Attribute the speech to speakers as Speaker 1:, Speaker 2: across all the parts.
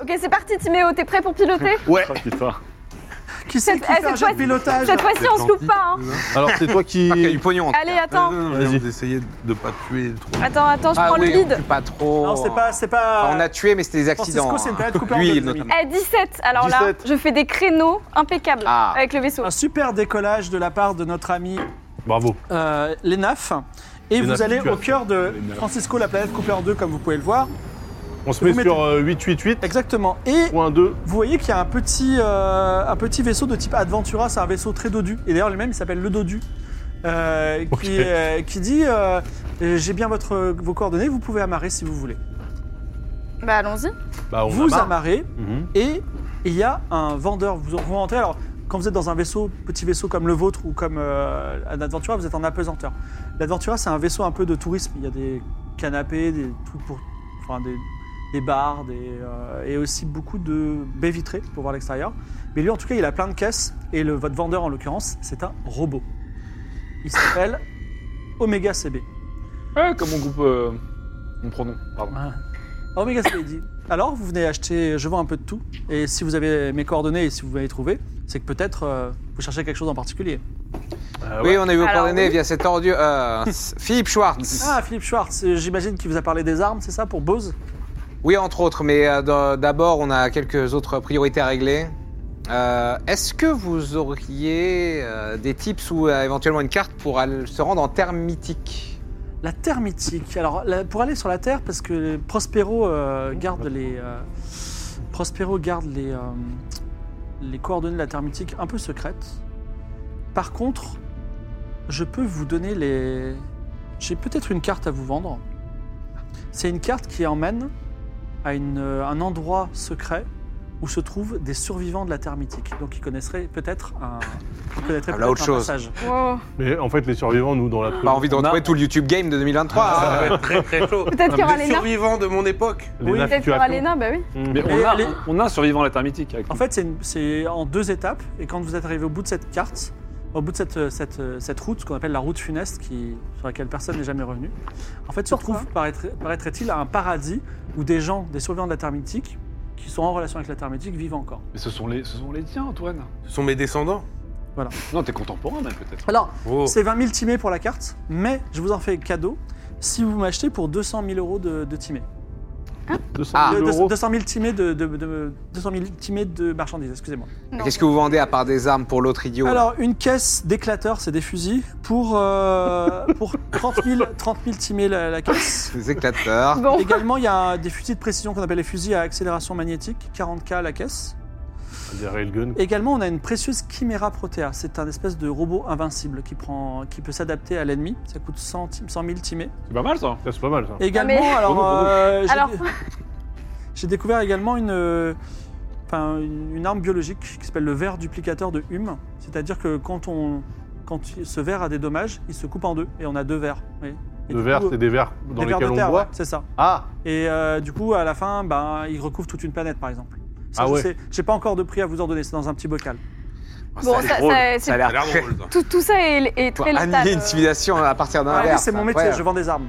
Speaker 1: Ok, c'est parti, Timéo, t'es prêt pour piloter
Speaker 2: Ouais.
Speaker 3: Oh, putain.
Speaker 4: Qui c'est qui
Speaker 1: Eh,
Speaker 4: fait
Speaker 1: cette
Speaker 4: un jet de
Speaker 1: fois-ci-
Speaker 4: pilotage
Speaker 1: Cette fois-ci, on se loupe pas. Hein.
Speaker 2: Alors c'est toi qui.
Speaker 5: Par du pognon. en tout
Speaker 1: Allez,
Speaker 5: cas.
Speaker 1: attends.
Speaker 5: Non, non, non,
Speaker 2: Vas-y.
Speaker 5: Vous essayez de pas tuer trop.
Speaker 1: Attends, attends, je
Speaker 6: Euh, Ah
Speaker 1: prends
Speaker 6: oui,
Speaker 1: le
Speaker 6: on
Speaker 1: lead.
Speaker 6: tue pas trop.
Speaker 4: Non, c'est pas. C'est pas...
Speaker 6: Enfin, on a tué, mais c'était des accidents.
Speaker 4: Francisco, c'est une
Speaker 6: hein.
Speaker 4: période coupée en
Speaker 6: Lui,
Speaker 4: deux, les
Speaker 6: notamment.
Speaker 4: amis.
Speaker 1: Eh, 17. Alors là,
Speaker 2: 17.
Speaker 1: je fais des créneaux impeccables
Speaker 6: Ah.
Speaker 1: avec le vaisseau.
Speaker 4: Un super décollage de la part de notre ami
Speaker 2: Bravo.
Speaker 4: euh, Lenaf. Et
Speaker 2: Lenaf,
Speaker 4: vous allez
Speaker 2: tu as
Speaker 4: au
Speaker 2: fait.
Speaker 4: cœur de
Speaker 2: Lenaf.
Speaker 4: Francisco, la planète coupée en deux, comme vous pouvez le voir.
Speaker 2: On se met
Speaker 4: Vous
Speaker 2: sur euh, 888.2.
Speaker 4: Exactement. Et vous voyez qu'il y a un petit, euh, un petit vaisseau de type Adventura, c'est un vaisseau très dodu. Et d'ailleurs, lui-même, il s'appelle le Dodu. Euh, qui,
Speaker 2: Ok.
Speaker 4: euh, qui dit euh, euh, J'ai bien votre, vos coordonnées, vous pouvez amarrer si vous voulez.
Speaker 1: Bah, allons-y.
Speaker 2: Bah, on
Speaker 4: vous
Speaker 2: a marre.
Speaker 4: amarrez
Speaker 2: Mhm.
Speaker 4: et il y a un vendeur. Vous vous rentrez alors. Quand vous êtes dans un vaisseau, petit vaisseau comme le vôtre ou comme euh, un Adventura, vous êtes en apesanteur. L'Adventura, c'est un vaisseau un peu de tourisme. Il y a des canapés, des trucs pour. Enfin, des, des bars, des, euh, et aussi beaucoup de baies vitrées pour voir l'extérieur. Mais lui, en tout cas, il a plein de caisses. Et le, votre vendeur, en l'occurrence, c'est un robot. Il s'appelle Omega CB.
Speaker 3: Ouais, comme on coupe euh, mon pronom. Pardon.
Speaker 4: Ah. Omega dit Alors, vous venez acheter, je vends un peu de tout. Et si vous avez mes coordonnées et si vous m'avez trouvé, c'est que peut-être euh, vous cherchez quelque chose en particulier.
Speaker 2: Ah ouais.
Speaker 6: Oui, on a eu vos
Speaker 1: Alors,
Speaker 6: coordonnées
Speaker 1: oui.
Speaker 6: via cet ordure. euh, Philippe Schwartz.
Speaker 4: Ah, Philippe Schwartz, euh, j'imagine qu'il vous a parlé des armes, c'est ça, pour Bose
Speaker 6: Oui, entre autres, mais euh, d- d'abord, on a quelques autres priorités à régler. Euh, Est-ce que vous auriez euh, des tips ou euh, éventuellement une carte pour aller- se rendre en terre mythique
Speaker 4: La Terre mythique. Alors, la- pour aller sur la Terre, parce que Prospero euh, garde les. euh, Prospero garde les, euh, les coordonnées de la Terre mythique un peu secrètes. Par contre, je peux vous donner les. J'ai peut-être une carte à vous vendre. C'est une carte qui emmène à une, euh, un endroit secret où se trouvent des survivants de la Terre mythique. Donc, ils connaisseraient peut-être un, ils connaîtraient
Speaker 6: Ah, là,
Speaker 4: peut-être
Speaker 6: autre
Speaker 4: un
Speaker 6: chose.
Speaker 4: passage.
Speaker 1: Wow.
Speaker 2: Mais en fait, les survivants, nous, dans la
Speaker 4: Bah,
Speaker 6: Pas envie de
Speaker 2: Bah, on a-
Speaker 6: retrouver tout le YouTube Game de 2023. hein.
Speaker 5: Ça va être très très chaud.
Speaker 1: Peut-être qu'il y aura
Speaker 5: Des
Speaker 1: les nains.
Speaker 5: survivants de mon époque.
Speaker 2: les
Speaker 4: Oui,
Speaker 1: Peut-être qu'il y aura les nains,
Speaker 2: nains.
Speaker 1: bah oui.
Speaker 2: Mm.
Speaker 3: Mais
Speaker 4: Mais
Speaker 3: on a,
Speaker 4: les-
Speaker 3: on a un survivant à la Terre mythique avec
Speaker 4: En fait, c'est une- c'est en deux étapes. Et quand vous êtes arrivé au bout de cette carte, au bout de cette, cette, cette route, ce qu'on appelle la route funeste, qui, sur laquelle personne n'est jamais revenu, en fait, se
Speaker 1: Pourquoi
Speaker 4: trouve, paraîtrait- paraîtrait-il, à un paradis où des gens, des survivants de la Terre mythique, qui sont en relation avec la Terre mythique, vivent encore.
Speaker 3: Mais ce sont les, ce sont les tiens, Antoine.
Speaker 5: Ce sont mes descendants.
Speaker 3: Non, t'es contemporain même peut-être.
Speaker 4: Alors,
Speaker 5: Oh.
Speaker 4: c'est 20 000 timés pour la carte, mais je vous en fais cadeau si vous m'achetez pour 200 000 euros de, de timés. Euh,
Speaker 2: 200
Speaker 6: Ah.
Speaker 2: 000
Speaker 4: De- de-
Speaker 2: euros.
Speaker 4: 200 000 timés de, de, de- 200 000 timés de marchandises, excusez-moi.
Speaker 1: Non.
Speaker 6: Qu'est-ce que vous vendez à part des armes pour l'autre idiot là
Speaker 4: Alors, une caisse d'éclateurs, c'est des fusils. Pour, euh, pour 30 000, 30 000 timés euh, la, la caisse.
Speaker 6: Des éclateurs.
Speaker 1: Bon,
Speaker 4: Également, il y a un- des fusils de précision qu'on appelle les fusils à accélération magnétique, 40K la caisse.
Speaker 2: Des railguns.
Speaker 4: Également, on a une précieuse Chimera Protea. C'est un espèce de robot invincible qui, prend, qui peut s'adapter à l'ennemi. Ça coûte 100, tim- 100 000 timés.
Speaker 3: C'est pas mal ça.
Speaker 2: Ça, C'est pas mal, ça.
Speaker 4: Également,
Speaker 1: Ah, mais-
Speaker 2: Oh,
Speaker 4: alors,
Speaker 3: Pour nous, pour nous.
Speaker 4: euh, j'ai-
Speaker 1: Alors.
Speaker 4: j'ai découvert également une, euh, enfin, une une arme biologique qui s'appelle le verre duplicateur de Hume. C'est-à-dire que quand on, quand ce verre a des dommages, il se coupe en deux et on a deux verres. oui. Et
Speaker 2: Le
Speaker 4: du
Speaker 2: verre,
Speaker 4: coup,
Speaker 2: c'est des verres dans
Speaker 4: des vers
Speaker 2: lesquels
Speaker 4: de
Speaker 2: on
Speaker 4: terre,
Speaker 2: boit.
Speaker 4: ouais, c'est ça.
Speaker 2: Ah
Speaker 4: Et euh, du coup, à la fin, ben, il recouvre toute une planète, par exemple. Ça,
Speaker 2: Ah
Speaker 4: je
Speaker 2: ouais.
Speaker 4: sais- J'ai pas encore de prix à vous en donner. C'est dans un petit bocal.
Speaker 1: bon, ça, ça-
Speaker 6: Ça
Speaker 1: c'est-
Speaker 6: a
Speaker 5: Ça
Speaker 6: l'air
Speaker 5: a l'air
Speaker 6: très...
Speaker 5: drôle. ça.
Speaker 1: tout, tout ça est, est
Speaker 6: Pour
Speaker 1: très euh. létal.
Speaker 6: annihiler une civilisation à partir
Speaker 1: Bah,
Speaker 6: d'un
Speaker 4: Ah oui,
Speaker 6: verre.
Speaker 4: c'est mon métier.
Speaker 6: incroyable.
Speaker 4: Je vends des armes.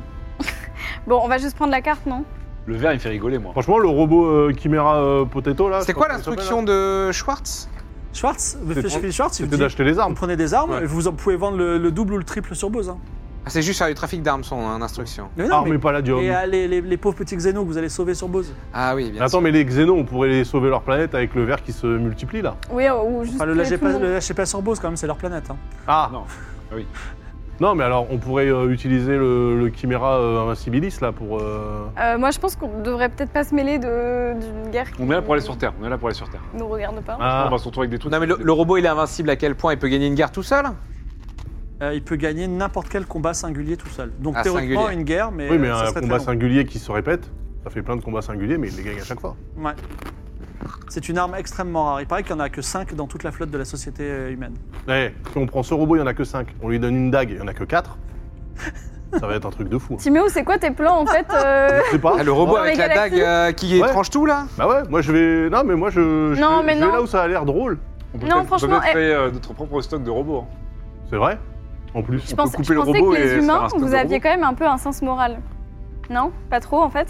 Speaker 1: Bon, on va juste prendre la carte, non
Speaker 3: Le verre, il me fait rigoler moi.
Speaker 2: Franchement, le robot euh, Chimera euh, Potato, là.
Speaker 6: C'est quoi l'instruction de Schwartz
Speaker 4: Schwartz,
Speaker 2: C'était-
Speaker 4: Philippe Schwartz, il vous
Speaker 2: C'était
Speaker 4: dit,
Speaker 2: d'acheter les
Speaker 4: vous
Speaker 2: armes.
Speaker 4: prenez des armes.
Speaker 5: Ouais.
Speaker 4: et Vous en pouvez vendre le, le double ou le triple sur Bose. hein.
Speaker 6: Ah, C'est juste faire du trafic d'armes, son hein, instruction.
Speaker 4: Mais non, mais-
Speaker 2: Armes Palladium.
Speaker 4: Et euh, les, les- les pauvres petits xénos que vous allez sauver sur Bose.
Speaker 6: Ah oui, bien
Speaker 2: Attends, mais les xénons, on pourrait les sauver leur planète avec le verre qui se multiplie, là.
Speaker 1: Oui, oh, ou juste.
Speaker 4: Enfin, le
Speaker 1: tuer
Speaker 4: lâchez
Speaker 1: tout le
Speaker 4: pas,
Speaker 1: monde.
Speaker 4: le lâchez pas sur Bose quand même, c'est leur planète. hein.
Speaker 2: Ah
Speaker 3: Non.
Speaker 2: Non, mais alors, on pourrait euh, utiliser le, le Chimera euh, Invincibilis, là, pour. euh,
Speaker 1: Euh, moi, je pense qu'on devrait peut-être pas se mêler de- d'une guerre qui
Speaker 3: On est là pour aller sur Terre. On est là pour aller sur Terre.
Speaker 1: nous regarde pas.
Speaker 2: Ah.
Speaker 3: On va se retrouver avec des
Speaker 6: sûr.
Speaker 3: trucs.
Speaker 6: Non mais le, le robot il est invincible à quel point il peut gagner une guerre tout seul
Speaker 4: Euh, il peut gagner n'importe quel combat singulier tout seul. Donc
Speaker 6: Ah,
Speaker 4: théoriquement
Speaker 6: singulier.
Speaker 4: une guerre, mais,
Speaker 2: Oui, mais
Speaker 4: euh, ça
Speaker 2: un
Speaker 4: serait
Speaker 2: combat
Speaker 4: très long.
Speaker 2: singulier qui se répète. Ça fait plein de combats singuliers, mais il les gagne à chaque fois.
Speaker 4: Ouais. C'est une arme extrêmement rare. Il paraît qu'il n'y en a que 5 dans toute la flotte de la société euh, humaine.
Speaker 2: Eh, si on prend ce robot, il n'y en a que 5. On lui donne une dague, il n'y en a que 4. Ça va être un truc de fou. hein.
Speaker 1: Timéo, c'est quoi tes plans en fait euh,
Speaker 2: Je sais pas.
Speaker 6: Ah, Le robot
Speaker 1: Dans
Speaker 6: avec
Speaker 1: les
Speaker 6: la dague
Speaker 1: galaxies
Speaker 6: euh, qui
Speaker 2: Ouais.
Speaker 6: tranche tout là
Speaker 2: Bah ouais, moi je vais. Non, mais moi je. je
Speaker 1: Non,
Speaker 2: vais-
Speaker 1: mais
Speaker 2: je vais
Speaker 1: non.
Speaker 2: là où ça a l'air drôle.
Speaker 3: On peut
Speaker 1: Non,
Speaker 3: peut-être-
Speaker 1: franchement,
Speaker 3: On peut
Speaker 1: eh-
Speaker 3: peut-être créer euh, notre propre stock de robots. hein.
Speaker 2: C'est vrai En plus.
Speaker 1: Je,
Speaker 3: On
Speaker 1: pense,
Speaker 3: peut couper
Speaker 1: je
Speaker 3: le
Speaker 1: pensais
Speaker 3: robot
Speaker 1: que
Speaker 3: et
Speaker 1: les
Speaker 3: faire
Speaker 1: humains,
Speaker 3: un stock
Speaker 1: vous
Speaker 3: de
Speaker 1: aviez
Speaker 3: robots.
Speaker 1: quand même un peu un sens moral. Non Pas trop en fait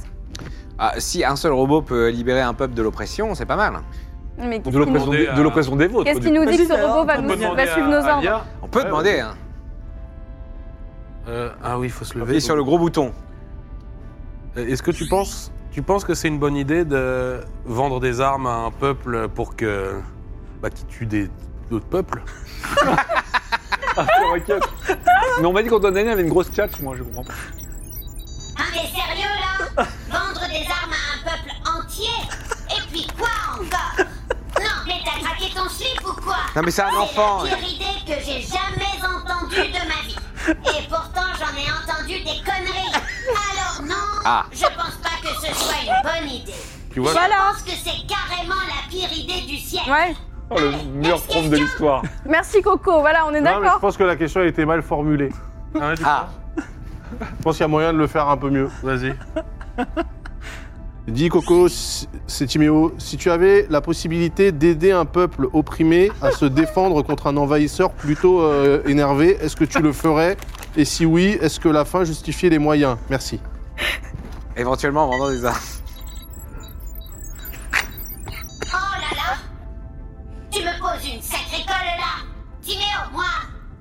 Speaker 6: Ah, si un seul robot peut libérer un peuple de l'oppression, c'est pas mal.
Speaker 1: Mais qu'est-ce
Speaker 3: De
Speaker 1: qu'il nous-
Speaker 3: l'oppression
Speaker 2: demander
Speaker 3: des,
Speaker 2: à-
Speaker 3: de l'oppression des vôtres.
Speaker 1: qu'est-ce
Speaker 3: du
Speaker 1: qu'il nous
Speaker 4: Vas-y,
Speaker 1: dit que ce
Speaker 4: alors,
Speaker 1: robot va,
Speaker 4: on
Speaker 1: nous,
Speaker 4: peut
Speaker 1: va suivre nos ordres
Speaker 6: On peut
Speaker 2: Ouais,
Speaker 6: demander.
Speaker 2: ouais.
Speaker 6: hein.
Speaker 5: Euh, ah oui, il faut se lever.
Speaker 6: Appuyez sur le gros bouton.
Speaker 5: Euh, Est-ce que tu penses, tu penses que c'est une bonne idée de vendre des armes à un peuple pour que. Bah, qui tue des- d'autres peuples
Speaker 3: coup, requête. Mais on m'a dit qu'Antoine Daniel avait une grosse catch, moi je comprends pas.
Speaker 7: Ah mais sérieux là Vendre des armes à un peuple entier Et puis quoi encore Non mais t'as craqué ton slip ou quoi
Speaker 6: Non, mais c'est
Speaker 1: Ah,
Speaker 6: un enfant.
Speaker 7: C'est la pire idée que j'ai jamais entendue de ma vie. Et pourtant j'en ai entendu des conneries. Alors non,
Speaker 6: Ah.
Speaker 7: je pense pas que ce soit une bonne idée.
Speaker 3: Tu vois
Speaker 7: Je
Speaker 1: Voilà.
Speaker 7: pense que c'est carrément la pire idée du siècle.
Speaker 1: Ouais.
Speaker 3: Oh, le meilleur prof de l'histoire.
Speaker 1: Merci Coco, voilà, on est
Speaker 2: Non, mais je
Speaker 1: d'accord.
Speaker 2: pense que la question a été mal formulée.
Speaker 6: Ah,
Speaker 2: Je pense qu'il y a moyen de le faire un peu mieux. Vas-y. Dis Coco, si- c'est Timéo, si tu avais la possibilité d'aider un peuple opprimé à se défendre contre un envahisseur plutôt euh, énervé, est-ce que tu le ferais Et si oui, est-ce que la fin justifiait les moyens Merci.
Speaker 6: éventuellement en vendant des armes.
Speaker 7: Oh là là Tu me poses une sacrée colle là Timéo, moi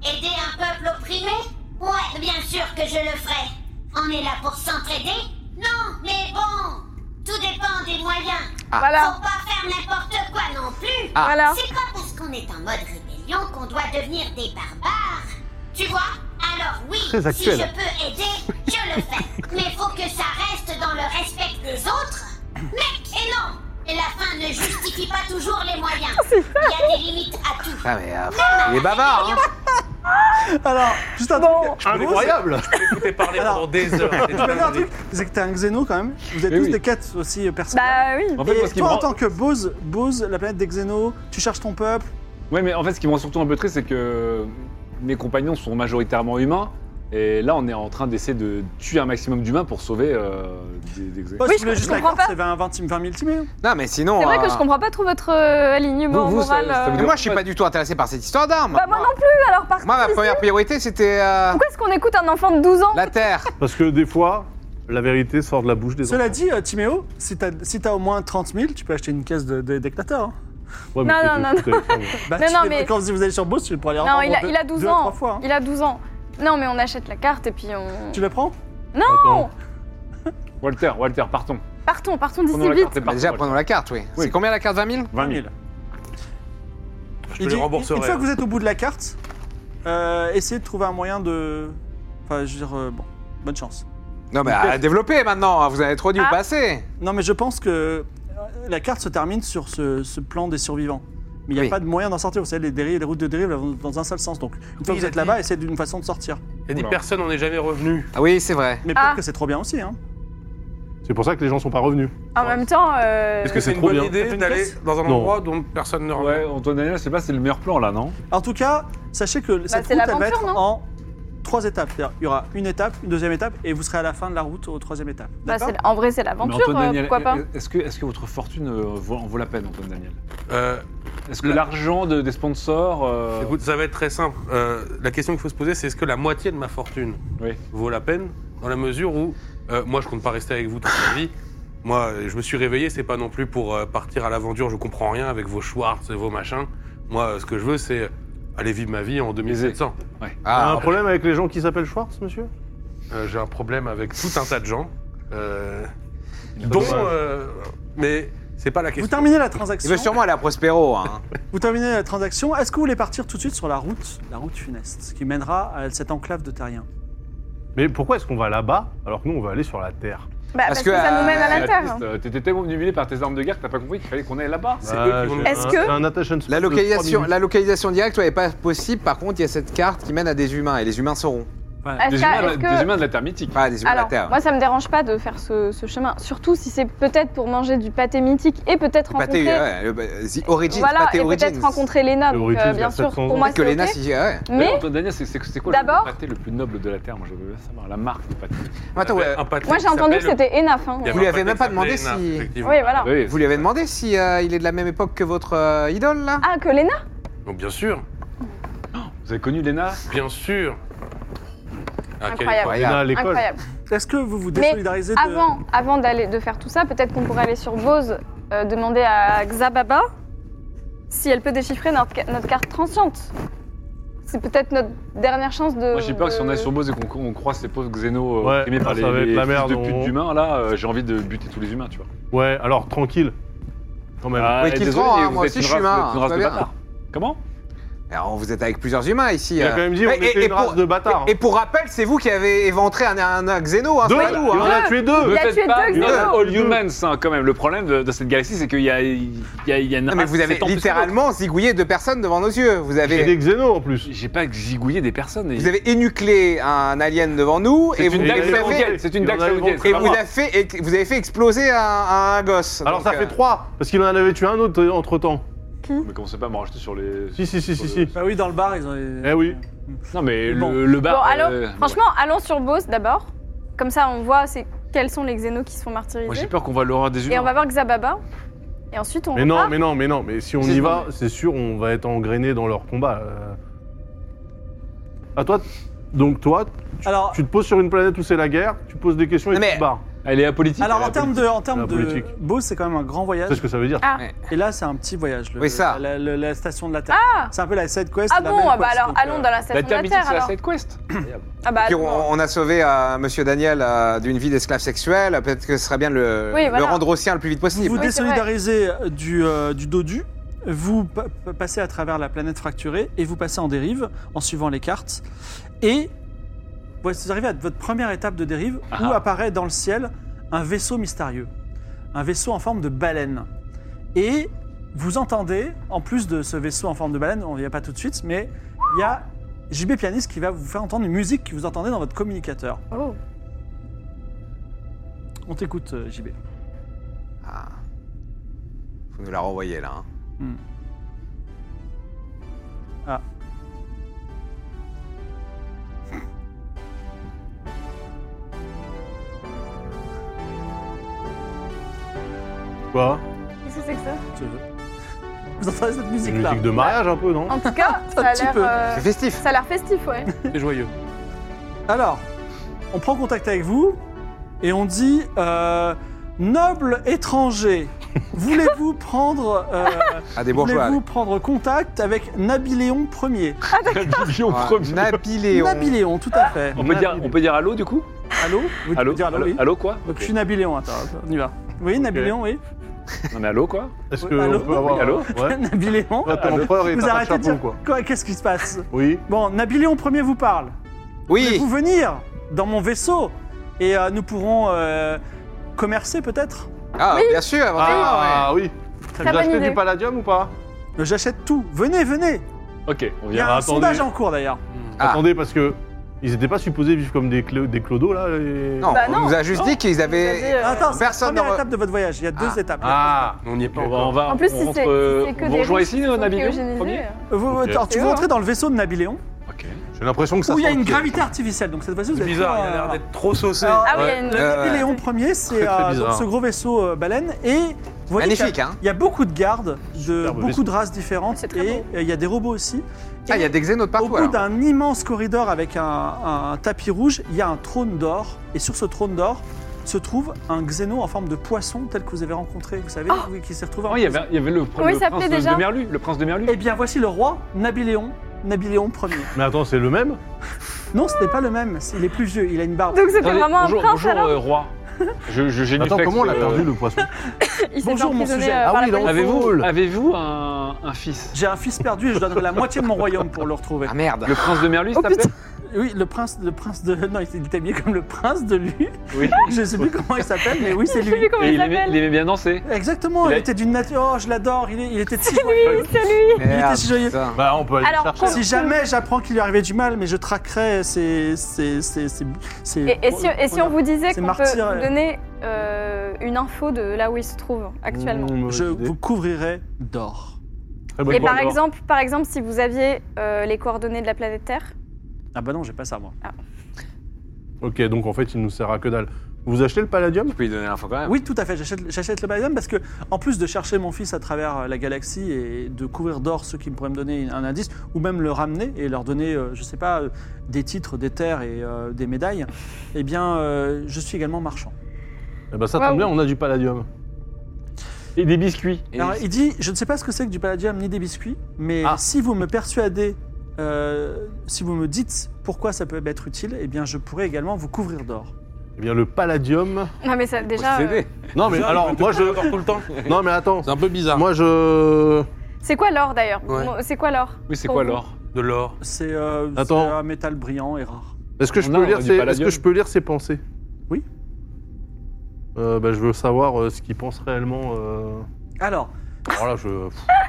Speaker 7: Aider un peuple opprimé Ouais, bien sûr que je le ferai On est là pour s'entraider Non, mais bon Tout dépend des moyens
Speaker 1: Voilà.
Speaker 7: Faut pas faire n'importe quoi non plus
Speaker 6: Ah.
Speaker 1: Voilà.
Speaker 7: C'est pas parce qu'on est en mode rébellion qu'on doit devenir des barbares Tu vois Alors oui,
Speaker 2: Très
Speaker 7: si je
Speaker 2: actuel.
Speaker 7: peux aider, je le fais Mais faut que ça reste dans le respect des autres Mec, et non Et la fin ne justifie pas toujours les moyens. Il y a des limites à tout.
Speaker 6: Ah, mais euh, il est bavard, hein.
Speaker 4: Alors, juste un truc.
Speaker 2: Incroyable
Speaker 5: T'es parlé
Speaker 4: Alors- pendant
Speaker 5: des heures.
Speaker 4: Je peux dire un truc, c'est que t'es un xéno quand même. Vous êtes
Speaker 3: Mais
Speaker 4: tous
Speaker 3: oui.
Speaker 4: des quêtes aussi euh, personnelles.
Speaker 1: Bah oui.
Speaker 3: En fait,
Speaker 4: Et
Speaker 3: moi, ce qui me
Speaker 4: toi, en
Speaker 3: rend-
Speaker 4: tant que Bose, Bose, la planète des xénos, tu cherches ton peuple.
Speaker 3: Ouais, mais en fait, ce qui me rend surtout un peu triste, c'est que mes compagnons sont majoritairement humains. Et là, on est en train d'essayer de tuer un maximum d'humains pour sauver euh, des, des
Speaker 4: Moi,
Speaker 1: Oui, je
Speaker 4: si vous voulez juste la
Speaker 1: comprends
Speaker 4: carte,
Speaker 1: pas.
Speaker 4: c'est 20, 20 000 timés. hein.
Speaker 6: Non, mais sinon.
Speaker 1: C'est vrai que
Speaker 6: euh,
Speaker 1: je comprends pas trop votre euh, alignement
Speaker 3: ah. Vous- vous, ça-
Speaker 1: moral.
Speaker 3: ça vous
Speaker 1: euh.
Speaker 6: mais Moi, je suis pas du tout intéressé par cette histoire d'armes.
Speaker 1: Bah moi non plus, alors par
Speaker 6: Moi, ma première priorité, c'était euh,
Speaker 1: Pourquoi est-ce qu'on écoute un enfant de 12 ans
Speaker 6: la terre.
Speaker 2: Parce que des fois, la vérité sort de la bouche des
Speaker 4: Cela
Speaker 2: enfants.
Speaker 4: dit, euh, Timéo, si t'as si t'as au moins 30 000, tu peux acheter une caisse de- de- d'éclateur. hein.
Speaker 2: Ouais, mais
Speaker 1: Non,
Speaker 2: c'est
Speaker 1: non,
Speaker 2: du
Speaker 1: non,
Speaker 2: foot avec ça, mais-
Speaker 4: Bah,
Speaker 1: Non,
Speaker 4: tu
Speaker 1: non,
Speaker 4: fais-
Speaker 1: mais-
Speaker 4: Quand vous allez sur Bose, tu pourras aller
Speaker 1: Non, il a,
Speaker 4: deux-
Speaker 1: il a 12
Speaker 4: deux à
Speaker 1: ans.
Speaker 4: trois fois, hein.
Speaker 1: Il a 12 ans. Non, mais on achète la carte et puis on.
Speaker 4: Tu la prends
Speaker 2: Attends.
Speaker 1: Non
Speaker 3: Walter, Walter, partons.
Speaker 1: Partons, partons d'ici
Speaker 3: Prenons la
Speaker 1: vite.
Speaker 3: carte et
Speaker 6: Bah,
Speaker 3: partons.
Speaker 6: déjà,
Speaker 3: Walter.
Speaker 6: prenons la carte, oui.
Speaker 3: Oui.
Speaker 6: C'est combien la carte 20 000
Speaker 3: 20 000.
Speaker 5: Je te
Speaker 4: Il
Speaker 5: les
Speaker 4: dit-
Speaker 5: rembourserai.
Speaker 4: Une fois que vous êtes au bout de la carte, euh, essayez de trouver un moyen de. Enfin, je veux dire, euh, bon, bonne chance.
Speaker 6: Non, mais à développer maintenant, hein, vous avez trop dû
Speaker 1: Ah.
Speaker 6: le passer.
Speaker 4: Non, mais je pense que euh, la carte se termine sur ce, ce plan des survivants. Mais il n'y a
Speaker 6: Oui.
Speaker 4: pas de moyen d'en sortir. Vous savez, les, dérives, les routes de dérive elles vont dans un seul sens. Donc, une fois que
Speaker 5: il
Speaker 4: vous
Speaker 5: a
Speaker 4: êtes là-bas, essayez d'une façon de sortir.
Speaker 5: Il y a des
Speaker 3: Oula.
Speaker 5: personnes, on n'est jamais revenu.
Speaker 6: Ah oui, c'est vrai.
Speaker 4: Mais peut-être
Speaker 1: Ah.
Speaker 4: que c'est trop bien aussi. Hein.
Speaker 2: C'est pour ça que les gens sont pas revenus.
Speaker 1: En même temps, euh,
Speaker 5: Est-ce que c'est
Speaker 2: c'est
Speaker 5: une
Speaker 2: trop
Speaker 5: bonne
Speaker 2: bien.
Speaker 5: idée
Speaker 4: une
Speaker 5: d'aller
Speaker 4: caisse
Speaker 5: dans un
Speaker 2: Non.
Speaker 5: endroit dont personne ne revient
Speaker 3: Ouais, Antoine Daniel, je sais pas, c'est le meilleur plan là, non
Speaker 4: En tout cas, sachez que cette
Speaker 1: c'est
Speaker 4: route, elle va
Speaker 1: l'aventure,
Speaker 4: être
Speaker 1: non
Speaker 4: en trois étapes. C'est-à-dire, Il y aura une étape, une deuxième étape, et vous serez à la fin de la route aux troisième étape.
Speaker 1: bah,
Speaker 4: D'accord
Speaker 1: c'est- en vrai, c'est
Speaker 3: Mais
Speaker 1: l'aventure,
Speaker 3: Antoine
Speaker 1: euh,
Speaker 3: Daniel,
Speaker 1: pourquoi pas
Speaker 3: Est-ce que, est que votre fortune euh, vaut, en vaut la peine, Antoine Daniel
Speaker 5: Euh,
Speaker 3: Est-ce que l'argent de- des sponsors. euh,
Speaker 5: Écoute, ça va être très simple. Euh, la question qu'il faut se poser, c'est est-ce que la moitié de ma fortune
Speaker 3: Oui.
Speaker 5: vaut la peine Dans la mesure où, euh, moi, je compte pas rester avec vous toute ma vie. Moi, euh, je me suis réveillé, c'est pas non plus pour euh, partir à l'aventure, je comprends rien avec vos Schwartz et vos machins. Moi, euh, ce que je veux, c'est aller vivre ma vie en 2700.
Speaker 2: T'as un
Speaker 6: Ah,
Speaker 2: problème avec les gens qui s'appellent Schwartz, monsieur
Speaker 5: Euh, J'ai un problème avec tout un tas de gens. euh,
Speaker 3: il
Speaker 5: dont.
Speaker 3: faut-
Speaker 5: euh, mais c'est pas la
Speaker 4: Vous
Speaker 5: question.
Speaker 4: terminez la
Speaker 6: il
Speaker 2: Eh
Speaker 4: transaction.
Speaker 2: ben,
Speaker 6: veut sûrement aller à Prospero. Hein.
Speaker 4: Vous terminez la transaction. Est-ce que vous voulez partir tout de suite sur la route, la route funeste, qui mènera à cette enclave de terriens
Speaker 2: Mais pourquoi est-ce qu'on va là-bas alors que nous on va aller sur la terre
Speaker 1: Bah, parce,
Speaker 6: Parce
Speaker 1: que,
Speaker 6: que,
Speaker 1: ça
Speaker 6: euh,
Speaker 1: nous mène à la
Speaker 3: Ah,
Speaker 1: Terre.
Speaker 3: triste, euh, T'étais tellement obnubilé par tes armes de guerre que t'as pas compris qu'il fallait qu'on aille là-bas.
Speaker 5: C'est
Speaker 2: Bah,
Speaker 5: eux qui vont nous-
Speaker 2: j'ai
Speaker 1: Est-ce
Speaker 2: un-
Speaker 1: que-
Speaker 2: un attention span
Speaker 6: La
Speaker 2: de trois
Speaker 6: localisation,
Speaker 2: minutes.
Speaker 6: la localisation directe, ouais, est pas possible. Par contre, il y a cette carte qui mène à des humains, et les humains sauront.
Speaker 4: Voilà.
Speaker 3: Des
Speaker 1: Est-ce
Speaker 3: humains,
Speaker 1: que- est-ce que-
Speaker 3: des humains de la Terre mythique.
Speaker 6: Pas des humains de
Speaker 1: Alors,
Speaker 6: la Terre.
Speaker 1: moi, ça me dérange pas de faire ce, ce chemin. Surtout si c'est peut-être pour manger du pâté mythique et peut-être
Speaker 6: Le pâté,
Speaker 1: rencontrer.
Speaker 6: ouais, le- bah, The Origins,
Speaker 1: voilà,
Speaker 6: pâté
Speaker 1: et
Speaker 6: Origins.
Speaker 1: peut-être rencontrer Léna.
Speaker 2: Le
Speaker 1: Donc,
Speaker 2: Origins,
Speaker 1: euh,
Speaker 2: il y a
Speaker 1: bien sûr,
Speaker 2: 700
Speaker 1: pour moi,
Speaker 6: que
Speaker 1: c'est
Speaker 6: Lena,
Speaker 1: ok.
Speaker 6: si- ouais.
Speaker 3: Mais
Speaker 1: Mais
Speaker 3: Antoine Daniel, c'est- c'est c'est quoi le-
Speaker 1: D'abord-
Speaker 3: le pâté le plus noble de la Terre Moi, je veux savoir. La marque du pâté.
Speaker 6: Attends,
Speaker 1: Euh,
Speaker 6: ouais,
Speaker 5: Un pâté
Speaker 1: moi,
Speaker 5: qui
Speaker 1: j'ai entendu que
Speaker 5: s'appelle-
Speaker 1: c'était Enaf. hein.
Speaker 5: Il y avait
Speaker 6: Vous lui
Speaker 5: un
Speaker 6: avez
Speaker 5: pâté
Speaker 6: même
Speaker 5: qui
Speaker 6: pas demandé
Speaker 5: s'appelait
Speaker 6: si-
Speaker 5: Hénin, effectivement.
Speaker 1: Oui, voilà.
Speaker 3: Oui,
Speaker 6: Vous lui avez demandé si euh, il est de la même époque que votre euh, idole là
Speaker 1: Ah, que Léna
Speaker 5: Donc, bien sûr,
Speaker 3: Vous avez connu Lena
Speaker 5: bien sûr. À Ah, quelle
Speaker 1: Incroyable.
Speaker 5: époque
Speaker 2: On est à l'école.
Speaker 1: Incroyable.
Speaker 4: Est-ce que vous vous
Speaker 1: Mais
Speaker 4: désolidarisez de...
Speaker 1: Avant, avant d'aller de faire tout ça, peut-être qu'on pourrait aller sur Bose euh, demander à Xababa si elle peut déchiffrer notre, ca- notre carte transiente. C'est peut-être notre dernière chance de.
Speaker 3: Moi j'ai peur que si on a
Speaker 1: de-
Speaker 3: sur Bose et qu'on qu'on croise ces pauvres xénos euh,
Speaker 2: Ouais,
Speaker 3: opprimés
Speaker 2: ça
Speaker 3: par les,
Speaker 2: va être
Speaker 3: les
Speaker 2: la
Speaker 3: fils
Speaker 2: merde,
Speaker 3: de
Speaker 2: on-
Speaker 3: pute d'humains, là euh, j'ai envie de buter tous les humains, tu vois.
Speaker 2: Ouais, alors tranquille. Quand même.
Speaker 3: Ah,
Speaker 6: Oui,
Speaker 3: et
Speaker 6: qu'ils
Speaker 3: désolé,
Speaker 6: seront, hein,
Speaker 3: vous
Speaker 6: moi
Speaker 3: êtes
Speaker 6: aussi,
Speaker 3: une
Speaker 6: je suis
Speaker 3: race-
Speaker 6: humain,
Speaker 3: vous êtes
Speaker 6: hein,
Speaker 3: une race
Speaker 6: tout va
Speaker 3: de
Speaker 6: bien.
Speaker 3: bâtards. Comment
Speaker 6: Alors, vous êtes avec plusieurs humains ici.
Speaker 2: Il a
Speaker 6: euh.
Speaker 2: quand même dit on
Speaker 6: Et-
Speaker 2: était
Speaker 6: et- et
Speaker 2: une race
Speaker 6: pour-
Speaker 2: de bâtards.
Speaker 1: hein.
Speaker 6: Et, et pour rappel, c'est vous qui avez éventré un, un, un xéno, hein,
Speaker 2: Deux,
Speaker 6: c'est pas nous.
Speaker 2: il en
Speaker 6: Hein.
Speaker 2: a tué deux.
Speaker 1: a tué deux
Speaker 3: une
Speaker 1: xénos.
Speaker 3: all humans hein, quand même. Le problème de, de cette galaxie, c'est qu'il y a, il y a, il y a une
Speaker 6: Non, mais
Speaker 3: race
Speaker 1: Ah,
Speaker 6: vous avez
Speaker 3: sept ans plus que
Speaker 6: littéralement zigouillé deux personnes devant nos yeux. Vous
Speaker 2: Et
Speaker 6: avez,
Speaker 2: des xénos en
Speaker 3: l'autre.
Speaker 2: plus.
Speaker 3: J'ai pas zigouillé des personnes. et-
Speaker 6: vous avez énuclé un alien devant nous et vous,
Speaker 3: une
Speaker 6: et
Speaker 3: dague
Speaker 6: vous avez,
Speaker 3: saoudienne, c'est une
Speaker 2: Il en
Speaker 3: dague
Speaker 2: a
Speaker 3: saoudienne,
Speaker 2: éventré
Speaker 3: c'est
Speaker 6: et
Speaker 3: pas
Speaker 6: vous
Speaker 3: moi.
Speaker 6: avez fait, et vous avez fait exploser un, un gosse.
Speaker 2: Alors
Speaker 6: Donc,
Speaker 2: ça
Speaker 6: euh,
Speaker 2: fait trois, parce qu'il en avait tué un autre entre temps.
Speaker 3: Mais commencez pas à me racheter sur les.
Speaker 2: Si, si, si, si, si.
Speaker 4: Bah oui, dans le bar, ils ont...
Speaker 2: Eh oui.
Speaker 3: Non, mais
Speaker 4: Bon.
Speaker 3: le, le
Speaker 1: Bon,
Speaker 3: bar.
Speaker 1: allons,
Speaker 3: euh,
Speaker 1: franchement, allons sur Bose d'abord. Comme ça, on voit c'est quels sont les xénos qui se font
Speaker 3: Moi j'ai hein.
Speaker 1: martyriser.
Speaker 3: peur qu'on voit l'horreur des
Speaker 1: Et on
Speaker 3: humains.
Speaker 1: va voir Xababa. Et ensuite, on
Speaker 2: Mais
Speaker 4: Ah.
Speaker 1: repart.
Speaker 2: non, mais non, mais non, mais si on
Speaker 3: C'est
Speaker 2: y
Speaker 3: bon,
Speaker 2: va,
Speaker 3: mais-
Speaker 2: c'est sûr, on va être engrainé dans leur combat. euh. À toi, t- donc toi,
Speaker 4: Alors,
Speaker 2: tu te poses sur une planète où c'est la guerre, tu poses des questions et
Speaker 6: Non,
Speaker 2: tu
Speaker 6: mais-
Speaker 2: te barres.
Speaker 3: Elle est apolitique.
Speaker 4: alors
Speaker 3: elle est
Speaker 4: en termes de... En termes
Speaker 2: la
Speaker 4: de...
Speaker 2: politique.
Speaker 4: Beau, c'est quand même un grand voyage.
Speaker 2: C'est ce que ça veut dire.
Speaker 4: Et là, c'est un petit voyage. le-
Speaker 6: Oui, ça.
Speaker 4: La, la- la station de la Terre.
Speaker 1: Ah,
Speaker 4: C'est un peu la side quest.
Speaker 1: ah
Speaker 4: la
Speaker 1: bon,
Speaker 4: main
Speaker 1: ah bah
Speaker 4: quest,
Speaker 1: alors
Speaker 4: donc, euh,
Speaker 1: allons dans la
Speaker 3: La
Speaker 1: station de la
Speaker 3: termite,
Speaker 1: Terre
Speaker 3: c'est la
Speaker 1: alors.
Speaker 3: side quest.
Speaker 1: Ah bah
Speaker 6: puis
Speaker 1: attends.
Speaker 6: on, on a sauvé euh, Monsieur Daniel euh, d'une vie d'esclave sexuel. Peut-être que ce serait bien de le,
Speaker 1: Oui,
Speaker 6: le
Speaker 1: voilà.
Speaker 6: rendre au sien le plus vite
Speaker 4: Vous
Speaker 6: possible.
Speaker 4: vous
Speaker 1: Oui, c'est vrai.
Speaker 4: désolidarisez du, euh, du dodu, vous pa- pa- passez à travers la planète fracturée et vous passez en dérive en suivant les cartes. Et voici- vous arrivez à votre première étape de dérive où
Speaker 3: Ah.
Speaker 4: apparaît dans le ciel un vaisseau mystérieux, un vaisseau en forme de baleine. Et vous entendez, en plus de ce vaisseau en forme de baleine, on ne vient pas tout de suite, mais il y a JB Pianiste qui va vous faire entendre une musique que vous entendez dans votre communicateur.
Speaker 1: Oh.
Speaker 4: On t'écoute, euh, JB.
Speaker 6: Ah. Faut nous la renvoyer là. hein.
Speaker 4: Ah,
Speaker 2: Quoi
Speaker 1: Qu'est-ce que c'est que ça
Speaker 4: Je veux. Vous entendez cette
Speaker 2: Une
Speaker 4: musique-là
Speaker 2: musique de mariage un peu, non
Speaker 1: En tout cas, ça a
Speaker 4: petit
Speaker 1: l'air.
Speaker 4: peu.
Speaker 1: euh,
Speaker 6: C'est festif.
Speaker 1: Ça a l'air festif, ouais.
Speaker 5: C'est joyeux.
Speaker 4: Alors, on prend contact avec vous et on dit euh, Noble étranger, voulez-vous prendre, euh,
Speaker 6: À des bourgeois.
Speaker 4: voulez-vous prendre contact avec Nabiléon Ier
Speaker 1: Ah,
Speaker 3: Nabiléon
Speaker 6: Ouais.
Speaker 3: premier.
Speaker 6: Nabiléon.
Speaker 4: Nabiléon, tout à fait.
Speaker 3: On peut dire, on peut dire allô du coup
Speaker 4: Allô Oui, tu
Speaker 3: Allô
Speaker 4: peux dire allô,
Speaker 3: Allô-
Speaker 4: oui.
Speaker 3: allô, quoi
Speaker 4: Donc, je suis Nabiléon, attends, attends, on y va. Oui, Nabiléon, oui.
Speaker 3: Non mais allô quoi
Speaker 2: Est-ce
Speaker 4: Oui,
Speaker 2: que
Speaker 4: Oh, allô
Speaker 2: on peut avoir.
Speaker 3: Oui, allô
Speaker 2: ouais.
Speaker 4: Nabiléon.
Speaker 2: Ouais, ton empereur est
Speaker 4: Vous
Speaker 2: un
Speaker 4: arrêtez de
Speaker 2: chapeau,
Speaker 4: dire
Speaker 2: quoi.
Speaker 4: quoi Qu'est-ce qui se passe
Speaker 2: Oui.
Speaker 4: Bon, Nabiléon Ier vous parle.
Speaker 6: Oui.
Speaker 4: Vous venir dans mon vaisseau et euh, nous pourrons euh, commercer peut-être
Speaker 6: Ah, bien sûr.
Speaker 2: Ah oui. Tu
Speaker 1: bonne
Speaker 2: as acheté
Speaker 1: idée.
Speaker 2: du palladium ou pas
Speaker 4: J'achète tout. Venez, venez.
Speaker 3: Ok, on
Speaker 4: Il y a
Speaker 3: vient.
Speaker 4: un
Speaker 2: attendez.
Speaker 4: sondage
Speaker 5: hein.
Speaker 4: en cours d'ailleurs.
Speaker 6: Ah.
Speaker 2: Attendez, parce que ils étaient pas supposés vivre comme des, clo- des clodos là. les-
Speaker 6: Non,
Speaker 1: Bah
Speaker 6: on
Speaker 1: non.
Speaker 6: nous a juste dit qu'ils
Speaker 1: Vous avez,
Speaker 6: avaient.
Speaker 1: euh,
Speaker 4: Attends, c'est la
Speaker 6: personne
Speaker 4: première
Speaker 6: n'aura-
Speaker 4: étape de votre voyage. Il y a deux
Speaker 6: Ah.
Speaker 4: étape.
Speaker 2: Ah
Speaker 5: On n'y est pas.
Speaker 3: On va, on va.
Speaker 1: En plus, si
Speaker 3: on
Speaker 1: c'est
Speaker 3: rentre,
Speaker 1: si
Speaker 3: euh,
Speaker 1: c'est que
Speaker 3: on
Speaker 1: des
Speaker 3: rejoint
Speaker 1: riches
Speaker 3: ici,
Speaker 1: qui sont
Speaker 3: Nabiléon
Speaker 1: cryogénisés,
Speaker 3: premier
Speaker 1: euh,
Speaker 4: Vous-
Speaker 2: Ok.
Speaker 4: alors, tu
Speaker 1: C'est
Speaker 4: veux
Speaker 1: eux,
Speaker 4: entrer dans le vaisseau de Nabiléon
Speaker 3: Ok.
Speaker 2: J'ai l'impression que ça
Speaker 4: où il y a
Speaker 2: sent
Speaker 4: une
Speaker 2: le-
Speaker 4: gravité artificielle. Donc cette vaisseau, vous
Speaker 5: C'est
Speaker 4: êtes
Speaker 5: bizarre,
Speaker 4: trop,
Speaker 5: il a l'air
Speaker 4: euh,
Speaker 5: d'être trop saucé.
Speaker 4: Alors,
Speaker 1: Ah oui, il y a
Speaker 6: Ouais.
Speaker 1: une.
Speaker 6: Euh,
Speaker 4: Nabiléon Ier, c'est
Speaker 2: Très, très
Speaker 4: euh, donc
Speaker 2: bizarre.
Speaker 4: ce gros vaisseau euh, baleine et vous voyez qu'il y a-
Speaker 6: Magnifique, hein.
Speaker 4: Il y a beaucoup de gardes, de
Speaker 2: Superbe
Speaker 4: beaucoup
Speaker 2: vaisseau.
Speaker 4: de races différentes
Speaker 1: C'est très
Speaker 4: et euh,
Speaker 1: beau.
Speaker 4: il y a des robots aussi.
Speaker 6: Ah, il y a des xénos de
Speaker 4: Au
Speaker 6: partout.
Speaker 4: bout
Speaker 6: alors.
Speaker 4: d'un immense corridor avec un, un tapis rouge, il y a un trône d'or. Et sur ce trône d'or se trouve un xéno en forme de poisson tel que vous avez rencontré, vous savez,
Speaker 1: Ah
Speaker 4: oui, qui s'est retrouvé en
Speaker 3: Oh, il y
Speaker 4: prison.
Speaker 3: avait, il y avait le, pr-
Speaker 1: Comment
Speaker 3: le
Speaker 1: il
Speaker 3: prince
Speaker 1: s'appelait
Speaker 3: de,
Speaker 1: déjà
Speaker 3: de Merlu. Le prince de Merlu.
Speaker 4: Eh bien, voici le roi Nabiléon, Nabiléon Ier.
Speaker 2: Mais attends, c'est le même
Speaker 4: Non, ce n'est pas le même, c'est- il est plus vieux, il a une barbe.
Speaker 1: Donc c'était
Speaker 3: Attendez,
Speaker 1: vraiment un
Speaker 3: bonjour,
Speaker 1: prince
Speaker 3: bonjour
Speaker 1: alors
Speaker 3: euh, roi. Je, je génuflexe,
Speaker 2: Attends, comment on l'a
Speaker 3: euh,
Speaker 2: perdu le poisson
Speaker 1: Il s'est
Speaker 4: bonjour, mon
Speaker 1: emprisonné,
Speaker 4: sujet.
Speaker 1: euh,
Speaker 2: Ah
Speaker 1: par
Speaker 2: oui,
Speaker 1: la
Speaker 2: il en-
Speaker 1: police.
Speaker 3: Avez-vous
Speaker 2: Foule.
Speaker 3: avez-vous un, un fils
Speaker 4: J'ai un fils perdu et je donnerai la moitié de mon royaume pour le retrouver.
Speaker 6: Ah merde.
Speaker 3: Le prince de
Speaker 1: Oh,
Speaker 3: Merlu, s'il t'appelait
Speaker 4: Oui, le prince, le prince de... Non, il était habillé comme le prince de lui.
Speaker 3: Oui.
Speaker 4: Je ne sais plus comment il s'appelle, mais oui, c'est
Speaker 1: Je sais
Speaker 4: lui.
Speaker 1: plus comment
Speaker 3: Et
Speaker 1: il
Speaker 3: il aimait, il
Speaker 1: s'appelle.
Speaker 3: aimait bien danser.
Speaker 4: Exactement,
Speaker 3: Il
Speaker 4: il,
Speaker 3: a-
Speaker 4: était d'une nature... Oh, je l'adore, il, est- il était si
Speaker 1: Oui, c'est lui.
Speaker 6: Merde,
Speaker 4: si joyeux.
Speaker 6: putain.
Speaker 2: Bah, on peut aller
Speaker 1: Alors,
Speaker 2: le chercher.
Speaker 1: comment-
Speaker 4: Si jamais j'apprends qu'il lui arrivait du mal, mais je traquerai ces... ces, ces, ces, ces-
Speaker 1: Et, et si, et si on vous disait
Speaker 4: C'est
Speaker 1: qu'on peut
Speaker 4: martyr,
Speaker 1: vous
Speaker 4: ouais.
Speaker 1: donner euh, une info de là où il se trouve actuellement
Speaker 2: Mmh, mauvaise
Speaker 4: Je
Speaker 2: idée.
Speaker 4: vous couvrirai d'or.
Speaker 2: Très bonne
Speaker 1: Et par
Speaker 2: idée.
Speaker 1: exemple, par exemple, si vous aviez euh, les coordonnées de la planète Terre,
Speaker 4: Ah bah non, j'ai pas ça, moi.
Speaker 2: Ok, donc en fait, il nous sert à que dalle. Vous achetez le palladium
Speaker 3: Tu peux lui donner l'info quand même.
Speaker 4: Oui, tout à fait, j'achète j'achète le Palladium parce que, en plus de chercher mon fils à travers euh, la galaxie et de couvrir d'or ceux qui pourraient me donner un indice, ou même le ramener et leur donner, euh, je sais pas, euh, des titres, des terres et euh, des médailles, eh bien, euh, je suis également marchand.
Speaker 2: Eh ben ça tombe
Speaker 1: Waouh.
Speaker 2: bien, on a du palladium.
Speaker 3: Et des biscuits. Et
Speaker 4: Alors, il dit, je ne sais pas ce que c'est que du palladium ni des biscuits, mais
Speaker 3: Ah.
Speaker 4: si vous me persuadez, euh, si vous me dites pourquoi ça peut être utile, eh bien, je pourrais également vous couvrir d'or.
Speaker 2: Eh bien, le palladium.
Speaker 1: Non, mais ça, déjà.
Speaker 3: Faut
Speaker 1: euh,
Speaker 3: s'aider.
Speaker 2: Non, mais
Speaker 5: Genre, il
Speaker 2: alors,
Speaker 5: peut te
Speaker 2: moi, je.
Speaker 5: voir tout le temps.
Speaker 2: Non, mais attends.
Speaker 5: C'est un peu bizarre.
Speaker 2: Moi, je.
Speaker 1: C'est quoi l'or d'ailleurs
Speaker 5: Ouais.
Speaker 1: Bon, C'est quoi l'or
Speaker 3: Oui, c'est
Speaker 1: Pour
Speaker 3: quoi
Speaker 1: vous.
Speaker 3: l'or
Speaker 5: De l'or.
Speaker 4: C'est euh, c'est
Speaker 2: Attends.
Speaker 4: un métal brillant et rare.
Speaker 2: Est-ce que, je
Speaker 3: Non,
Speaker 2: peux
Speaker 3: on
Speaker 2: lire
Speaker 3: dit
Speaker 2: ses... Est-ce
Speaker 3: palladium.
Speaker 2: que je peux lire ses pensées
Speaker 4: Oui.
Speaker 2: Euh, bah, je veux savoir euh, ce qu'il pense réellement. euh.
Speaker 4: Alors,
Speaker 2: Alors là, je.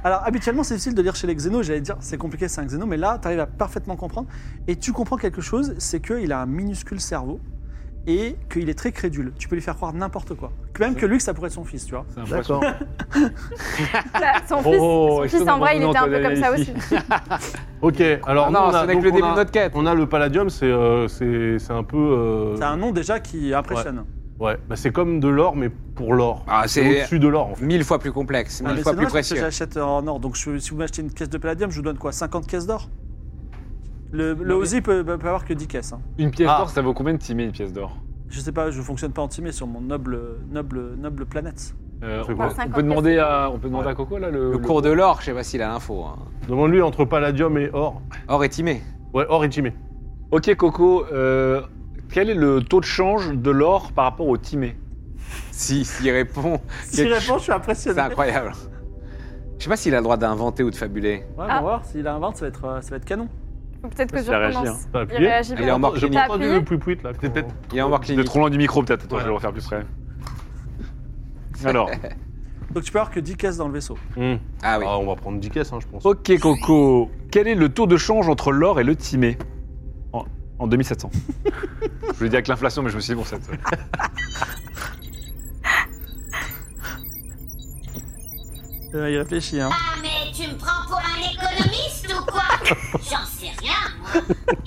Speaker 4: Alors habituellement c'est difficile de lire chez les xénos, j'allais dire c'est compliqué c'est un xéno, mais là tu arrives à parfaitement comprendre et tu comprends quelque chose, c'est qu'il a un minuscule cerveau et qu'il est très crédule. Tu peux lui faire croire n'importe quoi. Que Même que lui que ça pourrait être son fils, tu vois.
Speaker 3: C'est un
Speaker 2: D'accord.
Speaker 1: Bah, Son fils,
Speaker 3: Oh,
Speaker 1: son
Speaker 3: ils
Speaker 1: fils,
Speaker 3: sont
Speaker 1: en vrai, il
Speaker 3: dans
Speaker 1: était un peu
Speaker 3: ton
Speaker 1: comme ça aussi.
Speaker 3: analyse.
Speaker 2: ok, alors.
Speaker 6: Ah
Speaker 2: nous,
Speaker 6: non,
Speaker 2: on a-
Speaker 6: ce n'est que
Speaker 2: donc,
Speaker 6: le début
Speaker 2: on a-
Speaker 6: de notre quête.
Speaker 2: On a le palladium, c'est euh, c'est c'est un peu. euh,
Speaker 4: C'est un nom déjà qui impressionne.
Speaker 2: Ouais, bah, c'est comme de l'or, mais pour l'or.
Speaker 6: Ah,
Speaker 2: c'est
Speaker 6: c'est
Speaker 2: au-dessus de l'or, en fait.
Speaker 6: mille fois plus complexe,
Speaker 4: Ah, mais
Speaker 6: mille
Speaker 4: c'est
Speaker 6: fois plus
Speaker 4: dommage parce que
Speaker 6: précieux.
Speaker 4: j'achète en or, donc je- si vous m'achetez une caisse de palladium, je vous donne quoi 50 caisses d'or Le, le
Speaker 3: Oui.
Speaker 4: Ozi peut, peut avoir que 10 caisses. hein.
Speaker 3: Une pièce
Speaker 2: Ah.
Speaker 3: d'or, ça vaut combien de timé une pièce d'or
Speaker 4: Je sais pas, je fonctionne pas en timé sur mon noble, noble, noble planète.
Speaker 3: Euh,
Speaker 2: Ça fait
Speaker 3: on, peut,
Speaker 2: quoi
Speaker 3: on peut
Speaker 1: 50
Speaker 3: demander à, on peut demander à Coco là le,
Speaker 6: Le cours de l'or, je sais pas s'il a l'info. hein.
Speaker 2: Demande-lui entre palladium et or.
Speaker 6: Or est timé.
Speaker 2: Ouais, or et timé.
Speaker 3: Ok Coco, euh, quel est le taux de change de l'or par rapport au timé
Speaker 6: Si, s'il répond,
Speaker 4: Si
Speaker 6: Quelque-
Speaker 4: réponds, je suis impressionné.
Speaker 6: c'est incroyable. Je sais pas s'il a le droit d'inventer ou de fabuler.
Speaker 4: Ouais,
Speaker 1: Ah.
Speaker 4: on va voir, s'il a un 20, ça va être, euh, ça va être canon.
Speaker 1: Faut Peut-être que
Speaker 3: Ça
Speaker 1: je
Speaker 3: réagit,
Speaker 1: recommence.
Speaker 2: T'as
Speaker 1: Il
Speaker 2: appuyé
Speaker 1: réagit
Speaker 6: Il est
Speaker 1: pas.
Speaker 6: en mort
Speaker 2: J'ai
Speaker 6: clinique.
Speaker 2: pas
Speaker 1: T'as
Speaker 2: entendu
Speaker 1: appuyé
Speaker 2: le pouit-pouit, là. quand-
Speaker 5: peut-être-
Speaker 6: Il est en mort
Speaker 3: De
Speaker 6: clinique.
Speaker 3: trop loin du micro peut-être, attends,
Speaker 5: Ouais.
Speaker 3: je vais le refaire plus près. Alors,
Speaker 4: Donc tu peux avoir que 10 caisses dans le vaisseau.
Speaker 2: Hmm.
Speaker 6: Ah oui.
Speaker 2: Ah, on va prendre 10 caisses, hein, je pense.
Speaker 3: ok Coco, quel est le taux de change entre l'or et le timé en, en 2700 Je voulais dire avec l'inflation, mais je me suis dit, bon, ça. ça-
Speaker 4: Euh, il réfléchit, hein.
Speaker 7: Ah, mais tu me prends pour un économiste ou quoi J'en sais rien, moi.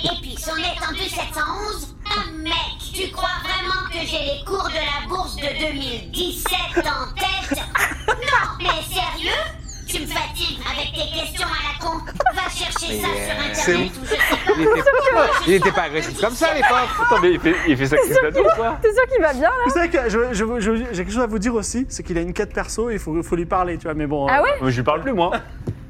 Speaker 7: Et puis son étendue 711 Ah, mec, tu crois vraiment que j'ai les cours de la bourse de 2017 en tête Non, mais sérieux Tu me fatigues avec tes questions à la con. Va chercher ça
Speaker 6: Mais, euh,
Speaker 7: sur Internet ou je sais pas.
Speaker 6: Il était, il était pas agressif comme ça à l'époque.
Speaker 3: Attends, mais il fait, il fait sa crise d'ado ou quoi
Speaker 1: T'es sûr qu'il va bien là
Speaker 4: Vous savez que je- je- je- j'ai quelque chose à vous dire aussi, c'est qu'il a une quête perso et il faut, faut lui parler, tu vois, mais bon.
Speaker 1: Ah
Speaker 4: euh,
Speaker 1: ouais
Speaker 3: Mais je lui parle plus, moi.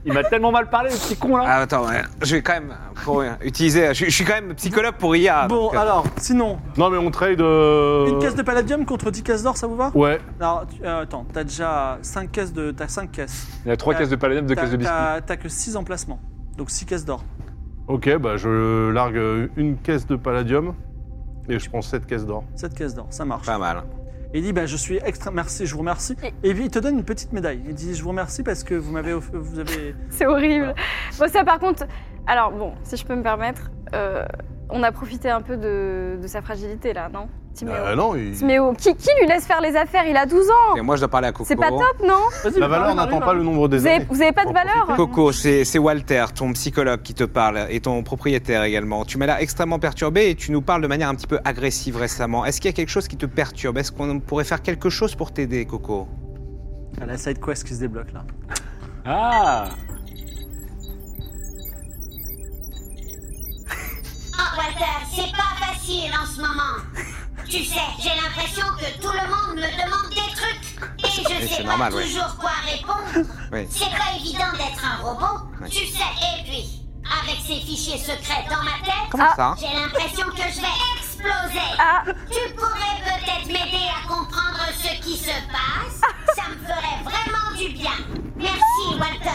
Speaker 3: Il m'a tellement mal parlé, le petit con là.
Speaker 6: Ah, attends, ouais, je vais quand même pour euh, utiliser. Je, je suis quand même psychologue pour IA.
Speaker 4: Bon,
Speaker 6: donc, euh,
Speaker 4: alors, sinon,
Speaker 2: Non, mais on trade. euh,
Speaker 4: une caisse de palladium contre 10 caisses d'or, ça vous va
Speaker 2: Ouais.
Speaker 4: Alors, tu- euh, attends, t'as déjà 5 caisses de. T'as 5 caisses.
Speaker 3: Il y a trois
Speaker 4: T'as-
Speaker 3: caisses de palladium, deux
Speaker 4: T'as-
Speaker 3: caisses de biscuits.
Speaker 4: T'as t'as que 6 emplacements, donc 6 caisses d'or.
Speaker 2: Ok, bah je largue euh, une caisse de palladium et je prends 7 caisses d'or.
Speaker 4: 7 caisses d'or, ça marche.
Speaker 6: Pas mal.
Speaker 4: Il dit, bah, je suis extra. Merci, je vous remercie. Et puis, il te donne une petite médaille. Il dit, je vous remercie parce que vous m'avez. off- Vous avez...
Speaker 1: C'est horrible.
Speaker 3: Ah.
Speaker 1: Bon, ça par contre. Alors, bon, si je peux me permettre, euh, on a profité un peu de, de sa fragilité là, non Timéo.
Speaker 2: Euh, non, il-
Speaker 1: Timéo, Mmh. oh, qui, qui lui laisse faire les affaires Il a 12 ans
Speaker 6: Et moi, je dois parler à Coco.
Speaker 1: C'est pas top, non
Speaker 4: Vas-y,
Speaker 2: la
Speaker 4: parle,
Speaker 2: valeur
Speaker 4: parle,
Speaker 2: n'attend
Speaker 4: parle.
Speaker 2: pas le nombre des
Speaker 1: vous avez,
Speaker 2: années.
Speaker 1: vous avez pas de
Speaker 2: Bon,
Speaker 1: valeur
Speaker 6: Coco, c'est c'est Walter, ton psychologue, qui te parle et ton propriétaire également. Tu m'as l'air extrêmement perturbé et tu nous parles de manière un petit peu agressive récemment. Est-ce qu'il y a quelque chose qui te perturbe Est-ce qu'on pourrait faire quelque chose pour t'aider, Coco
Speaker 4: Ah, La side quest qui se débloque là.
Speaker 3: Ah
Speaker 7: Oh, Walter, c'est pas facile en ce moment. Tu sais, j'ai l'impression que tout le monde me demande des trucs. Et je
Speaker 6: Et c'est
Speaker 7: sais pas
Speaker 6: normal, oui.
Speaker 7: toujours quoi répondre.
Speaker 6: Oui.
Speaker 7: C'est pas évident d'être un robot.
Speaker 6: Oui.
Speaker 7: Tu sais, et puis, avec ces fichiers secrets dans ma tête,
Speaker 6: Comment ça
Speaker 7: j'ai l'impression que je vais exploser.
Speaker 1: Ah,
Speaker 7: Tu pourrais peut-être m'aider à comprendre ce qui se passe. Ça me ferait vraiment du bien. Merci, Walter.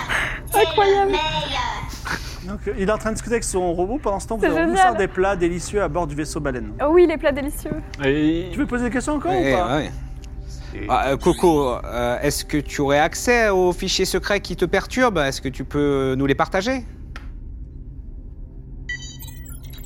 Speaker 7: T'es le
Speaker 1: Incroyable.
Speaker 7: meilleur.
Speaker 4: Donc, euh, il est en train de discuter avec son robot. Pendant ce temps, vous
Speaker 1: C'est
Speaker 4: on vous
Speaker 1: génial.
Speaker 4: sort des plats délicieux à bord du vaisseau baleine.
Speaker 1: oh oui, les plats délicieux.
Speaker 3: Et-
Speaker 4: Tu veux poser des questions encore
Speaker 6: Eh,
Speaker 4: ou pas
Speaker 6: ouais. Ah, euh, Coco, euh, est-ce que tu aurais accès aux fichiers secrets qui te perturbent Est-ce que tu peux nous les partager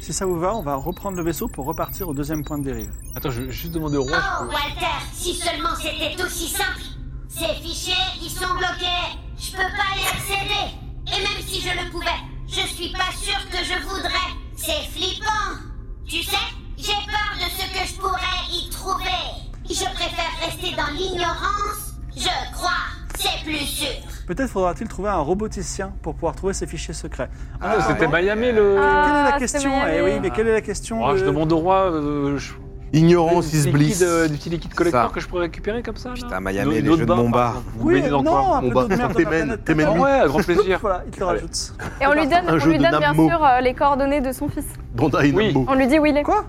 Speaker 4: Si ça vous va, on va reprendre le vaisseau pour repartir au deuxième point de dérive.
Speaker 3: Attends, je vais juste demander au roi.
Speaker 1: Ah,
Speaker 7: Oh, Walter, si seulement c'était aussi simple. Ces fichiers, ils sont bloqués. Je peux pas y accéder. Et même si je le pouvais, je suis pas sûre que je voudrais. C'est flippant. Tu sais, J'ai peur de ce que je pourrais y trouver. Je préfère rester dans l'ignorance. Je crois, c'est plus sûr.
Speaker 4: Peut-être faudra-t-il trouver un roboticien pour pouvoir trouver ces fichiers secrets.
Speaker 3: Ah, c'était
Speaker 4: Apparemment-
Speaker 3: Miami le.
Speaker 1: Ah.
Speaker 4: Quelle est la
Speaker 1: c'était
Speaker 4: question
Speaker 1: Miami.
Speaker 4: Eh oui, mais quelle est la question
Speaker 3: Oh, je
Speaker 4: euh,
Speaker 3: demande au roi. euh, je-
Speaker 2: Ignorance is
Speaker 3: du
Speaker 2: bliss.
Speaker 3: liquide, euh, du petit liquide collecteur
Speaker 6: Ça.
Speaker 3: que je pourrais récupérer comme ça. là
Speaker 6: Putain, Miami,
Speaker 3: Une-
Speaker 6: les
Speaker 3: une autre
Speaker 6: jeux de
Speaker 3: barre,
Speaker 6: mon
Speaker 3: par
Speaker 6: bar.
Speaker 3: exemple. Vous
Speaker 4: Oui,
Speaker 3: baignez
Speaker 4: non,
Speaker 3: dans quoi
Speaker 4: un peu
Speaker 2: On bat-
Speaker 4: de merde dans la
Speaker 2: Temen,
Speaker 4: planète
Speaker 2: Temen.
Speaker 3: Ah
Speaker 4: Terre.
Speaker 2: Ennemi.
Speaker 3: Ouais, à grand plaisir.
Speaker 4: Voilà, il te le
Speaker 3: Allez.
Speaker 4: rajoute.
Speaker 1: Et on lui donne,
Speaker 2: Un
Speaker 1: on
Speaker 2: jeu
Speaker 1: lui
Speaker 2: de
Speaker 1: donne bien
Speaker 2: Nambo.
Speaker 1: sûr euh, les coordonnées de son fils.
Speaker 2: Bandai
Speaker 3: Oui.
Speaker 2: Namco.
Speaker 1: On lui dit où il est.
Speaker 4: Quoi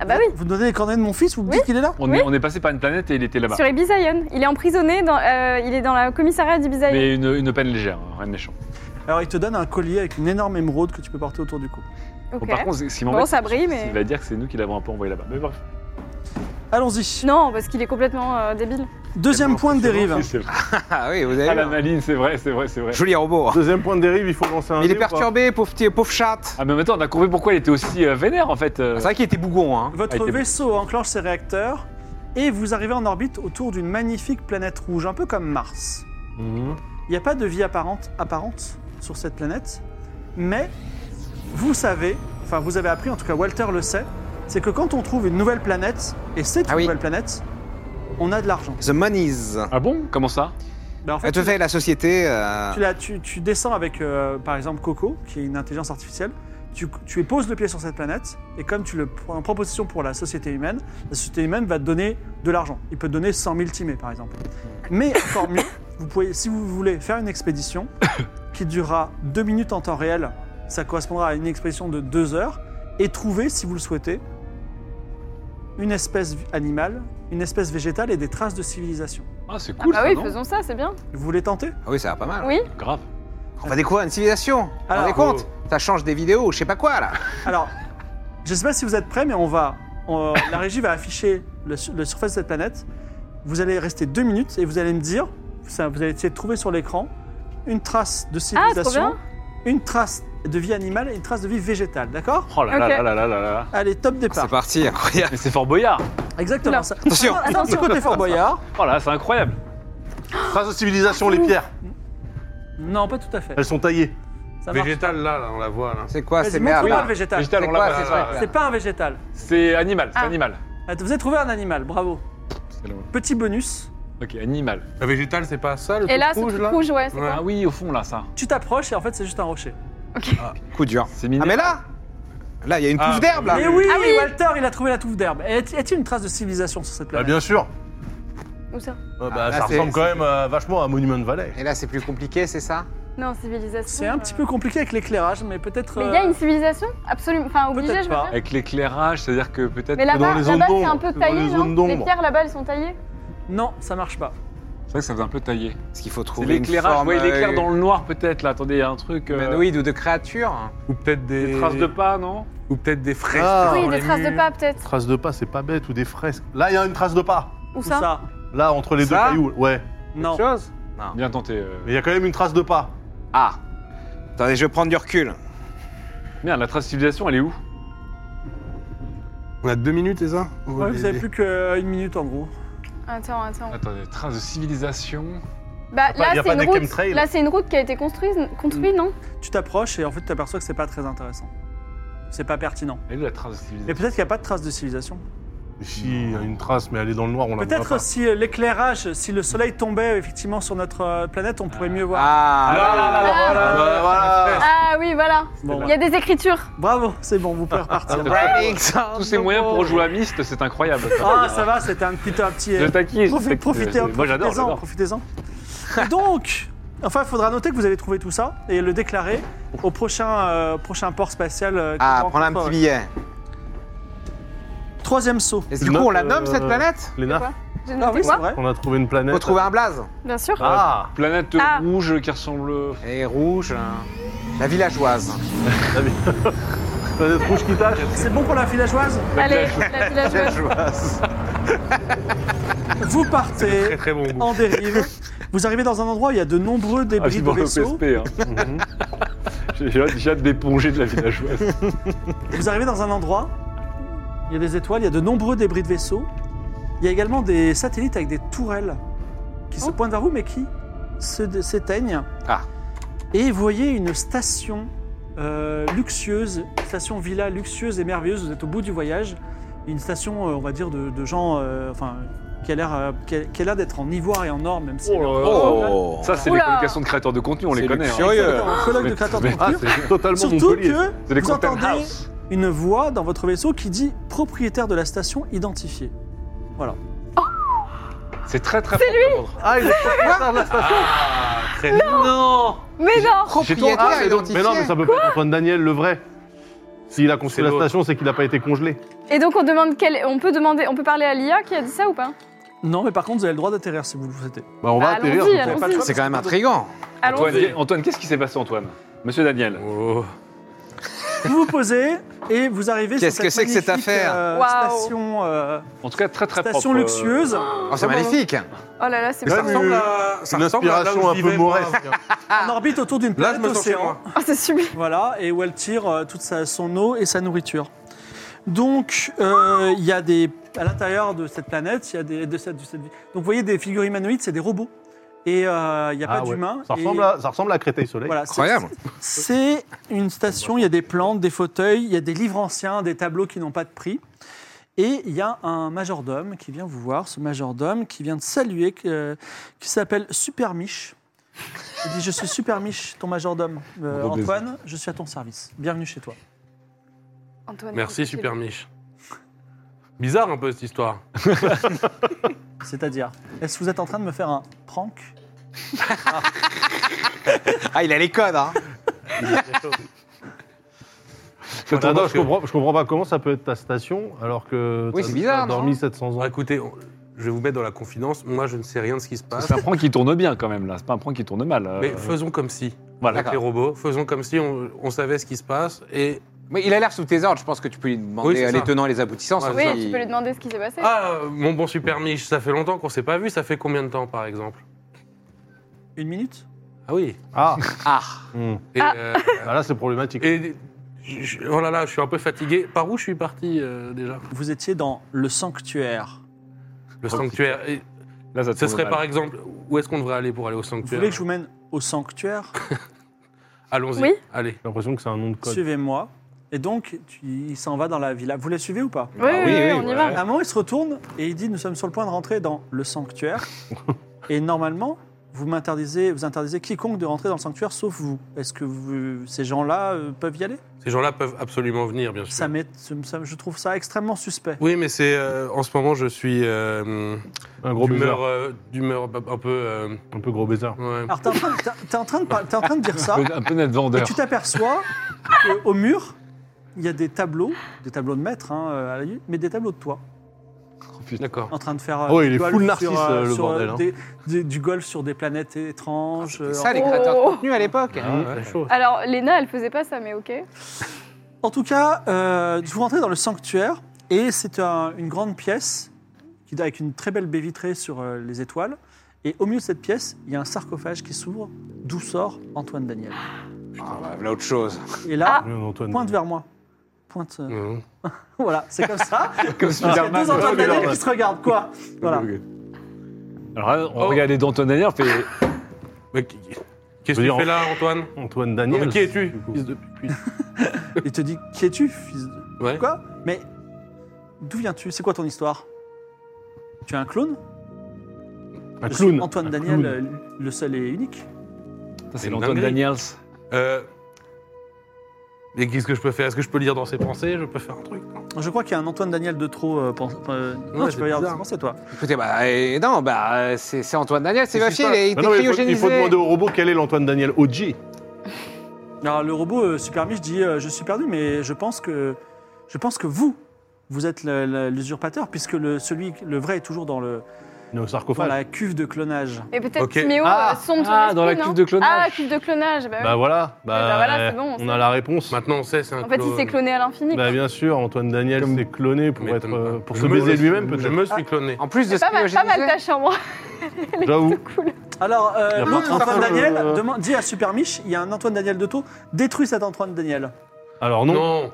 Speaker 1: Ah bah oui,
Speaker 4: Vous me donnez les coordonnées de mon fils, vous me dites qu'il est là
Speaker 3: On, est, on est passé par une planète et il était là-bas.
Speaker 1: sur Ibizaïon. Il est emprisonné, dans, euh, il est dans la commissariat d'Ibizaïon.
Speaker 3: Mais une, une peine légère, hein, rien de méchant.
Speaker 4: Alors il te donne un collier avec une énorme émeraude que tu peux porter autour du cou.
Speaker 1: Ok.
Speaker 3: Bon, par contre, ce qui
Speaker 1: Bon,
Speaker 3: m'embête,
Speaker 1: ça brille,
Speaker 3: c'est
Speaker 1: mais-
Speaker 3: qu'il va dire que c'est nous qui l'avons un peu envoyé là-bas. Mais bref.
Speaker 4: Allons-y.
Speaker 1: Non, parce qu'il est complètement euh, débile.
Speaker 4: Deuxième point de dérive.
Speaker 3: Si, c'est vrai.
Speaker 6: Ah oui, vous
Speaker 3: Ah,
Speaker 6: avez
Speaker 3: la
Speaker 6: vu.
Speaker 3: maline, c'est vrai, c'est vrai, c'est vrai.
Speaker 6: Joli robot.
Speaker 2: Deuxième point de dérive, il faut lancer un.
Speaker 6: Il
Speaker 2: dé
Speaker 6: est
Speaker 2: ou pas
Speaker 6: perturbé, pauvre petit, pauvre chat.
Speaker 3: Ah, mais maintenant, on a compris pourquoi il était aussi euh, vénère en fait. euh.
Speaker 6: C'est vrai qu'il était bougon, hein.
Speaker 3: Ah,
Speaker 4: Votre
Speaker 3: il était
Speaker 4: vaisseau enclenche ses réacteurs et vous arrivez en orbite autour d'une magnifique planète rouge, un peu comme Mars.
Speaker 3: Mhm.
Speaker 4: Il n'y a pas de vie apparente, apparente sur cette planète, mais vous savez, enfin vous avez appris, en tout cas Walter le sait, c'est que quand on trouve une nouvelle planète, et c'est une
Speaker 6: Ah oui.
Speaker 4: nouvelle planète, on a de l'argent.
Speaker 6: The Monies.
Speaker 3: Ah bon Comment ça
Speaker 4: Ben, en fait,
Speaker 6: Elle te
Speaker 4: tu-
Speaker 6: fait la société. euh,
Speaker 4: tu, la- tu- tu descends avec, euh, par exemple, Coco, qui est une intelligence artificielle. Tu, tu poses le pied sur cette planète, et comme tu le prends en proposition pour la société humaine, la société humaine va te donner de l'argent. Il peut te donner 100 000 timés, par exemple. Mais encore mieux, vous pouvez, si vous voulez faire une expédition qui durera deux minutes en temps réel, ça correspondra à une expédition de deux heures, et trouver, si vous le souhaitez, une espèce animale, une espèce végétale et des traces de civilisation.
Speaker 3: Ah, c'est cool
Speaker 1: ah bah
Speaker 3: ça,
Speaker 1: oui,
Speaker 3: non
Speaker 1: faisons ça, c'est bien.
Speaker 4: Vous voulez tenter
Speaker 6: Ah oui, ça va pas mal.
Speaker 1: Oui.
Speaker 3: Grave.
Speaker 6: On va découvrir une civilisation. Vous vous
Speaker 4: Alors,
Speaker 6: rendez compte Ça change des vidéos, je sais pas quoi là.
Speaker 4: Alors, je sais pas si vous êtes prêts, mais on va. on- la régie va afficher le, su- la surface de cette planète. Vous allez rester deux minutes et vous allez me dire, ça, vous allez essayer de trouver sur l'écran une trace de
Speaker 1: Ah,
Speaker 4: civilisation,
Speaker 1: bien.
Speaker 4: une trace de vie animale et une trace de vie végétale, d'accord
Speaker 3: Oh là
Speaker 1: Ok.
Speaker 3: là là là là là là.
Speaker 4: Allez, top
Speaker 6: C'est
Speaker 4: départ.
Speaker 6: parti, incroyable.
Speaker 3: Mais c'est Fort Boyard
Speaker 4: Exactement
Speaker 1: Oula.
Speaker 4: ça.
Speaker 6: Attention.
Speaker 4: Non, non, c'est côté Fort Boyard.
Speaker 3: Oh là là, c'est incroyable
Speaker 2: Traces de civilisation, les pierres.
Speaker 4: Non, pas tout à fait.
Speaker 2: Elles sont taillées.
Speaker 4: Ça marche.
Speaker 5: Végétal là, là, on la voit là.
Speaker 6: C'est quoi
Speaker 4: Vas-y,
Speaker 6: ces merdes
Speaker 4: montre-moi
Speaker 6: là
Speaker 4: le végétal.
Speaker 3: Végétal,
Speaker 6: C'est
Speaker 3: on
Speaker 6: quoi
Speaker 3: l'a
Speaker 6: ces
Speaker 3: pas-
Speaker 6: trucs, là
Speaker 4: C'est pas un végétal.
Speaker 3: C'est animal, c'est
Speaker 1: Ah.
Speaker 3: animal.
Speaker 4: Attends, Vous avez trouvé un animal, bravo. Petit bonus,
Speaker 3: Ok, animal.
Speaker 5: La végétale, c'est pas ça le
Speaker 1: Et là, ce
Speaker 5: truc rouge
Speaker 1: truc
Speaker 5: là
Speaker 1: rouge, ouais, c'est
Speaker 5: Ouais.
Speaker 1: quoi
Speaker 3: Ah oui, au fond là, ça.
Speaker 4: tu t'approches et en fait c'est juste un rocher.
Speaker 6: Coup dur.
Speaker 3: C'est
Speaker 6: Ah
Speaker 3: mignon.
Speaker 6: mais là Là, il y a une
Speaker 5: Ah,
Speaker 6: touffe d'herbe là.
Speaker 4: Mais oui,
Speaker 1: Ah oui.
Speaker 4: Walter, il a trouvé la touffe d'herbe. Est- Est-il une trace de civilisation sur cette
Speaker 2: Bah,
Speaker 4: planète
Speaker 2: bien sûr.
Speaker 1: Où ça
Speaker 2: Ah, bah,
Speaker 6: Ah, là,
Speaker 2: ça
Speaker 6: c'est-
Speaker 2: ressemble quand
Speaker 6: c'est-
Speaker 2: même euh, vachement à Monument Valley.
Speaker 6: Et là, c'est plus compliqué, c'est ça
Speaker 1: Non, civilisation.
Speaker 4: C'est un
Speaker 1: euh.
Speaker 4: petit peu compliqué avec l'éclairage, mais peut-être.
Speaker 1: Mais il y a
Speaker 4: euh,
Speaker 1: une civilisation Absolument. Enfin, obligée,
Speaker 4: Peut-être
Speaker 1: je veux
Speaker 4: pas.
Speaker 1: dire.
Speaker 3: Avec l'éclairage, c'est-à-dire que peut-être.
Speaker 1: Mais là-bas,
Speaker 2: dans les zones
Speaker 1: là-bas, c'est un
Speaker 2: d'ombre.
Speaker 1: peu
Speaker 2: Dans
Speaker 1: taillé,
Speaker 2: les
Speaker 1: non
Speaker 2: zones d'ombre.
Speaker 1: Les pierres là-bas, elles sont taillées.
Speaker 4: Non, ça marche pas.
Speaker 3: C'est vrai que ça faisait un peu taillé.
Speaker 6: Parce qu'il faut
Speaker 3: C'est
Speaker 6: trouver une
Speaker 3: l'éclairage,
Speaker 6: forme
Speaker 3: ouais, il éclaire
Speaker 6: euh,
Speaker 3: dans le noir peut-être là. Attendez, il y a un truc. euh,
Speaker 6: humanoïde ou de créature. hein.
Speaker 5: Ou peut-être des...
Speaker 3: Des traces de pas, non
Speaker 5: Ou peut-être des fraises.
Speaker 2: Ah.
Speaker 1: oui,
Speaker 5: dans
Speaker 1: des
Speaker 5: les
Speaker 1: traces de
Speaker 5: murs.
Speaker 1: pas, peut-être.
Speaker 2: Traces de pas, c'est pas bête ou des fresques. Là, il y a une trace de pas.
Speaker 1: Ou
Speaker 4: Tout
Speaker 1: ça,
Speaker 2: Là, entre les deux
Speaker 6: Ça
Speaker 2: cailloux. Ouais.
Speaker 4: Non.
Speaker 6: Autre chose Non.
Speaker 3: Bien tenté. euh.
Speaker 2: Mais il y a quand même une trace de pas.
Speaker 6: Ah Attendez, je vais prendre du recul.
Speaker 3: Merde, la trace civilisation, elle est où
Speaker 5: On a deux minutes, c'est ça On voit
Speaker 4: Ouais,
Speaker 5: des-
Speaker 4: vous avez plus
Speaker 5: des-
Speaker 4: qu'une minute en gros.
Speaker 1: Attends, attends.
Speaker 3: Attendez, trace de civilisation.
Speaker 1: Bah,
Speaker 2: pas-
Speaker 1: là,
Speaker 2: y
Speaker 1: c'est
Speaker 2: a pas
Speaker 1: une
Speaker 2: des
Speaker 1: route.
Speaker 2: chemtrails.
Speaker 1: Là, c'est une route qui a été construite, construite non
Speaker 4: Tu t'approches et en fait tu t'aperçois que c'est pas très intéressant. C'est pas pertinent.
Speaker 3: Elle est où la trace de
Speaker 4: Et
Speaker 3: civilisation
Speaker 4: peut-être qu'il n'y a pas de trace de civilisation.
Speaker 2: Si, il y a une trace, mais elle est dans le noir, on la voit pas.
Speaker 4: Peut-être si euh, l'éclairage, si le soleil tombait effectivement sur notre euh, planète, on pourrait mieux voir.
Speaker 6: Ah
Speaker 5: Là, là, là, là,
Speaker 1: Ah.
Speaker 5: voilà,
Speaker 2: Voilà, voilà.
Speaker 1: Ah oui, voilà.
Speaker 4: Bon, bah.
Speaker 1: Il y a des écritures.
Speaker 4: Bravo, c'est bon, vous pouvez repartir.
Speaker 3: Tous ces moyens pour rejouer à Myst, c'est incroyable.
Speaker 4: ah, ça va, c'était un petit. Un petit euh,
Speaker 3: Je taquine.
Speaker 4: Profi-
Speaker 3: je taquine.
Speaker 4: profitez,
Speaker 3: Moi j'adore,
Speaker 4: profitez-en,
Speaker 3: j'adore.
Speaker 4: profitez-en. Donc, enfin, il faudra noter que vous avez trouvé tout ça et le déclarer au prochain, euh, prochain port spatial. euh, que
Speaker 6: Ah,
Speaker 4: vous
Speaker 6: prends un petit
Speaker 4: rencontrerez.
Speaker 6: billet.
Speaker 4: euh, Troisième saut.
Speaker 6: Et du
Speaker 2: Une
Speaker 6: coup, on la
Speaker 2: note,
Speaker 6: nomme cette
Speaker 2: euh,
Speaker 6: planète
Speaker 2: Les
Speaker 1: quoi
Speaker 2: nains,
Speaker 1: J'ai
Speaker 4: Ah
Speaker 1: noté
Speaker 4: oui, c'est
Speaker 1: quoi
Speaker 4: vrai.
Speaker 2: on a trouvé une planète.
Speaker 6: Faut trouver un blaze.
Speaker 1: Bien sûr.
Speaker 2: Ah
Speaker 3: Planète
Speaker 1: Ah.
Speaker 3: rouge qui ressemble.
Speaker 6: Et rouge. hein. La villageoise.
Speaker 2: Planète rouge qui tâche.
Speaker 4: C'est bon pour la villageoise
Speaker 1: Allez, la villageoise.
Speaker 6: Villageoise.
Speaker 4: Vous
Speaker 5: Très
Speaker 4: partez
Speaker 5: très bon goût.
Speaker 4: en dérive. Vous arrivez dans un endroit où il y a de nombreux
Speaker 3: Ah,
Speaker 4: débris
Speaker 3: c'est
Speaker 4: de
Speaker 3: dans le
Speaker 4: vaisseaux.
Speaker 3: PSP. Hein. J'ai- J'ai hâte, j'ai hâte d'éponger de la villageoise.
Speaker 4: Vous arrivez dans un endroit, il y a des étoiles, il y a de nombreux débris de vaisseaux. Il y a également des satellites avec des tourelles qui se
Speaker 1: Oh.
Speaker 4: pointent vers vous, mais qui se- s'éteignent.
Speaker 6: Ah.
Speaker 4: Et vous voyez une station euh, luxueuse, une station villa luxueuse et merveilleuse. Vous êtes au bout du voyage. Une station, euh, on va dire, de, de gens, euh, enfin, qui a l'air, euh, qui a- qui a l'air d'être en ivoire et en or, même si.
Speaker 3: Oh là là.
Speaker 6: Oh
Speaker 3: Ça, c'est
Speaker 1: Oula.
Speaker 3: les communications de créateurs de contenu, on les
Speaker 6: C'est
Speaker 3: connaît. hein.
Speaker 6: luxueux.
Speaker 4: Exactement, un colloque de créateurs de
Speaker 2: Ah,
Speaker 4: contenu.
Speaker 2: c'est totalement
Speaker 4: Surtout
Speaker 2: Montpellier.
Speaker 4: que
Speaker 3: C'est les
Speaker 4: vous
Speaker 3: content
Speaker 4: entendez
Speaker 3: house.
Speaker 4: une voix dans votre vaisseau qui dit propriétaire de la station identifiée.
Speaker 3: C'est très très C'est lui
Speaker 2: Ah, il est propriétaire de la station.
Speaker 5: Ah, très bien.
Speaker 6: Non
Speaker 1: Mais non
Speaker 2: Ah,
Speaker 6: Propriétaire
Speaker 2: mais, donc- mais
Speaker 6: identifié.
Speaker 2: non, mais ça peut pas être Antoine Daniel, le vrai. S'il a construit
Speaker 5: C'est
Speaker 2: la
Speaker 5: l'autre.
Speaker 2: station, c'est qu'il n'a pas été congelé.
Speaker 1: Et donc on demande quel, on peut demander, on peut parler à l'IA qui a dit ça ou pas
Speaker 4: Non, mais par contre, vous avez le droit d'atterrir si vous le souhaitez.
Speaker 2: Bah, on va atterrir.
Speaker 1: Allons-y,
Speaker 4: pas le
Speaker 1: allons-y.
Speaker 4: choix.
Speaker 6: C'est quand même intrigant. Oh,
Speaker 1: Allons-y.
Speaker 3: Antoine, Antoine, qu'est-ce qui s'est passé, Antoine Monsieur Daniel
Speaker 5: Oh.
Speaker 4: Vous vous posez et vous arrivez
Speaker 6: Qu'est-ce
Speaker 4: sur
Speaker 6: que
Speaker 4: cette
Speaker 6: c'est que cette
Speaker 4: magnifique,
Speaker 6: affaire
Speaker 4: euh,
Speaker 1: Waouh.
Speaker 4: station, euh,
Speaker 3: En tout cas, très très
Speaker 4: station
Speaker 3: propre. euh,
Speaker 4: luxueuse.
Speaker 6: Oh, c'est magnifique.
Speaker 1: Oh là là, c'est
Speaker 5: Mais ça
Speaker 1: pas
Speaker 5: ressemble à. Ça
Speaker 2: Une
Speaker 5: ressemble à là où
Speaker 2: inspiration
Speaker 5: je
Speaker 2: un peu
Speaker 5: vivais, moi.
Speaker 2: mauresque.
Speaker 4: en orbite autour d'une
Speaker 5: Là, je
Speaker 4: planète
Speaker 5: me sens chez moi.
Speaker 4: océan.
Speaker 1: Oh, c'est sublime.
Speaker 4: Voilà, et où elle tire euh, toute sa, son eau et sa nourriture. Donc, euh, il y a des. À l'intérieur de cette planète, il y a des. De cette, de cette- donc, vous voyez des figures humanoïdes, c'est des robots. Et euh, il n'y a
Speaker 2: Ah
Speaker 4: pas
Speaker 2: ouais.
Speaker 4: d'humains.
Speaker 2: Ça
Speaker 4: et-
Speaker 2: ressemble à, ça ressemble à Créteil-Soleil.
Speaker 4: Voilà, c'est-
Speaker 6: Incroyable.
Speaker 4: C'est une station, il y a des plantes, des fauteuils, il y a des livres anciens, des tableaux qui n'ont pas de prix. Et il y a un majordome qui vient vous voir, ce majordome qui vient de saluer, euh, qui s'appelle Super Miche. Il dit Je suis Super Miche, ton majordome. Euh,
Speaker 3: Gros baiser.
Speaker 4: Antoine, je suis à ton service. Bienvenue chez toi.
Speaker 1: Antoine.
Speaker 5: Merci,
Speaker 1: écoute,
Speaker 5: super Mich. Bizarre un peu cette histoire.
Speaker 4: C'est-à-dire, est-ce que vous êtes en train de me faire un prank
Speaker 6: Ah, il a les codes, hein.
Speaker 2: Attends,
Speaker 5: Voilà,
Speaker 2: je comprends, je comprends pas comment ça peut être ta station alors que
Speaker 6: Oui,
Speaker 2: t'as-
Speaker 6: c'est bizarre,
Speaker 2: t'as dormi
Speaker 6: non
Speaker 2: 700 ans.
Speaker 5: Bon, écoutez, on- je vais vous mettre dans la confidence. Moi, je ne sais rien de ce qui se passe.
Speaker 3: C'est un prank qui tourne bien quand même là, c'est pas un prank qui tourne mal. euh,
Speaker 5: Mais faisons comme si.
Speaker 3: voilà.
Speaker 5: Avec les robots, faisons comme si on, on savait ce qui se passe. Et
Speaker 6: Mais il a l'air sous tes ordres, je pense que tu peux lui demander
Speaker 5: Oui, c'est
Speaker 6: euh, les
Speaker 5: ça.
Speaker 6: tenants et les aboutissants.
Speaker 5: Ouais,
Speaker 6: sans
Speaker 1: Oui,
Speaker 5: ça,
Speaker 6: qu'il-
Speaker 1: tu peux lui demander ce qui s'est passé.
Speaker 5: ah, mon bon super Mich, ça fait longtemps qu'on s'est pas vu. Ça fait combien de temps, par exemple
Speaker 4: Une minute
Speaker 5: Ah oui.
Speaker 2: Ah,
Speaker 6: Ah,
Speaker 2: hmm.
Speaker 5: Et,
Speaker 1: Ah.
Speaker 5: euh,
Speaker 2: Bah là c'est problématique.
Speaker 5: et- je- je- oh là là, je suis un peu fatigué. Par où je suis parti euh, déjà
Speaker 4: Vous étiez dans le sanctuaire.
Speaker 5: Le sanctuaire. Et
Speaker 3: Là, ça
Speaker 5: ce
Speaker 3: tourne
Speaker 5: serait
Speaker 3: mal.
Speaker 5: par exemple, où est-ce qu'on devrait aller pour aller au
Speaker 4: Vous
Speaker 5: sanctuaire
Speaker 4: voulez que je vous mène au sanctuaire
Speaker 5: Allons-y.
Speaker 1: Oui.
Speaker 5: Allez.
Speaker 2: J'ai l'impression que c'est un nom de code.
Speaker 4: Suivez-moi. Et donc, tu- il s'en va dans la villa. Vous la suivez ou pas
Speaker 1: oui, oui,
Speaker 6: oui, oui,
Speaker 1: on y
Speaker 3: voilà.
Speaker 1: va.
Speaker 4: À un moment, il se retourne et il dit Nous sommes sur le point de rentrer dans le sanctuaire. et normalement, vous m'interdisez, vous interdisez quiconque de rentrer dans le sanctuaire sauf vous. Est-ce que vous- ces gens-là euh, peuvent y aller
Speaker 5: Ces gens-là peuvent absolument venir, bien sûr.
Speaker 4: ça m'est- ça- Je trouve ça extrêmement suspect.
Speaker 5: Oui, mais c'est euh, en ce moment je suis euh,
Speaker 2: Un gros baiser.
Speaker 5: d'humeur, euh, d'humeur un peu. euh,
Speaker 2: Un peu gros baiser.
Speaker 5: ouais.
Speaker 4: Alors, t'es en, train- t'es- t'es en train de par- t'es en train de dire ça,
Speaker 3: Un peu- Un peu net
Speaker 4: et
Speaker 3: vendeur.
Speaker 4: tu t'aperçois qu'au mur, il y a des tableaux, des tableaux de maître, hein, euh, à la nuit, mais des tableaux de toi,
Speaker 5: D'accord.
Speaker 4: en train de faire. euh,
Speaker 2: Oh, il
Speaker 4: du
Speaker 2: est
Speaker 4: golf
Speaker 2: full narcisse,
Speaker 4: sur, euh,
Speaker 2: euh, le
Speaker 4: sur, euh,
Speaker 2: bordel, hein.
Speaker 4: des- des- du golf sur des planètes étranges. euh,
Speaker 6: ça, les
Speaker 1: Oh.
Speaker 6: créateurs de contenu à l'époque.
Speaker 5: Ah, ouais.
Speaker 1: Alors, Léna, elle faisait pas ça, mais ok.
Speaker 4: En tout cas, euh, vous rentrez dans le sanctuaire et c'est un- une grande pièce qui- avec une très belle baie vitrée sur euh, les étoiles. Et au milieu de cette pièce, il y a un sarcophage qui s'ouvre, d'où sort Antoine Daniel.
Speaker 6: Ah, bah, voilà autre chose.
Speaker 4: Et là,
Speaker 2: Oui, Antoine.
Speaker 4: pointe vers moi. Pointe. euh,
Speaker 5: Mhm.
Speaker 4: Voilà, c'est comme ça.
Speaker 3: Comme
Speaker 4: Il y a
Speaker 3: Spider-Man.
Speaker 4: deux Antoine Daniel
Speaker 2: Spider-Man.
Speaker 4: qui se regardent, quoi. Voilà.
Speaker 3: Ok. Alors là, on
Speaker 5: Oh.
Speaker 3: regarde les dents de Daniel, on fait
Speaker 5: Mais qui- qui- Qu'est-ce
Speaker 2: Je veux dire,
Speaker 5: que tu
Speaker 2: en-
Speaker 5: fais là, Antoine
Speaker 2: Antoine
Speaker 5: Non,
Speaker 2: Daniel.
Speaker 5: mais qui es-tu
Speaker 2: du coup.
Speaker 5: fils de-
Speaker 4: Il te dit Qui es-tu, fils de.
Speaker 5: Ouais.
Speaker 4: Quoi Mais d'où viens-tu C'est quoi ton histoire Tu es un clone
Speaker 2: Un
Speaker 4: Je suis
Speaker 2: clown.
Speaker 4: Antoine
Speaker 2: Un
Speaker 4: Daniel,
Speaker 2: clown.
Speaker 4: euh, le seul et unique.
Speaker 3: Ça, C'est
Speaker 5: Une
Speaker 3: l'Antoine
Speaker 5: dinguerie.
Speaker 3: Daniels.
Speaker 5: Euh, Mais qu'est-ce que je peux faire Est-ce que je peux lire dans ses pensées Je peux faire un truc non
Speaker 4: Je crois qu'il y a un Antoine Daniel de trop. euh, pense- euh, non,
Speaker 5: Ouais,
Speaker 4: je
Speaker 5: c'est
Speaker 4: peux regarder
Speaker 5: bizarre.
Speaker 4: c'est pensées, toi.
Speaker 6: Écoutez, bah, euh, non, bah, euh, c'est c'est Antoine Daniel, c'est ma
Speaker 5: Qu'est-ce qui
Speaker 6: fille,
Speaker 5: se passe
Speaker 6: il était
Speaker 2: Ah non, mais il, faut, il
Speaker 6: cryogénisé.
Speaker 2: faut demander au robot quel est l'Antoine Daniel OG.
Speaker 4: Alors le robot euh, Super Mich dit euh, je suis perdu mais je pense que je pense que vous vous êtes le- le- l'usurpateur puisque le celui le vrai est toujours dans le
Speaker 2: Le
Speaker 4: dans
Speaker 2: sarcophage.
Speaker 4: la cuve de clonage.
Speaker 1: Et peut-être
Speaker 5: Ok.
Speaker 1: Timéo
Speaker 2: Ah.
Speaker 1: euh, sonde ton
Speaker 3: Ah,
Speaker 1: esprit,
Speaker 3: dans la
Speaker 1: non
Speaker 3: cuve de clonage.
Speaker 1: Ah, cuve de clonage. Bah, oui.
Speaker 2: Bah voilà. Bah,
Speaker 1: Eh ben voilà, c'est bon, on
Speaker 2: on
Speaker 1: sait.
Speaker 2: a la réponse.
Speaker 5: Maintenant, on sait, c'est un
Speaker 1: en fait, il s'est cloné à l'infini.
Speaker 2: Bah bien sûr, Antoine Daniel
Speaker 3: Comme-
Speaker 2: s'est cloné pour
Speaker 5: Mais
Speaker 2: être
Speaker 5: t'aimes
Speaker 2: euh,
Speaker 5: pas.
Speaker 2: pour
Speaker 5: Je
Speaker 2: se
Speaker 5: me
Speaker 2: baiser
Speaker 5: le-
Speaker 2: lui-même
Speaker 5: Je
Speaker 2: peut-être.
Speaker 5: me
Speaker 4: Ah.
Speaker 5: suis cloné.
Speaker 6: En plus de ce
Speaker 1: pas, mal, pas mal
Speaker 6: cryogénisé.
Speaker 1: tâche en moi.
Speaker 2: J'avoue.
Speaker 4: Alors euh,
Speaker 2: Il y a
Speaker 4: l'autre
Speaker 2: pas-
Speaker 4: Antoine
Speaker 2: euh,
Speaker 4: Daniel
Speaker 2: euh,
Speaker 4: demande- dit à Super Mich il y a un Antoine Daniel de trop détruis cet Antoine Daniel.
Speaker 2: Alors non.
Speaker 5: Non.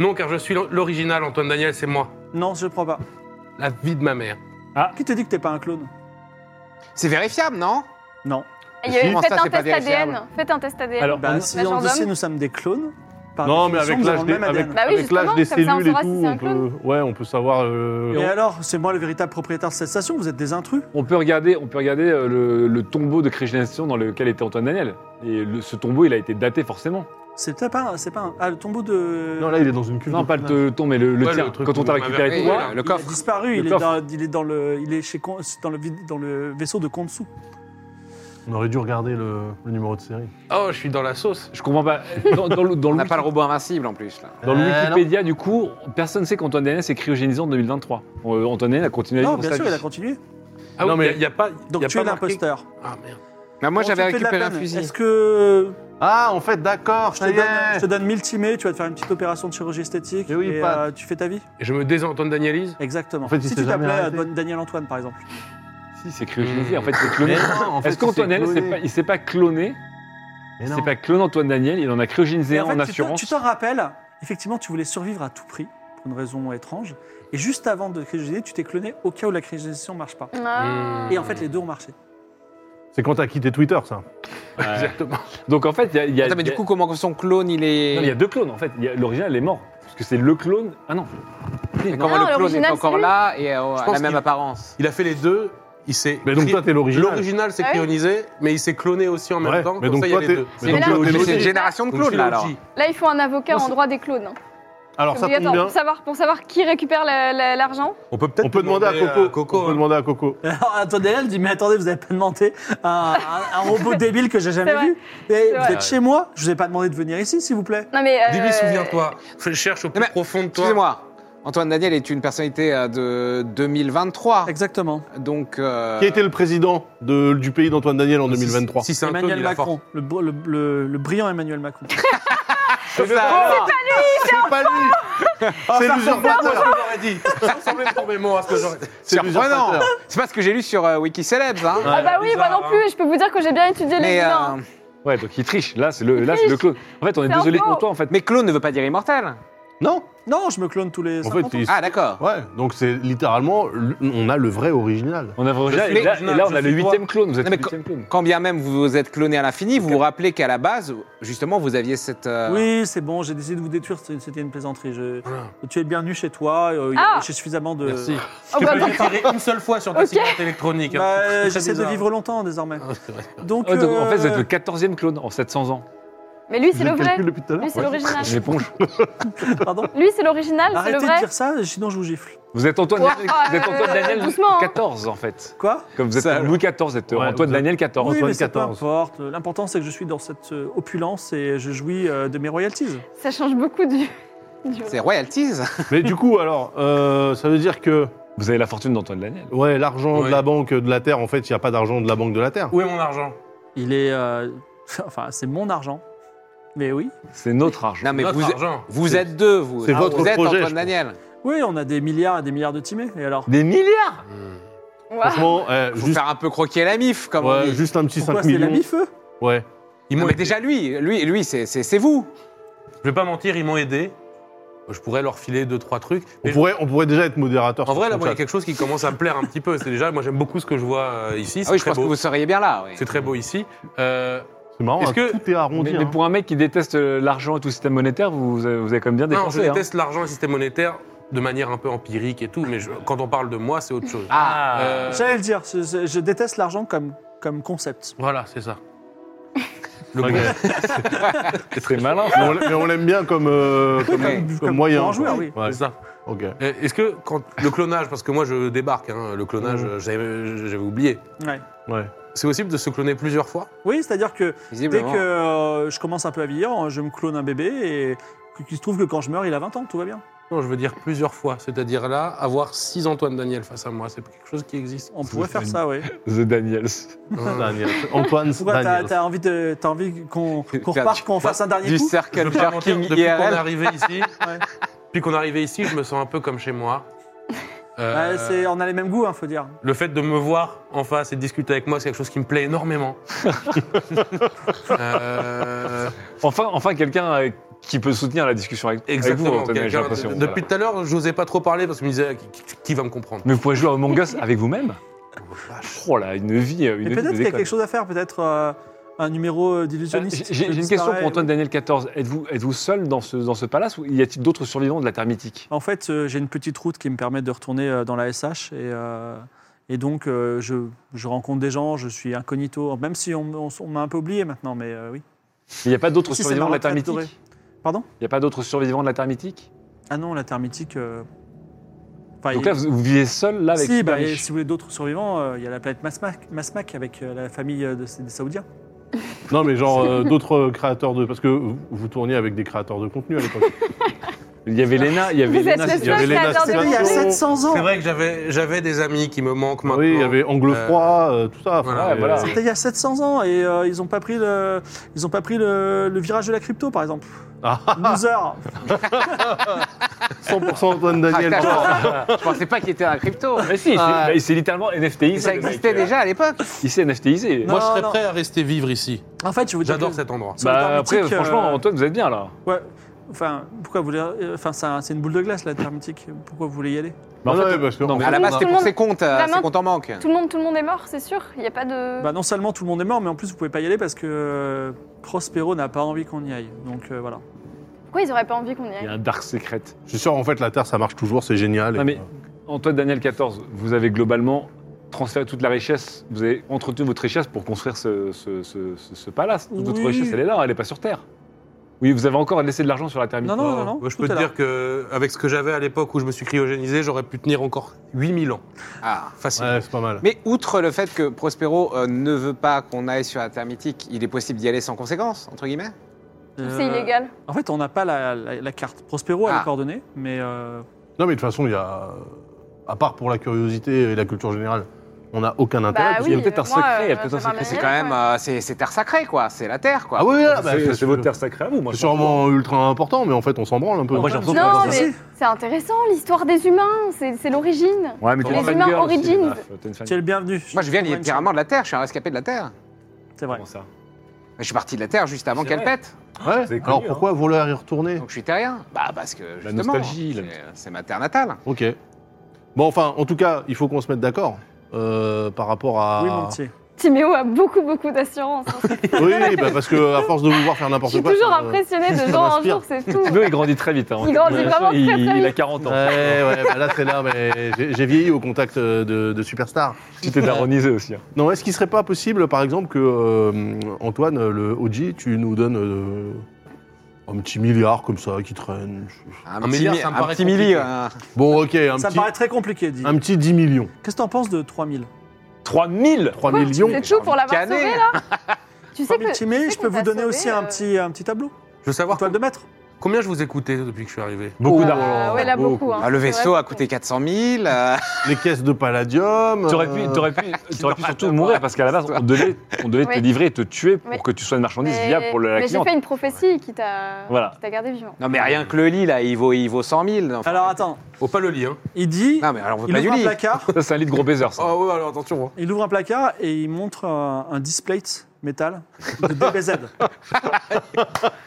Speaker 5: Non, car je suis l'original, Antoine Daniel, c'est moi.
Speaker 4: Non je crois pas.
Speaker 5: La vie de ma mère.
Speaker 4: Qui te dit que t'es pas un clone
Speaker 6: C'est vérifiable, non
Speaker 4: Non.
Speaker 1: Il y a eu-
Speaker 6: Comment
Speaker 1: Faites
Speaker 6: ça,
Speaker 1: un
Speaker 6: c'est pas
Speaker 1: test ADN.
Speaker 6: vérifiable
Speaker 1: Faites un test ADN.
Speaker 3: Alors,
Speaker 4: Bah,
Speaker 3: on-
Speaker 4: si
Speaker 1: Ah, la
Speaker 4: en
Speaker 1: gendarme-
Speaker 4: DC, nous sommes des clones. Par
Speaker 2: Non, mais
Speaker 4: définition,
Speaker 2: avec
Speaker 4: nous
Speaker 2: l'âge
Speaker 4: avons le
Speaker 2: des,
Speaker 4: même
Speaker 2: avec,
Speaker 4: ADN.
Speaker 1: Bah oui,
Speaker 2: avec l'âge
Speaker 1: justement, comme
Speaker 2: des
Speaker 1: ça, on
Speaker 2: cellules et
Speaker 1: saura si
Speaker 2: tout,
Speaker 1: c'est un
Speaker 2: on peut, ouais, on peut savoir. euh,
Speaker 4: Et alors, c'est moi le véritable propriétaire de cette station, vous êtes des intrus
Speaker 3: on peut regarder, on peut regarder euh, le, le tombeau de Krishnastion dans lequel était Antoine Daniel. Et le- ce tombeau, il a été daté forcément.
Speaker 4: C'est peut-être pas, un- c'est pas un... Ah, le tombeau de...
Speaker 2: Non, là, il est dans une cuve.
Speaker 3: Non,
Speaker 2: de-
Speaker 3: pas le tombeau, mais le, le
Speaker 5: Ouais,
Speaker 3: tien.
Speaker 5: le truc
Speaker 3: Quand on
Speaker 5: qu'on
Speaker 3: t'a
Speaker 5: avait
Speaker 3: récupéré,
Speaker 5: appris,
Speaker 3: Bah, toi,
Speaker 5: là.
Speaker 6: le
Speaker 4: il a
Speaker 6: coffre.
Speaker 4: disparu,
Speaker 3: Le
Speaker 4: il est,
Speaker 3: coffre.
Speaker 4: dans, il est dans le, il est chez, Con- dans le, vid- dans le vaisseau de Konsu.
Speaker 2: On aurait dû regarder le, le numéro de série.
Speaker 5: Oh, je suis dans la sauce.
Speaker 3: je comprends pas. Dans, dans le, dans
Speaker 6: On
Speaker 3: le
Speaker 6: n'a
Speaker 3: wiki-
Speaker 6: pas le robot invincible en plus là.
Speaker 3: dans le
Speaker 2: Euh,
Speaker 3: Wikipédia, du coup, personne ne sait qu'Antoine Daniel s'est cryogénisé en 2023. Euh, Antoine Daniel a continué à
Speaker 4: Non,
Speaker 3: vivre
Speaker 4: bien
Speaker 3: sa
Speaker 4: sûr,
Speaker 3: vie.
Speaker 4: il a continué.
Speaker 5: Ah
Speaker 2: Non,
Speaker 5: oui,
Speaker 2: mais-
Speaker 5: il n'y a, pas. y
Speaker 4: Donc
Speaker 5: a
Speaker 4: tu
Speaker 5: pas
Speaker 4: es
Speaker 5: marqué-
Speaker 4: l'imposteur.
Speaker 5: Ah merde.
Speaker 6: Bah, moi
Speaker 4: On
Speaker 6: j'avais
Speaker 4: te fait de la
Speaker 6: récupéré un
Speaker 4: peine.
Speaker 6: fusil.
Speaker 4: Est-ce que euh,
Speaker 2: Ah, en fait, d'accord,
Speaker 4: je
Speaker 2: je
Speaker 4: te,
Speaker 2: t'ai
Speaker 4: donne, je te donne 1000 timés, tu vas te faire une petite opération de chirurgie esthétique
Speaker 2: Eh oui,
Speaker 4: et
Speaker 2: Pat.
Speaker 4: euh, tu fais ta vie
Speaker 5: Je me désentonne Danielise.
Speaker 4: Exactement.
Speaker 2: En fait, il
Speaker 4: si
Speaker 2: s'est
Speaker 4: tu
Speaker 2: jamais
Speaker 4: t'appelais euh,
Speaker 2: arrêté.
Speaker 4: Daniel Antoine, par exemple.
Speaker 3: Si, c'est cryogénisé. En fait, c'est cloné.
Speaker 2: Mais non, en fait,
Speaker 3: Est-ce qu'Antoine Daniel, s'est pas- il s'est pas cloné C'est pas clone Antoine Daniel, il en a cryogénisé
Speaker 4: Et en
Speaker 3: un
Speaker 4: fait,
Speaker 3: en
Speaker 4: tu te-
Speaker 3: assurance.
Speaker 4: Tu t'en rappelles, effectivement, tu voulais survivre à tout prix, pour une raison étrange. Et juste avant de cryogéniser, tu t'es cloné au cas où la cryogénisation ne marche pas.
Speaker 1: Ah.
Speaker 5: Hmm.
Speaker 4: Et en fait, les deux ont marché.
Speaker 2: C'est quand t'as quitté Twitter, ça.
Speaker 3: Ouais.
Speaker 5: Exactement.
Speaker 3: Donc en fait, il y a, il y a-
Speaker 6: Attends, mais
Speaker 3: il y
Speaker 6: du
Speaker 3: a-
Speaker 6: coup, comment son clone il est.
Speaker 3: non, mais il y a deux clones en fait. Il y a- L'original, il est mort. Parce que c'est le clone. Ah non.
Speaker 6: Mais comment
Speaker 1: Non,
Speaker 6: le clone est
Speaker 1: l'original,
Speaker 6: encore
Speaker 1: c'est lui.
Speaker 6: là et euh,
Speaker 5: Je
Speaker 6: a
Speaker 5: pense
Speaker 6: la même
Speaker 5: qu'il-
Speaker 6: apparence
Speaker 5: Il a fait les deux. Il s'est.
Speaker 2: Mais donc, toi, t'es l'original.
Speaker 5: L'original s'est
Speaker 1: Ah oui.
Speaker 5: cryonisé, mais il s'est cloné aussi en même
Speaker 2: Ouais,
Speaker 5: temps.
Speaker 2: mais
Speaker 5: comme
Speaker 2: donc
Speaker 5: ça, il y a
Speaker 2: toi,
Speaker 5: les
Speaker 2: t'es-
Speaker 5: deux.
Speaker 2: mais
Speaker 1: Mais
Speaker 2: donc
Speaker 1: là,
Speaker 2: toi, t'es
Speaker 6: Mais
Speaker 2: l'original.
Speaker 6: c'est une génération de
Speaker 5: Donc, je
Speaker 6: clones
Speaker 5: suis
Speaker 6: là
Speaker 5: le
Speaker 6: alors.
Speaker 5: OG.
Speaker 1: Là, il faut un avocat
Speaker 2: Non,
Speaker 1: en
Speaker 2: c'est-
Speaker 1: droit des clones. hein.
Speaker 2: Alors, ça tombe
Speaker 1: Obligatoire.
Speaker 2: bien.
Speaker 1: Pour savoir, pour savoir qui récupère la- la- l'argent.
Speaker 5: On peut peut-être
Speaker 2: On peut demander à Coco. on peut
Speaker 5: hein.
Speaker 2: demander à Coco.
Speaker 4: Alors, Antoine Daniel dit Mais attendez, vous n'avez pas demandé à un, à un robot débile que j'ai jamais
Speaker 1: vrai.
Speaker 4: vu. Et vous
Speaker 1: vrai.
Speaker 4: êtes chez moi, je vous ai pas demandé de venir ici, s'il vous plaît.
Speaker 1: Non mais. euh,
Speaker 5: Débile, souviens-toi. Je cherche au plus
Speaker 6: Non, mais-
Speaker 5: profond de toi.
Speaker 6: Excusez-moi. Antoine Daniel est une personnalité euh, de 2023.
Speaker 4: Exactement.
Speaker 6: Donc. euh,
Speaker 2: Qui a été le président de- du pays d'Antoine Daniel en
Speaker 5: Si-
Speaker 2: 2023
Speaker 5: Si c'est un clone,
Speaker 4: Emmanuel
Speaker 5: il a fort.
Speaker 4: Macron, le, br- le- le- le brillant Emmanuel Macron.
Speaker 6: c'est ça.
Speaker 2: C'est pas lui C'est l'usurpateur
Speaker 5: j'aurais dit. Ça ressemblait formellement à ce que j'aurais dit.
Speaker 2: C'est
Speaker 6: Surprenant.
Speaker 2: l'usurpateur
Speaker 6: C'est pas ce que j'ai lu sur euh, Wikicelebs. Hein.
Speaker 1: Ah bah oui,
Speaker 5: bizarre,
Speaker 1: moi non plus. Je peux vous dire que j'ai bien étudié les
Speaker 6: Mais,
Speaker 1: humains.
Speaker 6: euh,
Speaker 3: Ouais, donc il triche. Là, c'est le, là, c'est le clone. En fait, on est
Speaker 1: C'est
Speaker 3: désolé
Speaker 1: un faux.
Speaker 3: pour toi en fait.
Speaker 6: mais clone ne veut pas dire immortel.
Speaker 2: Non
Speaker 4: Non, je me clone tous les.
Speaker 2: En
Speaker 4: 50
Speaker 2: fait,
Speaker 4: ans.
Speaker 2: il-
Speaker 6: Ah d'accord.
Speaker 2: ouais, donc c'est littéralement, l- on a le vrai original.
Speaker 3: On a déjà,
Speaker 5: suis
Speaker 3: et, là, et là, on a
Speaker 5: je suis
Speaker 3: le huitième clone. Vous êtes
Speaker 6: Non,
Speaker 3: le
Speaker 6: mais
Speaker 3: huitième clone.
Speaker 6: Quand bien même vous êtes cloné à l'infini, vous vous rappelez qu'à la base, justement, vous aviez cette. euh,
Speaker 4: Oui, c'est bon, j'ai décidé de vous détruire, c'est- c'était une plaisanterie. Je- Tu es le bienvenu chez toi, euh, il y a-
Speaker 1: Ah
Speaker 4: j'ai suffisamment de.
Speaker 5: Ah. Merci.
Speaker 1: Oh,
Speaker 5: Je
Speaker 1: bah,
Speaker 5: peux
Speaker 1: d'accord.
Speaker 5: le tirer une seule fois sur ta
Speaker 1: Ok.
Speaker 5: cigarette électronique. hein.
Speaker 4: Bah, euh,
Speaker 5: C'est très
Speaker 4: J'essaie de
Speaker 5: bizarre.
Speaker 4: vivre longtemps désormais.
Speaker 5: Ah, c'est vrai.
Speaker 4: Donc,
Speaker 3: Ouais, donc, en fait, vous
Speaker 4: euh,
Speaker 3: êtes le quatorzième clone Oh, en 700 ans.
Speaker 1: Mais lui,
Speaker 2: J'ai
Speaker 1: c'est le vrai.
Speaker 2: calcul depuis tout à l'heure.
Speaker 1: Lui, c'est l'original.
Speaker 3: Une éponge.
Speaker 4: pardon.
Speaker 1: Lui, c'est l'original, Ah, c'est le
Speaker 4: Arrêtez de
Speaker 1: vrai.
Speaker 4: dire ça, sinon je vous gifle.
Speaker 3: Vous êtes Antoine,
Speaker 1: Ouais,
Speaker 3: Daniel, vous êtes Antoine
Speaker 1: euh,
Speaker 3: Daniel
Speaker 1: doucement, hein.
Speaker 3: 14 en fait.
Speaker 4: Quoi
Speaker 3: Comme vous êtes
Speaker 6: Ça,
Speaker 3: Louis XIV, vous êtes euh,
Speaker 2: Ouais,
Speaker 3: Antoine
Speaker 2: vous êtes-
Speaker 3: Daniel 14.
Speaker 4: Oui,
Speaker 2: Antoine
Speaker 4: mais c'est peu
Speaker 2: 14.
Speaker 4: importe. L'important, c'est que je suis dans cette euh, opulence et je jouis euh, de mes royalties.
Speaker 1: Ça change beaucoup du. du-
Speaker 6: C'est royalties.
Speaker 2: Mais du coup, alors, euh, ça veut dire que
Speaker 3: Vous avez la fortune d'Antoine Daniel.
Speaker 2: ouais, l'argent
Speaker 5: Ouais.
Speaker 2: de la banque de la Terre, en fait, il n'y a pas d'argent de la banque de la Terre.
Speaker 5: Où est mon argent
Speaker 4: Il est. euh, Enfin, c'est mon argent. Mais oui.
Speaker 3: C'est notre argent.
Speaker 6: Non Ah, mais
Speaker 5: Notre
Speaker 6: vous,
Speaker 5: argent.
Speaker 6: vous êtes deux. Vous, Ah,
Speaker 2: c'est votre
Speaker 6: vous êtes
Speaker 2: projet, je
Speaker 6: Antoine
Speaker 2: pense.
Speaker 6: Daniel.
Speaker 4: Oui, on a des milliards et des milliards de timés. Et alors
Speaker 3: Des milliards
Speaker 1: Waouh.
Speaker 2: Franchement, euh,
Speaker 6: Vous
Speaker 2: juste,
Speaker 6: faire un peu croquer la mif, comme
Speaker 2: ouais,
Speaker 6: on dit.
Speaker 2: juste un petit
Speaker 4: Pourquoi
Speaker 2: 5
Speaker 4: c'est la
Speaker 2: millions.
Speaker 4: mif eux
Speaker 2: Ouais.
Speaker 5: Ils
Speaker 6: Non,
Speaker 5: m'ont
Speaker 6: mais
Speaker 5: aidé.
Speaker 6: déjà lui, lui, lui, c'est- c'est c'est vous.
Speaker 5: Je vais pas mentir, ils m'ont aidé. Je pourrais leur filer deux, trois trucs.
Speaker 2: On
Speaker 5: Mais
Speaker 2: pourrait, on pourrait déjà être modérateur.
Speaker 5: En
Speaker 2: sur
Speaker 5: vrai,
Speaker 2: son
Speaker 5: là, moi, il y a
Speaker 2: chat.
Speaker 5: quelque chose qui commence à me plaire un petit peu. C'est déjà, moi, j'aime beaucoup ce que je vois euh, ici.
Speaker 6: Ah
Speaker 5: C'est
Speaker 6: oui, je
Speaker 5: très
Speaker 6: pense que
Speaker 5: beau.
Speaker 6: vous seriez bien là. oui.
Speaker 5: C'est très beau ici. Euh,
Speaker 2: C'est marrant,
Speaker 5: Est-ce
Speaker 2: hein,
Speaker 5: que-
Speaker 2: tout est arrondi.
Speaker 3: Mais, mais
Speaker 2: hein.
Speaker 3: pour un mec qui déteste euh, l'argent et tout le système monétaire, vous, vous avez vous avez quand même bien
Speaker 5: non, je
Speaker 3: dépensé. hein.
Speaker 5: déteste l'argent et le système monétaire de manière un peu empirique et tout, mais je- quand on parle de moi, c'est autre chose.
Speaker 6: Ah.
Speaker 5: Euh,
Speaker 4: J'allais le dire, je, je- je déteste l'argent comme, comme concept.
Speaker 5: voilà, c'est ça. Le
Speaker 2: Ok.
Speaker 5: bon-
Speaker 3: C'est très malin.
Speaker 2: Mais on l'a- mais on l'aime bien comme, euh, comme,
Speaker 6: comme-
Speaker 2: comme
Speaker 4: comme
Speaker 2: moyen.
Speaker 4: pour en jouer,
Speaker 2: quoi.
Speaker 4: oui.
Speaker 2: Ouais,
Speaker 5: c'est ça.
Speaker 2: ok.
Speaker 5: Euh, Est-ce que quand le clonage, parce que moi je débarque, hein, le clonage,
Speaker 2: Mhm.
Speaker 6: Mm.
Speaker 5: euh, j'avais j'avais oublié.
Speaker 4: Ouais.
Speaker 2: Ouais.
Speaker 5: C'est possible de se cloner plusieurs fois
Speaker 4: Oui, c'est-à-dire que Dès
Speaker 6: Visiblement.
Speaker 4: que euh, je commence un peu à vieillir, je me clone un bébé et qu'il se trouve que quand je meurs, il a 20 ans, tout va bien.
Speaker 5: Non, je veux dire plusieurs fois. C'est-à-dire là, avoir six Antoine Daniel face à moi, c'est quelque chose qui existe.
Speaker 4: On pourrait faire ça, oui.
Speaker 3: The Daniels.
Speaker 4: Bah,
Speaker 5: Euh,
Speaker 2: Daniel. Antoine
Speaker 4: Pourquoi t'as,
Speaker 2: Daniel.
Speaker 4: t'as envie, de, t'as envie qu'on, qu'on
Speaker 6: Faire
Speaker 4: reparte,
Speaker 6: du-
Speaker 4: qu'on fasse un dernier
Speaker 6: Du
Speaker 4: coup
Speaker 5: je
Speaker 6: circle
Speaker 5: veux pas mentir,
Speaker 6: jerking
Speaker 5: depuis qu'on est
Speaker 6: IRL.
Speaker 5: arrivé ici, depuis qu'on est arrivé ici, je me sens un peu comme chez moi. Euh,
Speaker 4: Ouais, c'est, On a les mêmes goûts, hein, faut dire.
Speaker 5: Le fait de me voir en face et de discuter avec moi, c'est quelque chose qui me plaît énormément. Euh,
Speaker 3: Enfin, enfin quelqu'un euh, qui peut soutenir la discussion avec, avec vous,
Speaker 5: exactement.
Speaker 3: Antoine Daniel, j'ai
Speaker 5: quelqu'un-
Speaker 3: l'impression.
Speaker 5: depuis tout à l'heure, je n'osais pas trop parler parce que je me disais qui, qui- qui va me comprendre.
Speaker 3: Mais vous pouvez jouer à Among Us avec vous-même Oh là, une vie, une
Speaker 4: Mais
Speaker 3: vie
Speaker 4: peut-être qu'il y
Speaker 3: de
Speaker 4: a
Speaker 3: déconne.
Speaker 4: quelque chose à faire, peut-être euh, un numéro
Speaker 3: Euh,
Speaker 4: d'illusionniste.
Speaker 3: J'ai j'ai une question pour Antoine Daniel 14. Êtes-vous êtes seul dans ce, dans ce palace ou y a-t-il d'autres survivants de la termitique
Speaker 4: En fait, euh, j'ai une petite route qui me permet de retourner euh, dans la SH et, euh, et donc euh, je, je rencontre des gens, je suis incognito, même si on, on- on m'a un peu oublié maintenant, mais euh, oui.
Speaker 3: Il n'y a pas d'autres
Speaker 4: Si, c'est
Speaker 3: survivants de
Speaker 4: Marat
Speaker 3: la
Speaker 4: qui a adoré.
Speaker 3: termitique
Speaker 4: Pardon
Speaker 3: Il n'y a pas d'autres survivants de la termitique
Speaker 4: Ah non, la termitique. euh, enfin,
Speaker 3: Donc
Speaker 4: Ah, il-
Speaker 3: là, vous, vous vivez seul là avec
Speaker 4: si, bah, et
Speaker 3: Supermiche.
Speaker 4: si vous voulez d'autres survivants, euh, il y a la planète Masmak, Masmak avec euh, la famille euh, de, ces- des Saoudiens.
Speaker 2: Non, mais genre euh, d'autres créateurs de. Parce que vous vous tourniez avec des créateurs de contenu à l'époque.
Speaker 3: Il y avait Léna, il y avait
Speaker 1: Vous êtes
Speaker 3: Léna.
Speaker 1: le
Speaker 2: il y avait
Speaker 1: seul
Speaker 2: Léna
Speaker 1: créateur de
Speaker 2: Stéphane.
Speaker 4: il y a
Speaker 1: contenu.
Speaker 4: 700 ans
Speaker 5: C'est vrai que j'avais j'avais des amis qui me manquent maintenant.
Speaker 2: oui, il y avait Anglefroid, euh, tout ça.
Speaker 5: voilà,
Speaker 2: Enfin,
Speaker 3: voilà.
Speaker 2: euh,
Speaker 4: C'était il y a 700 ans et euh, ils n'ont pas pris, le, ils ont pas pris le, le virage de la crypto, par exemple.
Speaker 2: Ah,
Speaker 4: Loser
Speaker 2: 100% Antoine Daniel.
Speaker 6: Ah, je je pensais pas qu'il était dans la crypto.
Speaker 3: Mais si, c'est-
Speaker 6: Ah.
Speaker 3: bah, c'est littéralement NFTisé.
Speaker 6: Ça
Speaker 3: le mec.
Speaker 6: existait déjà à l'époque.
Speaker 3: Il s'est NFTisé.
Speaker 4: Non,
Speaker 5: Moi, je serais
Speaker 4: non.
Speaker 5: prêt à rester vivre ici.
Speaker 4: En fait, je vous dis
Speaker 5: J'adore
Speaker 4: que-
Speaker 5: cet endroit.
Speaker 4: sur la
Speaker 3: Bah, après,
Speaker 4: termitique, euh,
Speaker 3: franchement, Antoine, vous êtes bien là.
Speaker 4: Ouais. Enfin, pourquoi vous voulez. euh, Enfin, c'est un- c'est une boule de glace, la termitique. Pourquoi vous voulez y aller
Speaker 3: Mais en
Speaker 2: Non,
Speaker 3: fait,
Speaker 2: ouais, parce que-
Speaker 3: non, mais-
Speaker 6: À la
Speaker 1: Vraiment,
Speaker 6: base, c'était
Speaker 1: tout le
Speaker 6: pour
Speaker 1: monde-
Speaker 6: ses comptes. euh,
Speaker 1: Vraiment.
Speaker 6: Ses comptes en banque.
Speaker 1: Tout le monde, tout le monde est mort, c'est sûr. Il n'y a pas de.
Speaker 4: Bah, non seulement tout le monde est mort, mais en plus, vous pouvez pas y aller parce que euh, Prospero n'a pas envie qu'on y aille. Donc euh, voilà.
Speaker 1: Pourquoi ils auraient pas envie qu'on y
Speaker 3: Il y
Speaker 1: aille
Speaker 3: a un dark secret.
Speaker 2: Je suis sûr, en fait, la Terre, ça marche toujours, c'est génial.
Speaker 3: Non, mais Antoine Daniel 14, vous avez globalement transféré toute la richesse, vous avez entretenu votre richesse pour construire ce, ce- ce- ce- ce palace. Toute votre
Speaker 4: Oui.
Speaker 3: richesse, elle est là, hein, elle n'est pas sur Terre. Oui, vous avez encore laissé de l'argent sur la termite.
Speaker 4: Non, non, non, non.
Speaker 5: Moi, bah, je
Speaker 4: tout
Speaker 5: peux
Speaker 4: est
Speaker 5: te
Speaker 4: là.
Speaker 5: dire que avec ce que j'avais à l'époque où je me suis cryogénisé, j'aurais pu tenir encore 8000 ans.
Speaker 6: Ah.
Speaker 5: Facile.
Speaker 2: Ouais, c'est pas mal.
Speaker 6: Mais outre le fait que Prospero euh, ne veut pas qu'on aille sur la termitique, il est possible d'y aller sans conséquence, entre guillemets
Speaker 1: C'est
Speaker 4: Euh,
Speaker 1: illégal.
Speaker 4: En fait, on n'a pas la, la- la carte. Prospero a
Speaker 6: Ah.
Speaker 4: les coordonnées, mais euh,
Speaker 2: Non, mais de toute façon, il y a. À part pour la curiosité et la culture générale, on n'a aucun intérêt.
Speaker 1: Bah
Speaker 2: parce
Speaker 1: oui.
Speaker 2: que-
Speaker 3: y a peut-être un
Speaker 1: euh,
Speaker 3: secret,
Speaker 1: moi,
Speaker 3: il y a
Speaker 1: euh,
Speaker 3: peut-être un
Speaker 1: ça
Speaker 3: secret.
Speaker 6: C'est
Speaker 1: m'amène
Speaker 6: quand
Speaker 1: rien,
Speaker 6: même,
Speaker 1: ouais.
Speaker 6: euh, c'est c'est terre sacrée, quoi. C'est la terre, quoi.
Speaker 2: Ah oui, oui, là, bah,
Speaker 3: C'est c'est
Speaker 2: c'est
Speaker 3: votre terre sacrée à vous, moi.
Speaker 2: c'est
Speaker 3: je pense.
Speaker 2: sûrement ultra important, mais en fait, on s'en branle un peu.
Speaker 4: Moi, j'ai l'impression
Speaker 1: Non,
Speaker 4: dans un
Speaker 1: mais
Speaker 4: souci.
Speaker 1: c'est intéressant, l'histoire des humains, c'est c'est l'origine.
Speaker 3: Ouais, mais t'es
Speaker 1: Les
Speaker 3: une fan
Speaker 1: humains
Speaker 3: girl aussi,
Speaker 1: origines.
Speaker 3: Olaf, t'es une fan
Speaker 4: tu es le bienvenu.
Speaker 6: Moi, je viens
Speaker 4: trouverai
Speaker 6: des
Speaker 4: une
Speaker 6: pyramides de la terre, je suis un rescapé de la terre.
Speaker 4: chambre. C'est vrai.
Speaker 3: Comment ça
Speaker 6: Mais je suis parti de la terre juste avant
Speaker 3: C'est
Speaker 6: qu'elle
Speaker 3: vrai.
Speaker 6: pète.
Speaker 2: Ouais.
Speaker 3: C'est connu,
Speaker 2: Alors
Speaker 3: hein.
Speaker 2: pourquoi vouloir y retourner
Speaker 6: Donc je suis terrien. Bah, parce que justement.
Speaker 3: nostalgie, la-
Speaker 6: c'est- C'est ma terre natale.
Speaker 2: Ok. Bon, enfin, en tout cas, il faut qu'on se mette d'accord euh, par rapport à.
Speaker 4: Oui, mon petit.
Speaker 1: Timéo a beaucoup, beaucoup d'assurance. hein.
Speaker 2: Oui, bah, parce que à force de vous voir faire
Speaker 1: Je
Speaker 2: n'importe
Speaker 1: suis
Speaker 2: quoi.
Speaker 1: toujours
Speaker 2: ça me-
Speaker 1: impressionnée de
Speaker 2: ça
Speaker 1: jour en
Speaker 2: m'inspire.
Speaker 1: jour, c'est tout.
Speaker 3: Thibaut, il grandit très vite. hein.
Speaker 1: Il grandit vraiment très, très
Speaker 3: Il- Il a
Speaker 1: vite.
Speaker 3: 40 ans.
Speaker 2: Ouais, ouais, bah là c'est là, mais j'ai j'ai vieilli au contact euh, de, de Superstar.
Speaker 3: Tu t'es daronisé aussi. hein.
Speaker 2: Non, est-ce qu'il serait pas possible, par exemple, que euh, Antoine, le OG, tu nous donnes euh, un petit milliard comme ça qui traîne
Speaker 6: Un,
Speaker 5: milliard,
Speaker 6: mi-
Speaker 5: ça me
Speaker 6: un
Speaker 5: paraît
Speaker 6: petit milli.
Speaker 5: compliqué.
Speaker 6: hein.
Speaker 2: Bon, ok, un,
Speaker 4: Ça
Speaker 2: petit,
Speaker 4: me paraît très compliqué, dit.
Speaker 2: un petit 10 millions.
Speaker 4: Qu'est-ce que t'en penses de 3000
Speaker 3: 3000
Speaker 2: 3
Speaker 1: Quoi
Speaker 2: millions
Speaker 1: C'est tout pour l'avoir
Speaker 6: Canet.
Speaker 1: sauvé, là Tu sais
Speaker 4: 3000
Speaker 1: que.
Speaker 4: timés,
Speaker 1: sais
Speaker 4: je
Speaker 1: qu'on
Speaker 4: peux vous
Speaker 1: t'a
Speaker 4: donner
Speaker 1: sauvé,
Speaker 4: aussi
Speaker 1: euh,
Speaker 4: un petit, un petit tableau.
Speaker 5: Je veux
Speaker 4: Une
Speaker 5: savoir
Speaker 4: toile de maître.
Speaker 5: combien je vous écoutais depuis que je suis arrivé.
Speaker 3: Beaucoup
Speaker 1: Ah,
Speaker 3: d'argent.
Speaker 1: ouais, là, beaucoup, hein.
Speaker 6: Ah, le
Speaker 1: C'est vrai,
Speaker 6: vaisseau a
Speaker 1: beaucoup.
Speaker 6: coûté 400 000. euh,
Speaker 2: Les caisses de palladium.
Speaker 3: T'aurais
Speaker 2: euh,
Speaker 3: pu, t'aurais pu, t'aurais pu
Speaker 6: t'aurais
Speaker 3: surtout
Speaker 6: pas-
Speaker 3: mourir parce qu'à la base, on devait, on devait te
Speaker 1: Oui.
Speaker 3: livrer et te tuer pour
Speaker 1: Oui.
Speaker 3: que tu sois une marchandise
Speaker 1: Mais-
Speaker 3: viable pour la
Speaker 1: Mais j'ai
Speaker 3: cliente.
Speaker 1: fait une prophétie qui t'a
Speaker 3: Voilà.
Speaker 1: qui t'a gardé vivant.
Speaker 6: Non, mais rien que le lit, là, il vaut, il vaut 100 000. enfin.
Speaker 4: Alors attends,
Speaker 5: Faut pas le lit, hein.
Speaker 4: il dit,
Speaker 6: Non, mais alors, on veut
Speaker 4: il
Speaker 6: pas du
Speaker 4: ouvre un
Speaker 6: lit.
Speaker 4: placard,
Speaker 3: Ça, c'est un lit de gros baiser, ça.
Speaker 5: Oh ouais, alors attention.
Speaker 4: il ouvre un placard et il montre un, un displate métal de DBZ. et il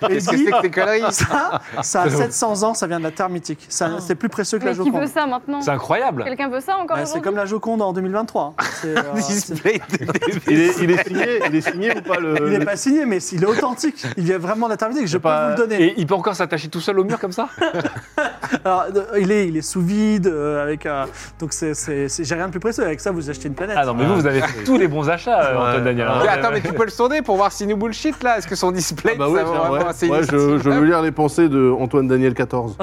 Speaker 6: Qu'est-ce que c'est
Speaker 4: dit,
Speaker 6: que ces conneries
Speaker 4: ça, ça a 700 ans, ça vient de la Terre mythique. Ça- C'est plus précieux que la
Speaker 1: Ah. Mais qui veut
Speaker 4: Joconde.
Speaker 1: ça maintenant
Speaker 3: C'est incroyable.
Speaker 1: Quelqu'un veut ça encore
Speaker 4: Ouais, Bah, c'est comme
Speaker 1: aujourd'hui
Speaker 4: la Joconde en 2023. hein. C'est,
Speaker 6: Ah,
Speaker 4: euh, c'est-
Speaker 6: Display de-
Speaker 2: Il est, il est signé, il est signé ou pas le
Speaker 4: il n'est pas signé, mais il est authentique. Il vient vraiment de la Terre mythique. Je peux
Speaker 2: pas-
Speaker 4: vous le donner.
Speaker 3: Et il peut encore s'attacher tout seul au mur comme ça
Speaker 4: Alors, euh, il est, il est sous vide, euh, avec un- donc c'est, c'est- c'est- j'ai rien de plus précieux. Avec ça, vous achetez une planète.
Speaker 3: Ah non, mais vous, vous avez fait tous les bons achats, euh,
Speaker 2: Ouais.
Speaker 3: Antoine Daniel.
Speaker 2: Ouais.
Speaker 6: Mais
Speaker 3: hein.
Speaker 6: attends, mais tu peux le sonder pour voir si nous bullshit là Est-ce que son display,
Speaker 2: Ah bah
Speaker 6: ça
Speaker 2: oui,
Speaker 6: vaut
Speaker 2: tiens,
Speaker 6: vraiment
Speaker 2: ouais.
Speaker 6: assez
Speaker 2: Ouais, je, je veux lire les pensées de Antoine Daniel 14.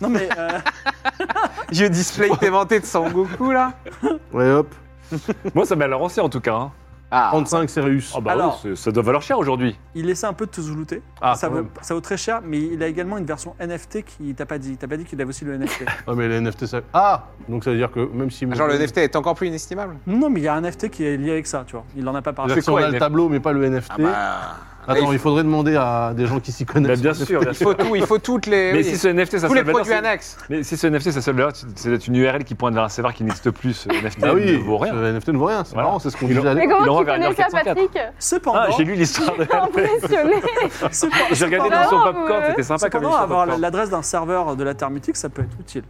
Speaker 4: Non mais euh,
Speaker 6: Vieux display démenté de Son Goku là
Speaker 2: Ouais, hop.
Speaker 3: Moi, ça m'a l'air ancien en tout cas. hein.
Speaker 6: Ah,
Speaker 2: 35, c'est réussi.
Speaker 3: Ah bah
Speaker 4: Alors-
Speaker 3: oui, c'est- ça doit valoir cher aujourd'hui.
Speaker 4: il laissait un peu de tout zoulouter.
Speaker 2: Ah,
Speaker 4: ça,
Speaker 2: quand
Speaker 4: vaut,
Speaker 2: même.
Speaker 4: ça vaut très cher, mais il a également une version NFT qui t'a pas dit. T'as pas dit qu'il avait aussi le NFT.
Speaker 2: Ah, mais les NFT, ça. Ah Donc ça veut dire que même si.
Speaker 6: genre le NFT est encore plus inestimable
Speaker 4: non, mais il y a un NFT qui est lié avec ça, tu vois. Il en a pas parlé.
Speaker 3: C'est
Speaker 2: Si on
Speaker 3: quoi,
Speaker 2: a le
Speaker 3: NFT?
Speaker 2: tableau, mais pas le NFT.
Speaker 6: Ah bah...
Speaker 2: Attends,
Speaker 6: il-
Speaker 2: il faudrait demander à des gens qui s'y
Speaker 3: Bah,
Speaker 2: connaissent.
Speaker 3: bien sûr, bien
Speaker 6: Il
Speaker 3: sûr.
Speaker 6: faut tout, il faut toutes les...
Speaker 3: Mais
Speaker 6: oui,
Speaker 3: si ce NFT, ça
Speaker 6: tous les
Speaker 3: seule valeur,
Speaker 6: produits
Speaker 3: c'est-
Speaker 6: annexes
Speaker 3: mais si ce NFT, ça seule valeur, c'est c'est d'être une URL qui pointe vers un serveur qui n'existe plus. Ce NFT
Speaker 2: Bah oui,
Speaker 3: ne vaut rien.
Speaker 2: Le NFT ne vaut rien, c'est
Speaker 3: Voilà.
Speaker 2: marrant, c'est ce qu'on
Speaker 3: Il
Speaker 2: disait à
Speaker 1: Mais
Speaker 2: l'époque.
Speaker 3: Il
Speaker 1: comment
Speaker 3: envoie
Speaker 1: tu
Speaker 3: vers
Speaker 1: connais ça,
Speaker 3: 404.
Speaker 1: Patrick
Speaker 4: Cependant,
Speaker 3: Ah, j'ai lu l'histoire. de-
Speaker 1: Impressionné
Speaker 4: cependant-
Speaker 3: J'ai regardé
Speaker 4: cependant-
Speaker 3: dans son
Speaker 1: Vraiment,
Speaker 3: popcorn,
Speaker 1: ouais.
Speaker 3: c'était sympa comme
Speaker 4: cependant,
Speaker 3: histoire.
Speaker 4: avoir
Speaker 3: popcorn.
Speaker 4: l'adresse d'un serveur de la Terre mythique, ça peut être utile.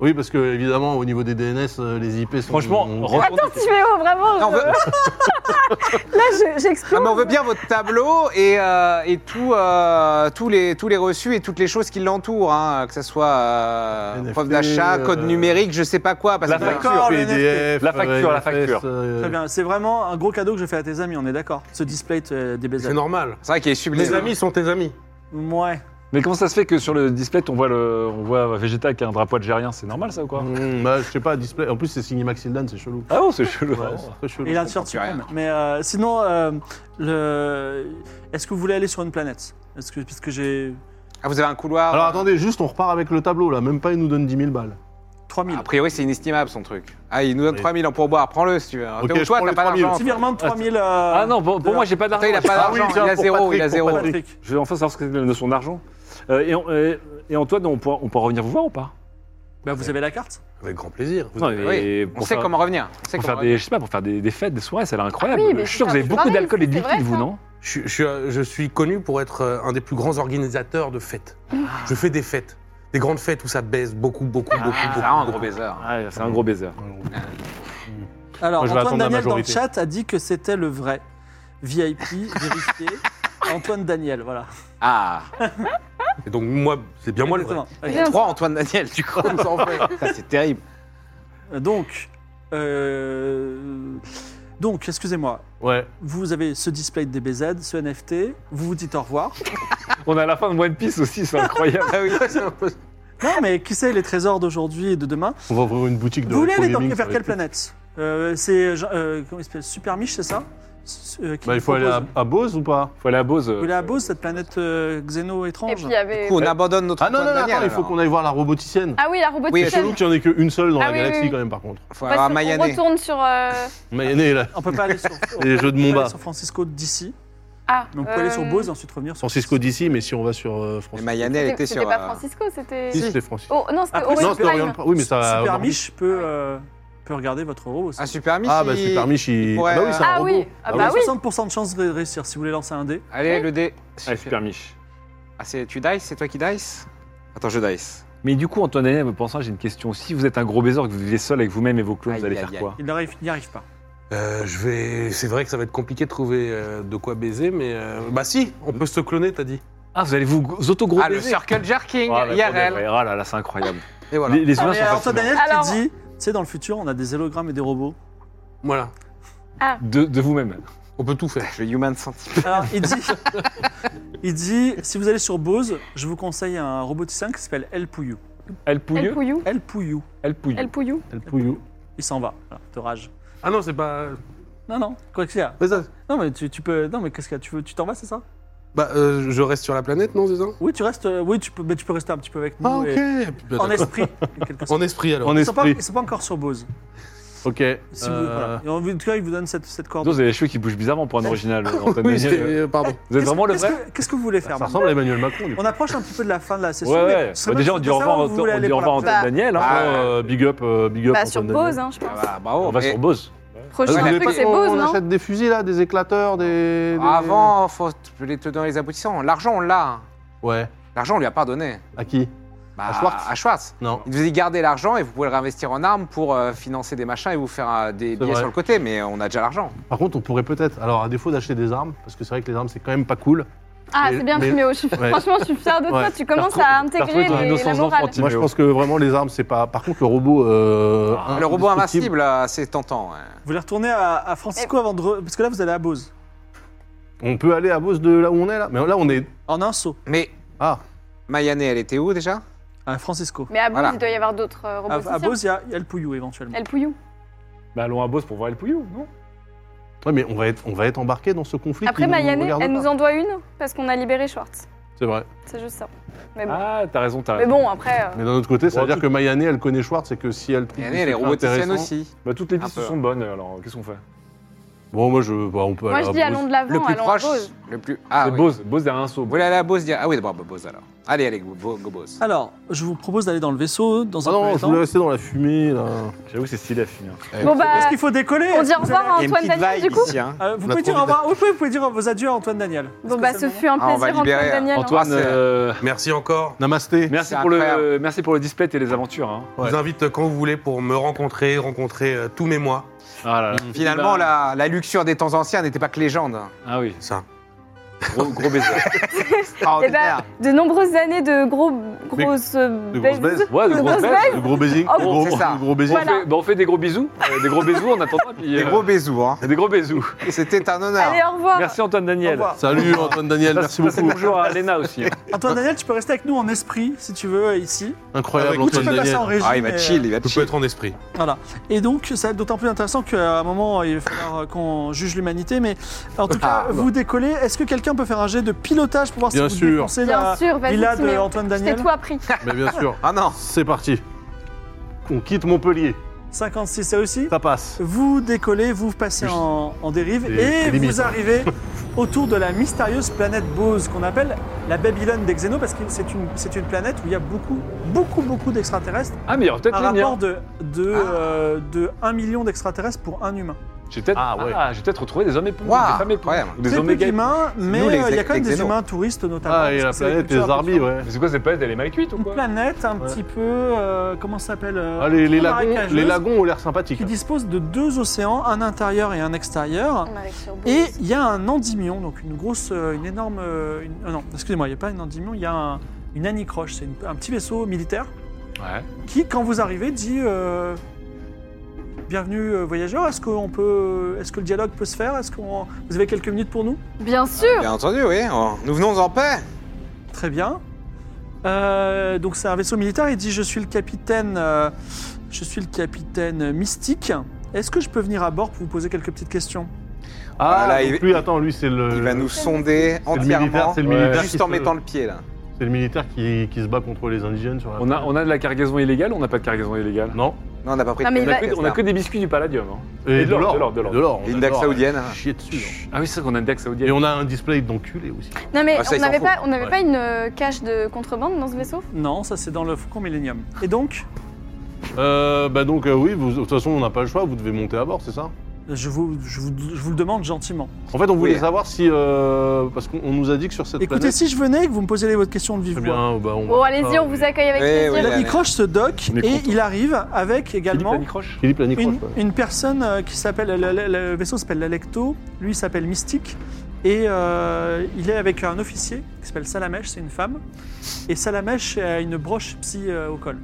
Speaker 2: Oui, parce que évidemment, au niveau des DNS, euh, les IP sont.
Speaker 3: Franchement,
Speaker 2: ont-
Speaker 3: retournez-
Speaker 1: Attends, Timéo, vraiment.
Speaker 6: Non, on
Speaker 1: je-
Speaker 6: veut-
Speaker 1: Là, je-
Speaker 6: Ah,
Speaker 1: j'explose.
Speaker 6: mais on veut bien votre tableau et, euh, et tout, euh, tous, les, tous les reçus et toutes les choses qui l'entourent, hein, que ce soit euh,
Speaker 2: NFT,
Speaker 6: preuve d'achat, code
Speaker 2: euh,
Speaker 6: numérique, je sais pas quoi. Parce
Speaker 3: la
Speaker 6: que-
Speaker 3: facture.
Speaker 4: Encore le
Speaker 2: PDF,
Speaker 3: La facture, la
Speaker 2: RFS,
Speaker 3: facture.
Speaker 2: euh,
Speaker 4: Très bien, c'est vraiment un gros cadeau que je fais à tes amis, on est d'accord. Ce display euh, des
Speaker 5: C'est
Speaker 4: baisers.
Speaker 5: normal.
Speaker 6: C'est vrai qu'il est
Speaker 5: Tes
Speaker 6: sublime.
Speaker 5: amis sont tes amis.
Speaker 4: Ouais.
Speaker 3: Mais comment ça se fait que sur le display, on voit, le, on voit Vegeta qui a un drapeau algérien C'est normal ça ou quoi
Speaker 6: Mm,
Speaker 2: hmm, bah, je sais pas, display. En plus, c'est signé Max Hildan, c'est chelou.
Speaker 3: Ah bon, c'est chelou.
Speaker 2: Ouais, c'est très chelou.
Speaker 4: Et là, t-shirt
Speaker 6: comprends plus
Speaker 4: suprême. Mais euh, sinon, euh, le... est-ce que vous voulez aller sur une planète Est-ce que, parce que j'ai
Speaker 6: Ah, vous avez un couloir.
Speaker 2: Alors attendez, juste, on repart avec le tableau là. Même pas, il nous donne 10 000 balles.
Speaker 4: 3000.
Speaker 6: A priori, c'est inestimable son truc. Ah, il nous donne
Speaker 2: Oui.
Speaker 6: 3000 en pourboire, prends-le si tu veux.
Speaker 2: Ok,
Speaker 6: Ou
Speaker 2: je
Speaker 6: toi,
Speaker 2: prends
Speaker 6: t'as
Speaker 2: les
Speaker 6: pas
Speaker 2: 3000.
Speaker 6: d'argent.
Speaker 4: Petit virement de 3000. euh,
Speaker 3: Ah non, pour, pour moi, j'ai pas d'argent.
Speaker 6: Putain, il a pas
Speaker 2: Ah oui,
Speaker 6: d'argent,
Speaker 2: tiens,
Speaker 6: il a
Speaker 2: pour
Speaker 6: zéro,
Speaker 2: Patrick,
Speaker 6: il a
Speaker 2: pour
Speaker 6: zéro.
Speaker 2: Patrick.
Speaker 4: Patrick.
Speaker 3: Je vais enfin savoir ce que c'est de son argent. Euh, et, on- et- et Antoine, on pourra, on pourra revenir vous voir ou pas
Speaker 4: Bah, vous avez la carte
Speaker 5: Avec grand plaisir.
Speaker 3: Non, mais
Speaker 6: On sait
Speaker 3: faire,
Speaker 6: comment revenir. On sait comment
Speaker 3: Pour faire
Speaker 6: revenir.
Speaker 3: des, je sais pas, pour faire des, des fêtes, des soirées, ça a l'air incroyable.
Speaker 1: Ah oui, mais
Speaker 3: je suis sûr que vous
Speaker 1: c'est
Speaker 3: avez
Speaker 1: un
Speaker 3: beaucoup
Speaker 1: pareil,
Speaker 3: d'alcool et de
Speaker 1: c'est
Speaker 3: liquide,
Speaker 1: vrai,
Speaker 3: vous,
Speaker 1: ça.
Speaker 3: non
Speaker 5: Je, je suis, euh, je suis connu pour être euh, un des plus grands organisateurs de fêtes.
Speaker 4: Ah.
Speaker 5: Je fais des fêtes. Des grandes fêtes où ça baise beaucoup, beaucoup,
Speaker 6: Ah,
Speaker 5: beaucoup, beaucoup.
Speaker 6: ça rend un gros
Speaker 5: beaucoup.
Speaker 6: baiser.
Speaker 3: Ah, c'est un gros baiser.
Speaker 4: Alors,
Speaker 3: Moi, je
Speaker 4: Antoine
Speaker 3: vais attendre la
Speaker 4: Daniel dans le
Speaker 3: majorité.
Speaker 4: chat a dit que c'était le vrai. VIP, vérifié. Antoine Daniel, voilà.
Speaker 6: Ah,
Speaker 5: Et donc, moi, c'est bien moi le vrai.
Speaker 4: Exactement.
Speaker 6: il y
Speaker 1: Bien
Speaker 6: a
Speaker 1: sûr.
Speaker 6: trois Antoine Daniel, tu crois qu'on s'en fait Ça, C'est terrible.
Speaker 4: Euh, Donc, euh, donc, excusez-moi.
Speaker 2: Ouais.
Speaker 4: Vous avez ce display de DBZ, ce NFT. Vous vous dites au revoir.
Speaker 3: On a la fin de One Piece aussi, c'est incroyable.
Speaker 6: Ah oui,
Speaker 4: Non, mais qui sait les trésors d'aujourd'hui et de demain
Speaker 2: On va ouvrir une boutique de.
Speaker 4: Vous voulez aller
Speaker 2: rétro
Speaker 4: dans-
Speaker 2: gaming, ça
Speaker 4: vers
Speaker 2: va
Speaker 4: quelle
Speaker 2: être-
Speaker 4: planète Euh, C'est euh, comment il s'appelle Super Miche, c'est ça S- euh, qui
Speaker 2: Bah, il
Speaker 4: vous
Speaker 2: faut aller à,
Speaker 4: propose
Speaker 2: à Bose ou pas
Speaker 3: Faut aller à Bose.
Speaker 4: Vous voulez à Beauce, cette planète euh, xéno étrange
Speaker 1: Et puis il y avait.
Speaker 6: Du coup, on abandonne notre
Speaker 2: Ah non, non,
Speaker 6: Antoine
Speaker 2: non,
Speaker 6: Daniel.
Speaker 2: attends, il faut qu'on aille voir la roboticienne.
Speaker 1: Ah oui, la
Speaker 6: Oui,
Speaker 1: robotique.
Speaker 6: elle
Speaker 2: Chelou qu'il n'y en ait qu'une seule dans
Speaker 1: Ah
Speaker 2: la
Speaker 1: oui,
Speaker 2: galaxie
Speaker 1: oui.
Speaker 2: quand même par contre.
Speaker 6: Faut avoir
Speaker 1: on
Speaker 6: Mayané.
Speaker 1: retourne sur. euh,
Speaker 2: Mayané là,
Speaker 4: On peut pas aller sur, on peut
Speaker 2: les jeux de
Speaker 4: pas aller
Speaker 2: Mumba.
Speaker 4: sur Francisco d'ici.
Speaker 1: Ah.
Speaker 4: Mais on peut aller sur
Speaker 1: euh,
Speaker 4: Beauce et ensuite revenir sur
Speaker 2: Francisco d'ici, mais si on va sur euh,
Speaker 6: Mais
Speaker 2: Francisco.
Speaker 6: Mayané, elle
Speaker 1: C'était
Speaker 6: était sur.
Speaker 1: c'était pas
Speaker 6: euh,
Speaker 1: Francisco, c'était.
Speaker 2: Si, c'était Francis.
Speaker 1: Oh non, c'était
Speaker 4: Après,
Speaker 1: Orient
Speaker 2: non, c'était
Speaker 1: Prime.
Speaker 2: Orient Prime. Oui, mais ça.
Speaker 4: Super Miche peut, euh, peut regarder votre robot aussi.
Speaker 6: Un super Michi.
Speaker 2: Ah bah Super Mich, il.
Speaker 6: Ouais,
Speaker 2: Ah bah oui, c'est un
Speaker 1: Ah
Speaker 2: robot.
Speaker 1: oui, ah
Speaker 2: Ah
Speaker 1: bah
Speaker 4: Vous
Speaker 1: oui.
Speaker 4: avez 60% de chance de réussir si vous voulez lancer un dé.
Speaker 6: Allez, le dé.
Speaker 3: Ah, super Mich.
Speaker 6: Ah, c'est tu dice C'est toi qui dice Attends, je dice.
Speaker 3: Mais du coup, Antoine Daniel, me pensant, j'ai une question. Si vous êtes un gros baiser, que vous vivez seul avec vous-même et vos clones,
Speaker 6: Aïe,
Speaker 3: vous allez
Speaker 6: aïe,
Speaker 3: faire
Speaker 6: aïe.
Speaker 3: quoi
Speaker 4: Il n'arrive il n'y arrive pas.
Speaker 5: Euh, je vais. C'est vrai que ça va être compliqué de trouver euh, de quoi baiser, mais. euh, Bah, si, on peut se cloner, t'as dit.
Speaker 3: Ah, vous allez vous auto-gros
Speaker 6: Ah, le circle jerking,
Speaker 3: Ah, bah, pour de vrai.
Speaker 6: IRL.
Speaker 3: Ah là là, c'est incroyable.
Speaker 6: Et voilà.
Speaker 3: Les, les humains
Speaker 4: Mais alors,
Speaker 3: sont
Speaker 4: Antoine
Speaker 3: fascinants.
Speaker 4: Daniel
Speaker 1: Alors-
Speaker 4: qui dit, tu sais, dans le futur, on a des hélogrammes et des robots.
Speaker 5: Voilà.
Speaker 3: De, de vous-même.
Speaker 5: On peut tout faire.
Speaker 6: Le human centipede.
Speaker 4: Alors, il dit, il dit, si vous allez sur Bose, je vous conseille un roboticien qui s'appelle El Pouyou.
Speaker 3: Elle
Speaker 1: El
Speaker 3: pouille,
Speaker 1: Pouillou.
Speaker 4: El Pouyou,
Speaker 3: elle pouille.
Speaker 1: El Pouillou.
Speaker 2: El Pouillou.
Speaker 4: il s'en va. Voilà, de rage.
Speaker 5: Ah non, c'est pas.
Speaker 4: Non, non, quoi qu'il y a.
Speaker 5: Mais ça-
Speaker 4: Non, mais tu, tu peux. Non, mais qu'est-ce qu'il y a Tu veux, tu t'en vas, c'est ça
Speaker 5: Bah, euh, je reste sur la planète, non, c'est ça
Speaker 4: Oui, tu restes. euh, Oui, tu peux. Mais tu peux rester un petit peu avec nous.
Speaker 5: Ah, ok.
Speaker 4: et-
Speaker 5: Bah,
Speaker 4: En
Speaker 5: d'accord.
Speaker 4: esprit. en quelque sorte.
Speaker 5: En esprit, alors.
Speaker 2: En
Speaker 4: Ils sont, pas,
Speaker 2: esprit.
Speaker 4: ils sont pas encore sur Bose.
Speaker 2: Ok.
Speaker 4: Si vous-
Speaker 2: euh,
Speaker 4: voilà. Et en tout cas, ils vous donnent cette, cette corde.
Speaker 3: Vous avez les cheveux qui bougent bizarrement pour un original, Antoine
Speaker 5: Oui, c'est-
Speaker 3: Daniel.
Speaker 5: euh, pardon.
Speaker 3: Vous êtes vraiment le
Speaker 4: Qu'est-ce
Speaker 3: vrai
Speaker 4: que- Qu'est-ce que vous voulez faire
Speaker 2: Ça
Speaker 4: maintenant
Speaker 2: ressemble à Emmanuel Macron du coup.
Speaker 4: On approche un petit peu de la fin de la
Speaker 3: Ouais,
Speaker 4: session. mais
Speaker 3: ouais.
Speaker 4: ce serait
Speaker 3: Bah,
Speaker 4: bien
Speaker 3: déjà,
Speaker 4: de
Speaker 3: on dit au
Speaker 4: savoir
Speaker 3: revoir
Speaker 4: où
Speaker 3: à
Speaker 4: vous voulez
Speaker 3: Antoine- on
Speaker 4: aller
Speaker 3: dit au
Speaker 4: pour la
Speaker 3: revoir à Antoine
Speaker 1: Bah.
Speaker 3: Daniel. hein.
Speaker 6: Ah,
Speaker 2: Euh, big up, euh, big up.
Speaker 1: Bah
Speaker 2: Antoine
Speaker 1: sur
Speaker 2: Daniel.
Speaker 1: Bose, hein, je
Speaker 6: Ah,
Speaker 1: pense.
Speaker 6: voilà, bravo.
Speaker 3: On Oh, va
Speaker 6: Et
Speaker 3: sur Bose.
Speaker 2: Vous
Speaker 1: Prochain
Speaker 6: Ouais,
Speaker 2: voulez
Speaker 1: truc,
Speaker 2: pas
Speaker 1: c'est
Speaker 2: qu'on-
Speaker 1: Bose,
Speaker 2: on
Speaker 1: non
Speaker 2: achète des fusils là, des éclateurs, des. des-
Speaker 6: Avant, faut les tenants et les aboutissants. L'argent, on l'a.
Speaker 2: Ouais.
Speaker 6: L'argent, on lui a pas donné.
Speaker 2: À qui
Speaker 6: Bah,
Speaker 2: À Schwartz
Speaker 6: À Schwartz.
Speaker 2: Non.
Speaker 6: Il vous dit garder l'argent et vous pouvez le réinvestir en armes pour euh, financer des machins et vous faire euh, des billets
Speaker 2: vrai.
Speaker 6: sur le côté, mais on a déjà l'argent.
Speaker 2: Par contre, on pourrait peut-être. Alors, à défaut d'acheter des armes, parce que c'est vrai que les armes, c'est quand même pas cool.
Speaker 1: Ah,
Speaker 2: Mais-
Speaker 1: c'est bien,
Speaker 2: mais-
Speaker 1: Timéo. je suis-
Speaker 2: Ouais.
Speaker 1: Franchement, je suis fière de toi.
Speaker 2: Ouais.
Speaker 1: Tu commences
Speaker 3: T'as
Speaker 1: à
Speaker 3: retrouvé- t'as retrouvé
Speaker 1: intégrer
Speaker 3: ton
Speaker 1: les- la
Speaker 3: innocence
Speaker 1: morale.
Speaker 3: d'enfantine.
Speaker 2: Moi, je pense que vraiment, les armes, c'est pas. Par contre, le robot. euh,
Speaker 3: Ah,
Speaker 2: un-
Speaker 6: le robot invincible,
Speaker 2: indestructible-
Speaker 6: euh, c'est tentant.
Speaker 1: Bah.
Speaker 6: ouais.
Speaker 4: Vous voulez retourner à, à Francisco avant de. re- Parce que là, vous allez à Bose.
Speaker 2: On peut aller à Bose de là où on est là Mais là, on est.
Speaker 4: En un saut.
Speaker 6: Mais
Speaker 2: Ah,
Speaker 6: Mayané, elle était où déjà
Speaker 4: À Francisco.
Speaker 1: Mais à Bose,
Speaker 6: Voilà.
Speaker 1: il doit y avoir d'autres euh,
Speaker 4: À,
Speaker 1: robots.
Speaker 4: à Bose, il y, a il y a El Pouyou éventuellement.
Speaker 1: El Pouillou.
Speaker 3: Bah, allons à Bose pour voir El Pouillou, non
Speaker 2: ouais, mais on va être, on va être embarqué dans ce conflit.
Speaker 1: Après,
Speaker 2: qui nous
Speaker 1: Mayané,
Speaker 2: regarde
Speaker 1: elle
Speaker 2: pas.
Speaker 1: nous en doit une parce qu'on a libéré Schwartz.
Speaker 2: C'est vrai.
Speaker 1: C'est juste ça. Mais bon,
Speaker 3: Ah, t'as raison, t'as
Speaker 1: mais
Speaker 3: raison.
Speaker 1: bon après. euh,
Speaker 2: Mais d'un autre côté, ça
Speaker 3: Bon,
Speaker 2: veut dire
Speaker 3: tout-
Speaker 2: que Mayané, elle connaît Schwartz et que si elle trouve.
Speaker 6: Mayané,
Speaker 2: des
Speaker 6: elle est
Speaker 2: secrets
Speaker 6: roboticienne
Speaker 2: intéressants-
Speaker 6: aussi.
Speaker 3: Bah, toutes les
Speaker 6: Un
Speaker 3: pistes
Speaker 6: peu.
Speaker 3: sont bonnes, alors euh, qu'est-ce qu'on fait
Speaker 2: Bon, moi, je. bah, on peut
Speaker 1: Moi,
Speaker 2: aller
Speaker 1: je
Speaker 2: à
Speaker 1: dis
Speaker 2: Bose.
Speaker 1: allons de l'avant,
Speaker 6: Le plus
Speaker 1: allons à
Speaker 6: proche.
Speaker 1: Bose.
Speaker 6: Le plus. Ah,
Speaker 3: C'est
Speaker 6: oui.
Speaker 3: Bose, Bose derrière un saut.
Speaker 6: Vous voulez aller à Bose dire- Ah oui, d'abord bah, Bose alors. Allez, allez, go- Gobos.
Speaker 4: Alors, je vous propose d'aller dans le vaisseau dans
Speaker 2: Ah
Speaker 4: un
Speaker 2: non,
Speaker 4: premier
Speaker 2: je voulais
Speaker 4: temps.
Speaker 2: rester dans la fumée, là.
Speaker 3: J'avoue, c'est stylé à finir.
Speaker 1: Bon bah,
Speaker 4: Est-ce qu'il faut décoller
Speaker 1: on dit au
Speaker 4: Vous avez-
Speaker 1: revoir à
Speaker 6: Il y a une
Speaker 1: Antoine
Speaker 6: petite
Speaker 1: Daniel du
Speaker 6: vibe
Speaker 1: coup.
Speaker 6: ici, hein.
Speaker 4: Euh, vous,
Speaker 2: On a trop
Speaker 4: pouvez dire au
Speaker 2: envie
Speaker 4: revoir- vous pouvez- vous pouvez dire vos adieux à Antoine Daniel.
Speaker 1: Bon
Speaker 4: Parce
Speaker 1: bah,
Speaker 4: que
Speaker 1: ce
Speaker 4: c'est
Speaker 1: fut un
Speaker 6: Ah, on va
Speaker 1: plaisir Antoine
Speaker 6: libérer
Speaker 1: Daniel.
Speaker 3: Antoine,
Speaker 6: Ah, c'est-
Speaker 3: euh,
Speaker 5: Merci encore.
Speaker 2: Namasté.
Speaker 3: merci,
Speaker 6: C'est
Speaker 3: pour le,
Speaker 6: incroyable.
Speaker 3: merci pour le display et les aventures. hein.
Speaker 5: Je
Speaker 2: Ouais.
Speaker 5: vous invite quand vous voulez pour me rencontrer, rencontrer euh, tous mes mois.
Speaker 3: Ah là là.
Speaker 6: Mmh, Finalement,
Speaker 3: Bah,
Speaker 6: la, la luxure des temps anciens n'était pas que légende.
Speaker 3: Ah oui,
Speaker 5: Ça.
Speaker 3: gros, gros baiser.
Speaker 1: Et bah,
Speaker 6: Extraordinaire.
Speaker 1: de nombreuses années de gros, grosses euh,
Speaker 2: de grosses
Speaker 1: baises.
Speaker 2: baises.
Speaker 3: Ouais, de
Speaker 1: De
Speaker 3: grosses
Speaker 1: grosses
Speaker 3: baises.
Speaker 1: baises.
Speaker 2: Le gros baiser.
Speaker 1: Oh,
Speaker 2: Le gros,
Speaker 6: c'est ça.
Speaker 2: le gros baiser.
Speaker 3: On fait- bah, on fait des gros bisous, euh, des gros bisous en attendant. Puis,
Speaker 6: Des
Speaker 3: euh,
Speaker 6: gros bisous, hein.
Speaker 3: des gros bisous.
Speaker 6: C'était un honneur.
Speaker 1: Allez, au revoir.
Speaker 3: Merci Antoine
Speaker 4: Au
Speaker 3: Daniel.
Speaker 4: revoir.
Speaker 2: Salut Antoine Daniel,
Speaker 3: Ça,
Speaker 2: merci
Speaker 3: ça, c'est
Speaker 2: beaucoup.
Speaker 3: Bonjour à Lena aussi. hein.
Speaker 4: Antoine Daniel, tu peux rester avec nous en esprit si tu veux ici.
Speaker 2: Incroyable
Speaker 4: Ou tu
Speaker 2: Antoine
Speaker 4: peux passer
Speaker 2: Daniel.
Speaker 4: en régie.
Speaker 6: Ah, il va
Speaker 4: mais,
Speaker 6: chill, il va
Speaker 5: Vous pouvez
Speaker 2: Euh,
Speaker 6: chill.
Speaker 5: être en esprit.
Speaker 4: Voilà. Et donc, ça va être d'autant plus intéressant qu'à un moment, il va falloir euh, qu'on juge l'humanité. Mais en tout cas,
Speaker 6: Ah, bon.
Speaker 4: vous décollez. Est-ce que quelqu'un peut faire un jet de pilotage pour voir
Speaker 2: Bien
Speaker 4: si vous
Speaker 2: sûr.
Speaker 4: défoncez
Speaker 1: Bien
Speaker 4: la
Speaker 1: sûr, vas-y
Speaker 4: villa de
Speaker 1: Timéo.
Speaker 4: Antoine
Speaker 1: Je t'ai
Speaker 4: Daniel
Speaker 1: tout appris.
Speaker 2: Mais bien sûr,
Speaker 6: Ah non.
Speaker 2: c'est parti. On quitte Montpellier,
Speaker 4: 56, c'est aussi
Speaker 2: ça passe.
Speaker 4: Vous décollez, vous passez en, en dérive
Speaker 2: C'est-
Speaker 4: et
Speaker 2: c'est limite,
Speaker 4: vous
Speaker 2: hein.
Speaker 4: arrivez autour de la mystérieuse planète Bose qu'on appelle la Babylone des Xénos parce que c'est une, c'est une planète où il y a beaucoup, beaucoup, beaucoup d'extraterrestres.
Speaker 3: Ah, mais il y aura peut-être
Speaker 4: Un
Speaker 3: les miens.
Speaker 4: rapport de, de,
Speaker 2: Ah.
Speaker 4: euh, de 1 million d'extraterrestres pour un humain.
Speaker 3: J'ai peut-être
Speaker 2: Ah, ouais.
Speaker 3: ah, j'ai peut-être retrouvé des hommes éponges,
Speaker 6: Waouh,
Speaker 3: des femmes éponges,
Speaker 6: incroyable.
Speaker 3: ou des
Speaker 4: Très peu
Speaker 3: oméga éponges.
Speaker 4: d'humains, mais
Speaker 6: Nous, les-
Speaker 4: euh, il y a quand même
Speaker 6: les
Speaker 4: des
Speaker 6: Xénos.
Speaker 4: humains touristes notamment.
Speaker 2: Ah, et la
Speaker 4: parce que c'est
Speaker 2: planète, les
Speaker 4: culture
Speaker 2: arbis, ouais.
Speaker 3: Mais c'est quoi cette planète Elle est mal cuite ou
Speaker 4: Une
Speaker 3: quoi
Speaker 4: planète un
Speaker 2: Ouais.
Speaker 4: petit peu, euh, comment ça s'appelle euh,
Speaker 2: Ah, les, les
Speaker 4: un peu
Speaker 2: lagons,
Speaker 4: marécageuse,
Speaker 1: hein.
Speaker 2: les lagons ont l'air sympathiques.
Speaker 4: qui dispose de deux océans, un intérieur et un extérieur. Et il y a un endymion, donc une grosse, euh, une énorme. euh, une- ah non, excusez-moi, il n'y a pas un endymion, il y a un- une anicroche. C'est une- un petit vaisseau militaire
Speaker 3: Ouais.
Speaker 4: qui, quand vous arrivez, dit euh, Bienvenue euh, voyageurs, est-ce qu'on peut, est-ce que le dialogue peut se faire Est-ce qu'on, vous avez quelques minutes pour nous
Speaker 1: Bien sûr.
Speaker 6: Bien entendu, oui. Oh, on- Nous venons en paix.
Speaker 4: Très bien. Euh, donc c'est un vaisseau militaire. Il dit je suis le capitaine, euh, je suis le capitaine mystique. Est-ce que je peux venir à bord pour vous poser quelques petites questions
Speaker 2: Ah,
Speaker 6: Voilà,
Speaker 2: donc
Speaker 6: il-
Speaker 2: lui, attends, lui, c'est le.
Speaker 6: Il va
Speaker 1: Euh,
Speaker 6: nous sonder
Speaker 2: C'est le militaire,
Speaker 6: entièrement,
Speaker 2: c'est le
Speaker 3: Ouais.
Speaker 2: militaire qui
Speaker 6: juste en
Speaker 2: se-
Speaker 6: mettant le pied là.
Speaker 2: C'est le militaire qui, qui se bat contre les indigènes sur la.
Speaker 3: On a, on a de la cargaison illégale ou on n'a pas de cargaison illégale
Speaker 2: Non
Speaker 6: Non, on n'a pas pris
Speaker 1: Non, mais
Speaker 6: de
Speaker 1: il
Speaker 3: On a,
Speaker 1: va-
Speaker 3: que, on a que des biscuits du Palladium. hein.
Speaker 2: Et,
Speaker 3: de l'or, de l'or, de l'or.
Speaker 2: on
Speaker 6: Et une
Speaker 2: adore,
Speaker 6: dague
Speaker 2: hein.
Speaker 6: saoudienne.
Speaker 2: Chier dessus.
Speaker 3: Ah oui, c'est vrai qu'on a une dague
Speaker 2: hein. Et
Speaker 3: saoudienne.
Speaker 2: on a un display d'enculé aussi.
Speaker 1: Non mais
Speaker 6: Ah, ça,
Speaker 1: on
Speaker 6: il s'en
Speaker 1: n'avait
Speaker 6: fout.
Speaker 1: pas, on n'avait
Speaker 2: Ouais.
Speaker 1: pas une euh, cage de contrebande dans ce vaisseau
Speaker 4: Non, ça c'est dans le Faucon Millennium. Et donc
Speaker 2: Euh, bah donc, euh, oui, vous- de toute façon, on n'a pas le choix, vous devez monter à bord, c'est ça
Speaker 4: je vous, je vous, je vous le demande gentiment.
Speaker 2: En fait, on voulait
Speaker 6: Oui.
Speaker 2: savoir si. euh, parce qu'on on nous a dit que sur cette
Speaker 4: Écoutez,
Speaker 2: planète.
Speaker 4: si je venais et que vous me posiez votre question de vive
Speaker 2: Très
Speaker 4: voix.
Speaker 2: bien, bah on.
Speaker 1: Bon,
Speaker 4: Ah,
Speaker 1: allez-y, on vous accueille avec
Speaker 4: Eh
Speaker 6: Ouais,
Speaker 1: plaisir.
Speaker 2: Eh
Speaker 6: ouais.
Speaker 4: L'anicroche se dock
Speaker 2: On est
Speaker 4: et
Speaker 2: content.
Speaker 4: il arrive avec
Speaker 3: Philippe
Speaker 4: également
Speaker 3: Lanicroche
Speaker 2: Philippe Lanicroche.
Speaker 4: une,
Speaker 2: ouais.
Speaker 4: une personne euh, qui s'appelle le, le- le vaisseau s'appelle l'Alecto, lui il s'appelle Mystique et euh, il est avec un officier qui s'appelle Salamèche, c'est une femme et Salamèche a une broche psy euh, au col.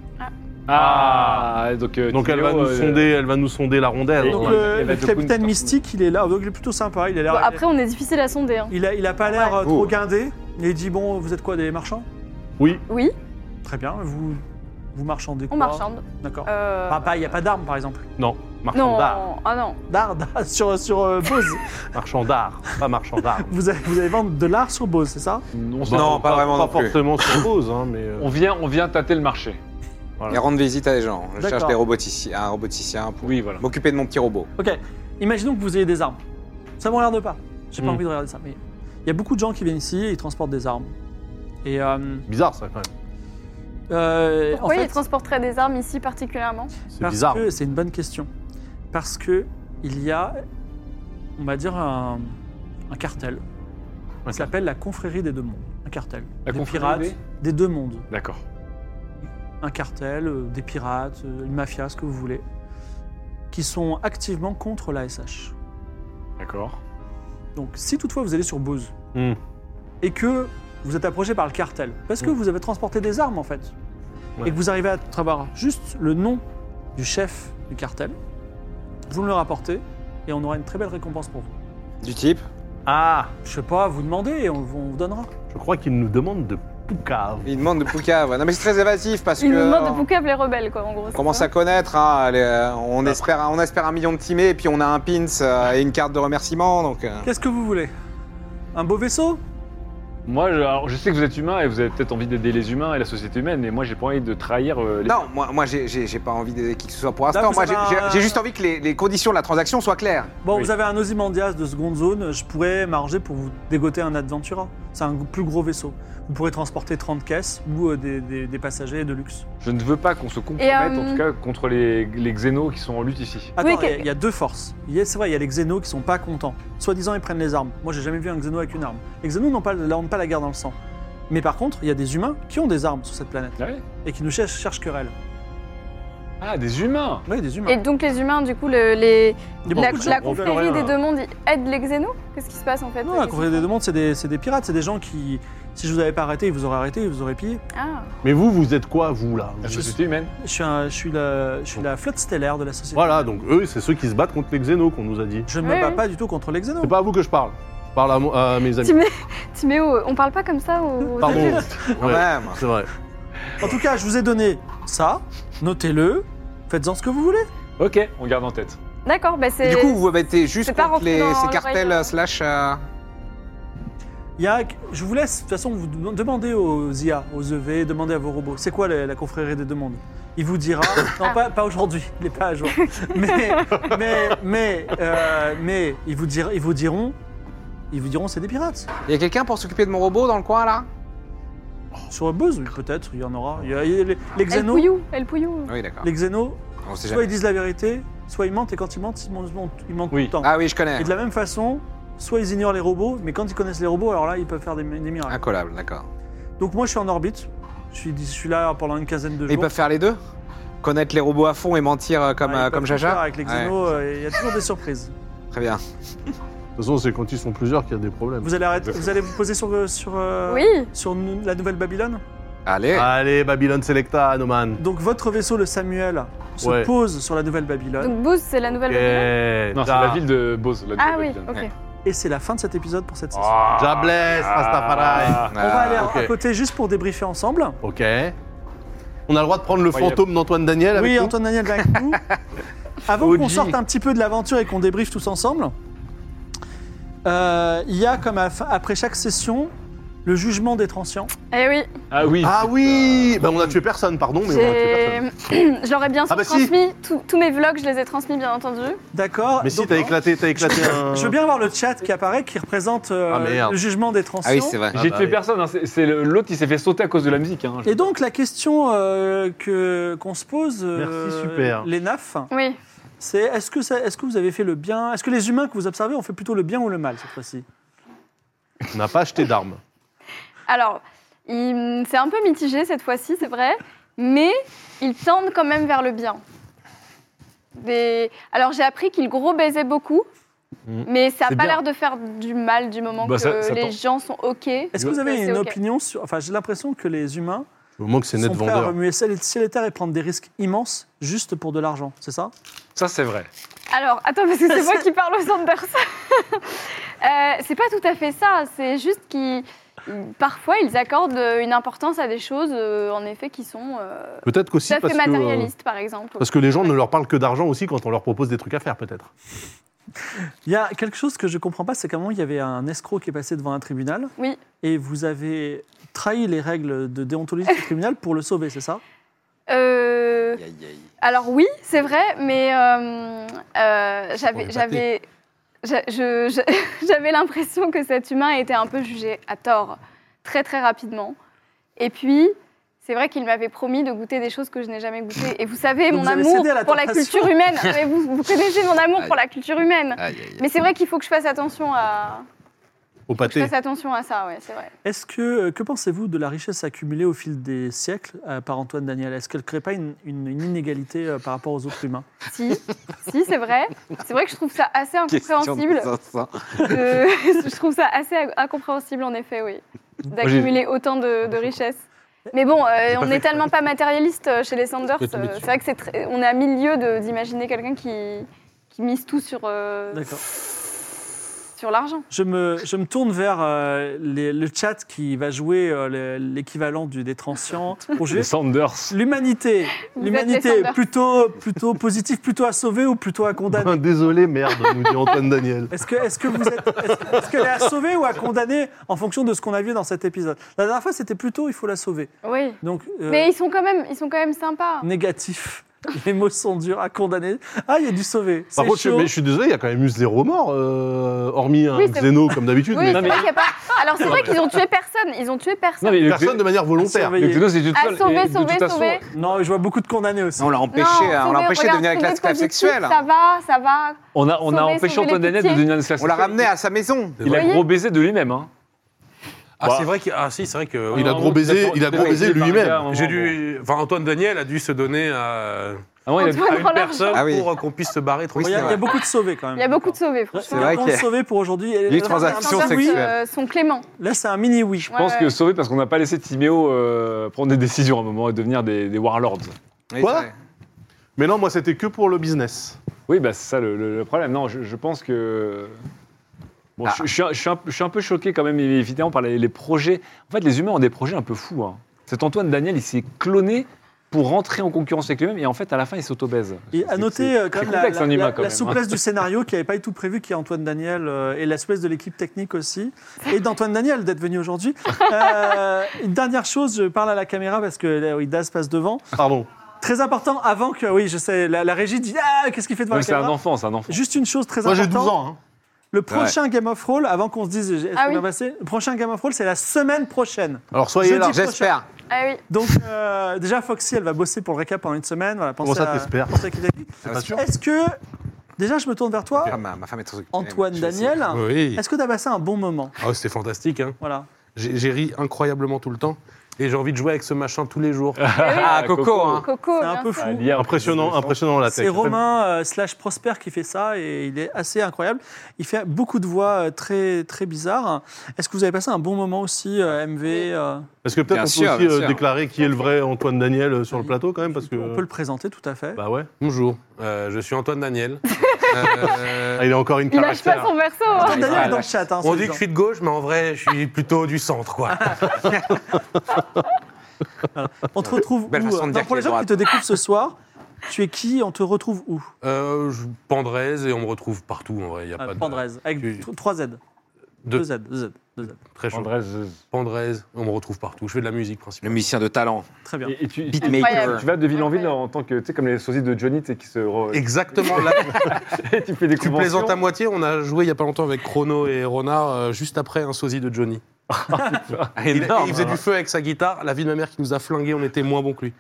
Speaker 3: Ah, donc, euh,
Speaker 2: Donc elle va
Speaker 3: Timéo,
Speaker 2: nous
Speaker 3: euh,
Speaker 2: sonder, elle va nous sonder la rondelle.
Speaker 3: Et
Speaker 4: Donc
Speaker 2: hein.
Speaker 3: il-
Speaker 4: le,
Speaker 3: il va
Speaker 4: le
Speaker 3: te couper
Speaker 4: capitaine
Speaker 3: une
Speaker 4: Mystique il est là, donc il est plutôt sympa, il a l'air
Speaker 1: Bon, après, on est difficile à sonder. hein.
Speaker 4: il a, il a pas l'air euh,
Speaker 6: Ouais.
Speaker 4: trop
Speaker 6: Oh.
Speaker 4: guindé, il dit bon vous êtes quoi des marchands
Speaker 2: Oui.
Speaker 1: Oui,
Speaker 4: Très bien, vous vous marchandez quoi
Speaker 1: on marchande.
Speaker 4: D'accord.
Speaker 1: Euh,
Speaker 4: Pas- pas- Il n'y a pas d'armes par exemple.
Speaker 2: Non. Marchand
Speaker 1: Non,
Speaker 2: d'art.
Speaker 1: ah non.
Speaker 4: D'art, d'art, sur, sur euh, Bose.
Speaker 2: Marchand d'art. Pas marchand d'art.
Speaker 4: vous, allez, vous allez vendre de l'art sur Bose, c'est ça
Speaker 3: on, se-
Speaker 2: Bah,
Speaker 6: Non, pas vraiment
Speaker 2: Pas
Speaker 6: non plus.
Speaker 2: forcément sur pause, hein, mais. euh,
Speaker 3: on vient, on vient tâter le marché.
Speaker 6: Et rendre visite à des gens. Je
Speaker 4: D'accord.
Speaker 6: cherche des robotici- un roboticien pour
Speaker 3: Oui, voilà.
Speaker 6: m'occuper de mon petit robot.
Speaker 4: Ok, imaginons que vous ayez des armes. Ça ne regarde pas. J'ai pas
Speaker 2: Hmm.
Speaker 4: envie de regarder ça, mais il y a beaucoup de gens qui viennent ici et ils transportent des armes. Et euh,
Speaker 2: Bizarre ça quand même.
Speaker 4: euh,
Speaker 1: Pourquoi il transporterait des armes ici particulièrement
Speaker 2: C'est
Speaker 4: parce
Speaker 2: bizarre.
Speaker 4: que c'est une bonne question. Parce que il y a, on va dire un, un cartel.
Speaker 2: Un
Speaker 4: Ça s'appelle la confrérie des deux mondes. Un cartel.
Speaker 3: La
Speaker 4: des
Speaker 3: confrérie
Speaker 4: pirates
Speaker 3: des-
Speaker 4: des deux mondes.
Speaker 3: D'accord.
Speaker 4: un cartel, euh, des pirates, euh, une mafia, ce que vous voulez, qui sont activement contre l'ASH.
Speaker 3: D'accord.
Speaker 4: Donc si toutefois vous allez sur Bose
Speaker 2: Hmm.
Speaker 4: et que vous êtes approché par le cartel, parce que
Speaker 2: Hmm.
Speaker 4: vous avez transporté des armes en fait,
Speaker 2: Ouais.
Speaker 4: et que vous arrivez à savoir juste le nom du chef du cartel, vous me le rapportez et on aura une très belle récompense pour vous.
Speaker 6: Du type
Speaker 2: Ah
Speaker 4: Je sais pas, vous demandez et on, on vous donnera.
Speaker 2: Je crois qu'il nous demande de poucave.
Speaker 6: Il demande de Poucave. Non, mais c'est très évasif parce
Speaker 1: Il
Speaker 6: que.
Speaker 1: nous demande de poucave les rebelles, quoi, en gros.
Speaker 6: On
Speaker 1: c'est
Speaker 6: commence
Speaker 1: ça
Speaker 6: à connaître, hein, les- euh, on, espère, on espère un million de timés, et puis on a un pins euh, et une carte de remerciement, donc... euh,
Speaker 4: Qu'est-ce que vous voulez Un beau vaisseau
Speaker 3: Moi, je, alors, je sais que vous êtes humain et vous avez peut-être envie d'aider les humains et la société humaine, mais moi, j'ai pas envie de trahir euh, les.
Speaker 6: Non, moi, moi j'ai- j'ai j'ai pas envie d'aider qui que ce soit pour
Speaker 4: Là,
Speaker 6: l'instant,
Speaker 4: vous
Speaker 6: moi
Speaker 4: avez
Speaker 6: j'ai
Speaker 4: un-
Speaker 6: j'ai- j'ai juste envie que les, les conditions de la transaction soient claires.
Speaker 4: Bon,
Speaker 3: Oui.
Speaker 4: vous avez un Ozymandias de seconde zone, je pourrais m'arranger pour vous dégoter un Adventura. C'est un plus gros vaisseau. Vous pourrez transporter 30 caisses ou euh, des, des- des passagers de luxe.
Speaker 3: Je ne veux pas qu'on se compromette, en
Speaker 1: euh,
Speaker 3: tout cas, contre les, les xénos qui sont en lutte ici.
Speaker 4: Attends, il y a-
Speaker 1: quel-
Speaker 4: il y, a deux forces. Il y a- C'est vrai, il y a les xénos qui sont pas contents. Soi-disant, ils prennent les armes. Moi, j'ai jamais vu un xéno avec une arme. Les xénos n'ont pas, n'ont pas la guerre dans le sang. Mais par contre, il y a des humains qui ont des armes sur cette planète
Speaker 3: Ah, ouais
Speaker 4: et qui nous cherchent, cherchent querelle.
Speaker 3: Ah, des humains
Speaker 4: Oui, des humains.
Speaker 1: Et donc les humains, du coup, le- les,
Speaker 4: Il y a
Speaker 1: la,
Speaker 4: beaucoup de gens
Speaker 1: la
Speaker 4: qui veulent
Speaker 1: confrérie des
Speaker 4: rien.
Speaker 1: deux mondes ils aident les xénos Qu'est-ce qui se passe en fait
Speaker 4: Non, la confrérie des demandes, c'est des, c'est des pirates, c'est des gens qui, si je vous avais pas arrêté, ils vous auraient arrêté, ils vous auraient pillé.
Speaker 1: Ah,
Speaker 2: Mais vous, vous êtes quoi, vous, là
Speaker 3: La société humaine.
Speaker 4: Je suis, un- je suis, la, je suis la flotte stellaire de la société.
Speaker 2: Voilà, donc eux, c'est ceux qui se battent contre les xénos qu'on nous a dit.
Speaker 4: Je ne
Speaker 1: Oui,
Speaker 4: me bats
Speaker 1: oui.
Speaker 4: pas du tout contre les xénos.
Speaker 2: C'est pas à vous que je parle. Je parle à, mo- à mes amis.
Speaker 1: Timé- Timéo, on parle pas comme ça aux
Speaker 2: Pardon.
Speaker 1: adultes.
Speaker 6: Quand
Speaker 2: Ouais,
Speaker 6: même.
Speaker 2: c'est vrai.
Speaker 4: En tout cas, je vous ai donné ça, notez-le, faites-en ce que vous voulez.
Speaker 3: Ok, on garde en tête.
Speaker 1: D'accord, bah c'est.
Speaker 6: Du coup, vous mettez juste
Speaker 1: c'est pas
Speaker 6: contre
Speaker 1: rentré
Speaker 6: les,
Speaker 1: dans
Speaker 6: ces
Speaker 1: l'oreille,
Speaker 6: cartels
Speaker 1: euh.
Speaker 6: euh, slash. euh,
Speaker 4: Il y a- je vous laisse, de toute façon, vous dem- demandez aux IA, aux EV, demandez à vos robots, c'est quoi la, la confrérie des demandes Il vous dira, non pas, pas aujourd'hui, il n'est pas à jour, mais, mais, mais, euh, mais ils, vous dira- ils vous diront, ils vous diront c'est des pirates.
Speaker 6: Il y a quelqu'un pour s'occuper de mon robot dans le coin là
Speaker 4: Sur Buzz, oui, peut-être, il y en aura. Il y a- il y a les, les
Speaker 1: El
Speaker 4: xénos,
Speaker 1: Pouillou, El Pouillou.
Speaker 6: Oui, d'accord.
Speaker 4: les xénos,
Speaker 6: On sait
Speaker 4: soit
Speaker 6: jamais.
Speaker 4: ils disent la vérité, soit ils mentent, et quand ils mentent, ils mentent, ils mentent
Speaker 3: Oui.
Speaker 4: tout le temps.
Speaker 6: Ah oui, je connais.
Speaker 4: Et de la même façon, soit ils ignorent les robots, mais quand ils connaissent les robots, alors là, ils peuvent faire des, des miracles.
Speaker 6: Incollable, d'accord.
Speaker 4: Donc moi, je suis en orbite. Je suis, je suis là pendant une quinzaine de jours.
Speaker 6: Mais ils peuvent faire les deux Connaître les robots à fond et mentir euh, comme,
Speaker 4: Ouais, ils
Speaker 6: euh,
Speaker 4: peuvent
Speaker 6: comme
Speaker 4: tout
Speaker 6: Jaja
Speaker 4: faire Avec les
Speaker 6: Ouais,
Speaker 4: xénos, euh, il y a toujours des surprises.
Speaker 6: Très bien.
Speaker 2: De toute façon, c'est quand ils sont plusieurs qu'il y a des problèmes.
Speaker 4: Vous allez, arrêter- vous, allez vous poser sur, euh, sur, euh,
Speaker 1: Oui,
Speaker 4: sur nous- la nouvelle Babylone.
Speaker 6: Allez
Speaker 4: Ah,
Speaker 2: Allez, Babylone Selecta, Noman.
Speaker 4: Donc votre vaisseau, le Samuel, se
Speaker 2: Ouais.
Speaker 4: pose sur la nouvelle Babylone.
Speaker 1: donc Booz, c'est la nouvelle Babylone.
Speaker 2: Eh,
Speaker 3: Non, c'est
Speaker 2: Ja-
Speaker 3: la ville de Bose. La
Speaker 1: Ah
Speaker 3: la
Speaker 1: oui,
Speaker 3: ville.
Speaker 1: ok.
Speaker 6: Ouais.
Speaker 4: Et c'est la fin de cet épisode pour cette saison.
Speaker 3: Ah.
Speaker 2: Ja bless, Rastafari.
Speaker 6: On
Speaker 4: On va aller
Speaker 2: ah, ok.
Speaker 4: à côté juste pour débriefer ensemble.
Speaker 2: Ok. On a le droit de prendre le
Speaker 3: Incroyable.
Speaker 2: fantôme d'Antoine Daniel avec
Speaker 4: Oui,
Speaker 2: nous
Speaker 4: Antoine Daniel vient avec nous. Avant
Speaker 3: OG.
Speaker 4: qu'on sorte un petit peu de l'aventure et qu'on débriefe tous ensemble, euh, il y a comme aff- après chaque session le jugement des transients.
Speaker 1: Eh oui,
Speaker 3: Ah oui.
Speaker 2: Ah oui Bah on a tué personne, pardon, mais on a tué
Speaker 1: j'ai.
Speaker 2: personne.
Speaker 1: je leur ai bien sûr
Speaker 2: Ah bah si.
Speaker 1: transmis tous tous mes vlogs, je les ai transmis bien entendu.
Speaker 4: D'accord
Speaker 2: Mais si,
Speaker 4: Donc,
Speaker 2: t'as éclaté, t'as éclaté un...
Speaker 4: Je veux bien voir le chat qui apparaît qui représente euh,
Speaker 2: Ah, merde.
Speaker 4: le jugement des transients.
Speaker 6: Ah oui, c'est vrai.
Speaker 2: Ah
Speaker 3: J'ai
Speaker 2: bah
Speaker 3: tué
Speaker 2: oui.
Speaker 3: personne, hein, c'est- c'est le- l'autre il s'est fait sauter à cause de la musique. Hein.
Speaker 4: Et donc la question euh, que qu'on se pose, euh,
Speaker 2: Merci, super.
Speaker 4: les nafs,
Speaker 1: Oui.
Speaker 4: c'est est-ce que ça- est-ce que vous avez fait le bien Est-ce que les humains que vous observez ont fait plutôt le bien ou le mal cette fois-ci
Speaker 2: On n'a pas acheté d'armes.
Speaker 1: Alors, il- c'est un peu mitigé cette fois-ci, c'est vrai, mais ils tendent quand même vers le bien. Des... Alors, j'ai appris qu'ils gros baisaient beaucoup,
Speaker 2: Mhm.
Speaker 1: mais ça n'a
Speaker 2: C'est
Speaker 1: pas
Speaker 2: bien.
Speaker 1: l'air de faire du mal du moment
Speaker 3: Bah,
Speaker 1: que
Speaker 3: ça- ça
Speaker 1: les
Speaker 3: tend.
Speaker 1: gens sont OK.
Speaker 4: Est-ce que vous avez
Speaker 1: C'est
Speaker 4: une
Speaker 1: ok.
Speaker 4: opinion sur Enfin, j'ai l'impression que les humains
Speaker 2: Au moment que c'est net
Speaker 4: sont prêts à
Speaker 2: vendeur.
Speaker 4: remuer ciel et ciel et terre et prendre des risques immenses juste pour de l'argent, c'est ça
Speaker 3: Ça c'est vrai.
Speaker 1: Alors, attends, parce que c'est moi qui parle aux Anders. Euh, c'est pas tout à fait ça, c'est juste qu'ils. Parfois, ils accordent une importance à des choses, euh, en effet, qui sont euh,
Speaker 2: Peut-être qu'aussi
Speaker 1: tout à
Speaker 2: parce
Speaker 1: fait
Speaker 2: que... euh,
Speaker 1: matérialistes, par exemple.
Speaker 2: Parce que les gens ne leur parlent que d'argent aussi quand on leur propose des trucs à faire, peut-être.
Speaker 4: Il y a quelque chose que je comprends pas, c'est qu'à un moment, il y avait un escroc qui est passé devant un tribunal.
Speaker 1: Oui.
Speaker 4: Et vous avez trahi les règles de déontologie du tribunal pour le sauver, c'est ça
Speaker 1: Euh,
Speaker 6: Aïe, aïe, aïe.
Speaker 1: Alors oui, c'est vrai, mais euh, euh,
Speaker 2: On
Speaker 1: j'avais-
Speaker 2: est
Speaker 1: j'avais j'a- je- je- j'avais l'impression que cet humain était un peu jugé à tort, très très rapidement. Et puis, c'est vrai qu'il m'avait promis de goûter des choses que je n'ai jamais goûtées. Et vous savez,
Speaker 4: Donc
Speaker 1: mon
Speaker 4: vous avez
Speaker 1: amour
Speaker 4: cédé à la
Speaker 1: pour la
Speaker 4: tentation. Ah,
Speaker 1: culture humaine, mais vous, vous connaissez mon amour pour la culture humaine.
Speaker 6: Aïe, aïe, aïe.
Speaker 1: Mais c'est vrai qu'il faut que je fasse attention à,
Speaker 2: Au
Speaker 1: je
Speaker 2: pâté.
Speaker 1: fasse attention à ça, ouais, c'est vrai.
Speaker 4: Est-ce que, que pensez-vous de la richesse accumulée au fil des siècles euh, par Antoine Daniel Est-ce qu'elle ne crée pas une, une- une inégalité euh, par rapport aux autres humains
Speaker 1: Si, si, c'est vrai. C'est vrai que je trouve ça assez
Speaker 6: Question de
Speaker 1: incompréhensible.
Speaker 6: bon sens. hein.
Speaker 1: Euh, je trouve ça assez incompréhensible, en effet, oui, d'accumuler autant de, de richesses. Mais bon, euh, on n'est tellement pas matérialiste euh, chez les Sanders.
Speaker 5: Je peux te
Speaker 1: euh,
Speaker 5: mettre
Speaker 1: C'est vrai que c'est très- on est à mille lieues de- d'imaginer quelqu'un qui, qui mise tout sur, euh,
Speaker 4: D'accord.
Speaker 1: sur l'argent.
Speaker 4: Je me, je me tourne vers euh, les- le chat qui va jouer euh, le- l'équivalent du des transients pour
Speaker 3: Les
Speaker 4: juger
Speaker 3: Sanders.
Speaker 4: L'humanité,
Speaker 1: Vous êtes
Speaker 4: l'humanité
Speaker 1: descendeur.
Speaker 4: plutôt, plutôt positive, plutôt à sauver ou plutôt à condamner
Speaker 2: Ben, désolé, merde, nous dit Antoine Daniel.
Speaker 4: Est-ce que, est-ce que vous êtes, est-ce, est-ce qu'elle est à sauver ou à condamner en fonction de ce qu'on a vu dans cet épisode La dernière fois, c'était plutôt il faut la sauver.
Speaker 1: Oui.
Speaker 4: Donc euh,
Speaker 1: Mais ils sont quand même, ils sont quand même sympas.
Speaker 4: Ah. négatif. Les mots sont durs à condamner. Ah, il y a du sauver. C'est
Speaker 2: Par contre, je,
Speaker 4: chaud.
Speaker 2: mais je suis désolé, il y a quand même eu zéro mort, euh, hormis un
Speaker 1: Oui, c'est-
Speaker 2: xéno comme d'habitude.
Speaker 1: Oui,
Speaker 2: mais-
Speaker 1: c'est
Speaker 3: non, mais-
Speaker 1: vrai qu'il n'y a pas. Ah, alors c'est vrai qu'ils ont tué personne. Ils ont tué personne.
Speaker 3: Non, mais le
Speaker 2: Personne de manière volontaire.
Speaker 4: Surveiller.
Speaker 3: le Clénos, il est tout
Speaker 1: Ah,
Speaker 3: seul.
Speaker 1: sauver,
Speaker 3: et de toute
Speaker 1: sauver,
Speaker 3: façon,
Speaker 1: sauver.
Speaker 4: Non, je vois beaucoup de condamnés aussi.
Speaker 6: Hein, On l'a empêché, on l'a
Speaker 1: sauver,
Speaker 6: empêché de
Speaker 1: regarde,
Speaker 6: devenir une
Speaker 1: sauver
Speaker 6: classe hein. esclave
Speaker 1: positif,
Speaker 6: sexuelle.
Speaker 1: Ça va, ça va.
Speaker 3: On a, on a
Speaker 1: Sauver,
Speaker 3: empêché
Speaker 1: sauver les
Speaker 3: Antoine Danette de
Speaker 1: pitiés.
Speaker 3: devenir une classe
Speaker 6: On l'a
Speaker 3: sexuelle.
Speaker 6: ramené à sa maison.
Speaker 3: Il a
Speaker 1: Voyez.
Speaker 3: gros baisé de lui-même. Hein.
Speaker 5: Ah,
Speaker 3: Bah.
Speaker 5: c'est vrai qu'il ah, si, c'est vrai que. oui,
Speaker 2: Il a
Speaker 3: Un
Speaker 2: gros
Speaker 3: moment,
Speaker 2: baisé- il a
Speaker 3: peut-être
Speaker 2: gros baisé
Speaker 3: par un
Speaker 2: lui-même.
Speaker 3: gars, un moment,
Speaker 5: J'ai dû. Enfin, Antoine Daniel a dû se donner à,
Speaker 3: bon. Ah ouais, il a-
Speaker 1: Antoine
Speaker 5: à une
Speaker 1: Roland.
Speaker 5: personne
Speaker 6: Ah oui.
Speaker 5: pour euh, qu'on puisse se barrer
Speaker 4: Il
Speaker 6: Oui,
Speaker 4: y a-
Speaker 6: c'est
Speaker 4: il
Speaker 5: tranquillement.
Speaker 4: y,
Speaker 6: vrai.
Speaker 4: a beaucoup de sauvés quand même.
Speaker 1: Il y a beaucoup de sauvés,
Speaker 4: C'est
Speaker 1: franchement.
Speaker 6: vrai
Speaker 4: vrai
Speaker 6: qu'il y a-
Speaker 4: sauvés pour aujourd'hui.
Speaker 6: y a eu trois
Speaker 1: Les
Speaker 6: actions
Speaker 1: personnes,
Speaker 6: sexuelles.
Speaker 1: euh, sont cléments.
Speaker 4: Là, c'est un mini oui.
Speaker 3: Je pense
Speaker 1: Ouais,
Speaker 3: que
Speaker 1: ouais.
Speaker 3: sauver parce qu'on n'a pas laissé Timéo euh, prendre des décisions à un moment et devenir des, des warlords.
Speaker 6: Oui,
Speaker 2: Quoi
Speaker 6: c'est vrai.
Speaker 2: Mais non, moi, c'était que pour le business.
Speaker 3: Oui, bah, c'est ça le, le- le problème. Non, je, je pense que. Bon,
Speaker 6: Ah.
Speaker 3: je, je suis un, je suis un- je suis un peu choqué quand même, évidemment, par les, les projets. En fait, les humains ont des projets un peu fous. hein. Cet Antoine Daniel, il s'est cloné pour rentrer en concurrence avec lui-même et en fait, à la fin, il s'auto-baise.
Speaker 4: Et à
Speaker 3: C'est-
Speaker 4: noter
Speaker 3: c'est-
Speaker 4: euh, quand
Speaker 3: c'est
Speaker 4: même la,
Speaker 3: complexe,
Speaker 4: la-
Speaker 3: un humain,
Speaker 4: la-
Speaker 3: quand
Speaker 4: la
Speaker 3: même, hein.
Speaker 4: souplesse du scénario qui n'avait pas du tout prévu, qui est Antoine Daniel euh, et la souplesse de l'équipe technique aussi, et d'Antoine Daniel d'être venu aujourd'hui. Euh, une dernière chose, je parle à la caméra parce que là, oui, Daz passe devant.
Speaker 2: Pardon.
Speaker 4: Très important, avant que, oui, je sais, la, la régie dit Ah, qu'est-ce qu'il fait devant
Speaker 3: Non,
Speaker 4: la
Speaker 3: C'est un
Speaker 4: caméra
Speaker 3: enfant, c'est un enfant.
Speaker 4: Juste une chose très
Speaker 2: Moi, j'ai
Speaker 4: importante.
Speaker 2: 12 ans. hein.
Speaker 4: Le prochain Game of Roll, avant qu'on se dise est-ce
Speaker 1: Ah
Speaker 4: qu'on
Speaker 1: oui.
Speaker 4: a passé le prochain Game of Roll, c'est la semaine prochaine.
Speaker 2: Alors, soyez
Speaker 4: Je
Speaker 2: là.
Speaker 4: dis-
Speaker 6: J'espère.
Speaker 1: Ah oui.
Speaker 4: Donc euh, déjà Foxy, elle va bosser pour le récap pendant une semaine. Voilà, pensez
Speaker 2: Comment ça,
Speaker 4: à-
Speaker 2: t'espères
Speaker 4: pensez à qui l'a dit.
Speaker 6: Ah,
Speaker 2: pas
Speaker 6: c'est-
Speaker 2: sûr.
Speaker 4: Est-ce que déjà je me tourne vers toi,
Speaker 6: Ah, ma, ma femme est très occupée.
Speaker 4: Antoine
Speaker 6: Je sais.
Speaker 4: Daniel
Speaker 5: Oui.
Speaker 4: Est-ce que t'as passé un bon moment
Speaker 5: Ah, c'était fantastique. Hein.
Speaker 4: Voilà.
Speaker 5: J'ai j'ai ri incroyablement tout le temps. Et j'ai envie de jouer avec ce machin tous les jours.
Speaker 6: Ah, Coco, hein.
Speaker 1: Coco,
Speaker 4: C'est un
Speaker 1: Oh, bien
Speaker 4: peu
Speaker 1: sûr.
Speaker 4: fou.
Speaker 3: Ah, l'IA,
Speaker 2: Impressionnant, impressionnant la tech.
Speaker 4: C'est Romain euh, slash Prosper qui fait ça et il est assez incroyable. Il fait beaucoup de voix euh, très très bizarres. Est-ce que vous avez passé un bon moment aussi, euh, MV euh,
Speaker 2: Parce que
Speaker 6: Bien
Speaker 2: peut-être on peut
Speaker 6: sûr,
Speaker 2: aussi
Speaker 6: bien
Speaker 2: euh,
Speaker 6: sûr.
Speaker 2: déclarer qui est le vrai Antoine Daniel euh, sur le plateau quand même parce que. euh,
Speaker 4: On peut le présenter tout à fait.
Speaker 2: Bah ouais.
Speaker 5: Bonjour, euh, je suis Antoine Daniel. Euh,
Speaker 2: Ah, il a encore une
Speaker 1: Il lâche
Speaker 4: bah,
Speaker 2: caractère.
Speaker 1: pas son verso. hein.
Speaker 4: Antoine Daniel
Speaker 6: Ah,
Speaker 4: est dans
Speaker 6: là.
Speaker 4: le chat. hein,
Speaker 5: on
Speaker 4: c'est
Speaker 5: dit que
Speaker 4: genre.
Speaker 5: je suis de gauche, mais en vrai, je suis plutôt du centre, quoi.
Speaker 4: On te retrouve
Speaker 6: Belle
Speaker 4: où
Speaker 6: façon de
Speaker 4: euh,
Speaker 6: dire
Speaker 4: non, Pour les
Speaker 6: qu'il est
Speaker 4: gens qui te découvrent ce soir, tu es qui On te retrouve où
Speaker 5: Euh, je pendraise et on me retrouve partout, en vrai. Il n'y a
Speaker 4: Ah,
Speaker 5: pas de-
Speaker 4: Pendraise,
Speaker 5: tu-
Speaker 4: avec 3 Z.
Speaker 5: Deux.
Speaker 4: 2 Z, 2 Z, 2 Z.
Speaker 5: Très chaud.
Speaker 3: Andrés, euh,
Speaker 5: Pendraise, on me retrouve partout. Je fais de la musique,
Speaker 6: Le
Speaker 5: principalement.
Speaker 6: musicien de talent.
Speaker 4: Très bien.
Speaker 3: Et, et tu, tu-
Speaker 1: Incroyable.
Speaker 6: Beatmaker.
Speaker 3: tu vas de ville en ville en tant que, tu sais, comme les sosies de Johnny, tu sais, qui se. re-
Speaker 5: Exactement. Là,
Speaker 3: Et tu fais des
Speaker 5: tu
Speaker 3: conventions.
Speaker 5: plaisantes à moitié. On a joué il n'y a pas longtemps avec Chrono et Renard, euh, juste après un sosie de Johnny. Il,
Speaker 6: Énorme.
Speaker 5: il faisait du feu avec sa guitare. La vie de ma mère qui nous a flingué, on était moins bons que lui.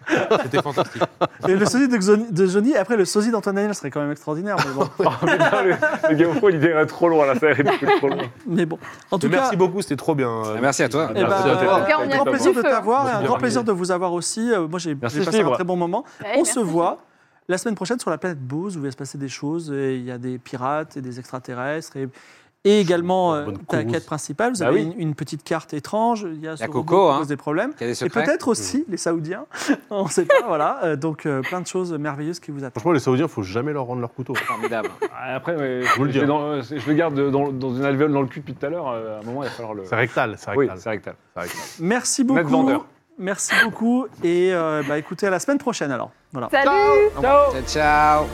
Speaker 5: C'était fantastique.
Speaker 4: Et le sosie de Xoni- de Johnny, après le sosie d'Antoine Daniel serait quand même extraordinaire. Mais bon.
Speaker 3: Oh, putain, le, le Game of Thrones, il est trop loin, là, ça arrive trop loin.
Speaker 4: Mais bon. En tout
Speaker 5: Merci
Speaker 4: cas,
Speaker 5: beaucoup, c'était trop bien. euh,
Speaker 6: Ah, Merci à toi.
Speaker 4: eh ben,
Speaker 3: Merci à toi.
Speaker 4: euh,
Speaker 3: En tout
Speaker 1: cas, on y
Speaker 4: un
Speaker 1: a
Speaker 4: grand
Speaker 1: été
Speaker 4: plaisir de
Speaker 1: bon feu.
Speaker 4: t'avoir et
Speaker 5: Merci
Speaker 4: un grand
Speaker 5: beaucoup.
Speaker 4: plaisir de vous avoir aussi. Euh, Moi, j'ai
Speaker 3: Merci,
Speaker 4: j'ai passé un
Speaker 3: Fibre.
Speaker 4: très bon moment.
Speaker 1: Ouais,
Speaker 4: On
Speaker 1: Eh, merci.
Speaker 4: se voit la semaine prochaine sur la planète Bose où il va se passer des choses. Et il y a des pirates et des extraterrestres. Et, et également, euh,
Speaker 2: Bonne
Speaker 4: ta
Speaker 2: cause.
Speaker 4: quête principale, vous
Speaker 3: Bah
Speaker 4: avez
Speaker 3: oui.
Speaker 4: une, une petite carte étrange. Il y a, ce
Speaker 6: y a
Speaker 4: robot
Speaker 6: Coco,
Speaker 4: qui
Speaker 6: hein.
Speaker 4: pose des problèmes.
Speaker 6: Il y a des
Speaker 4: Et
Speaker 6: secrets.
Speaker 4: peut-être aussi les Saoudiens, on ne sait pas, voilà. Euh, Donc euh, plein de choses merveilleuses qui vous attendent.
Speaker 2: Franchement, les Saoudiens, faut jamais leur rendre leur couteau.
Speaker 6: Formidable.
Speaker 3: Après, mais
Speaker 2: vous le
Speaker 3: je,
Speaker 2: dirai.
Speaker 3: dans- euh, je le garde dans, dans une alvéole dans le cul depuis tout à l'heure. euh, À un moment, il va falloir le.
Speaker 2: C'est rectal, c'est
Speaker 3: Oui,
Speaker 2: rectal.
Speaker 3: c'est rectal.
Speaker 4: Merci
Speaker 3: Maître
Speaker 4: beaucoup.
Speaker 3: vendeur.
Speaker 4: Merci beaucoup et euh, bah, écoutez à la semaine prochaine alors. Voilà.
Speaker 1: Salut
Speaker 6: Ciao, ciao.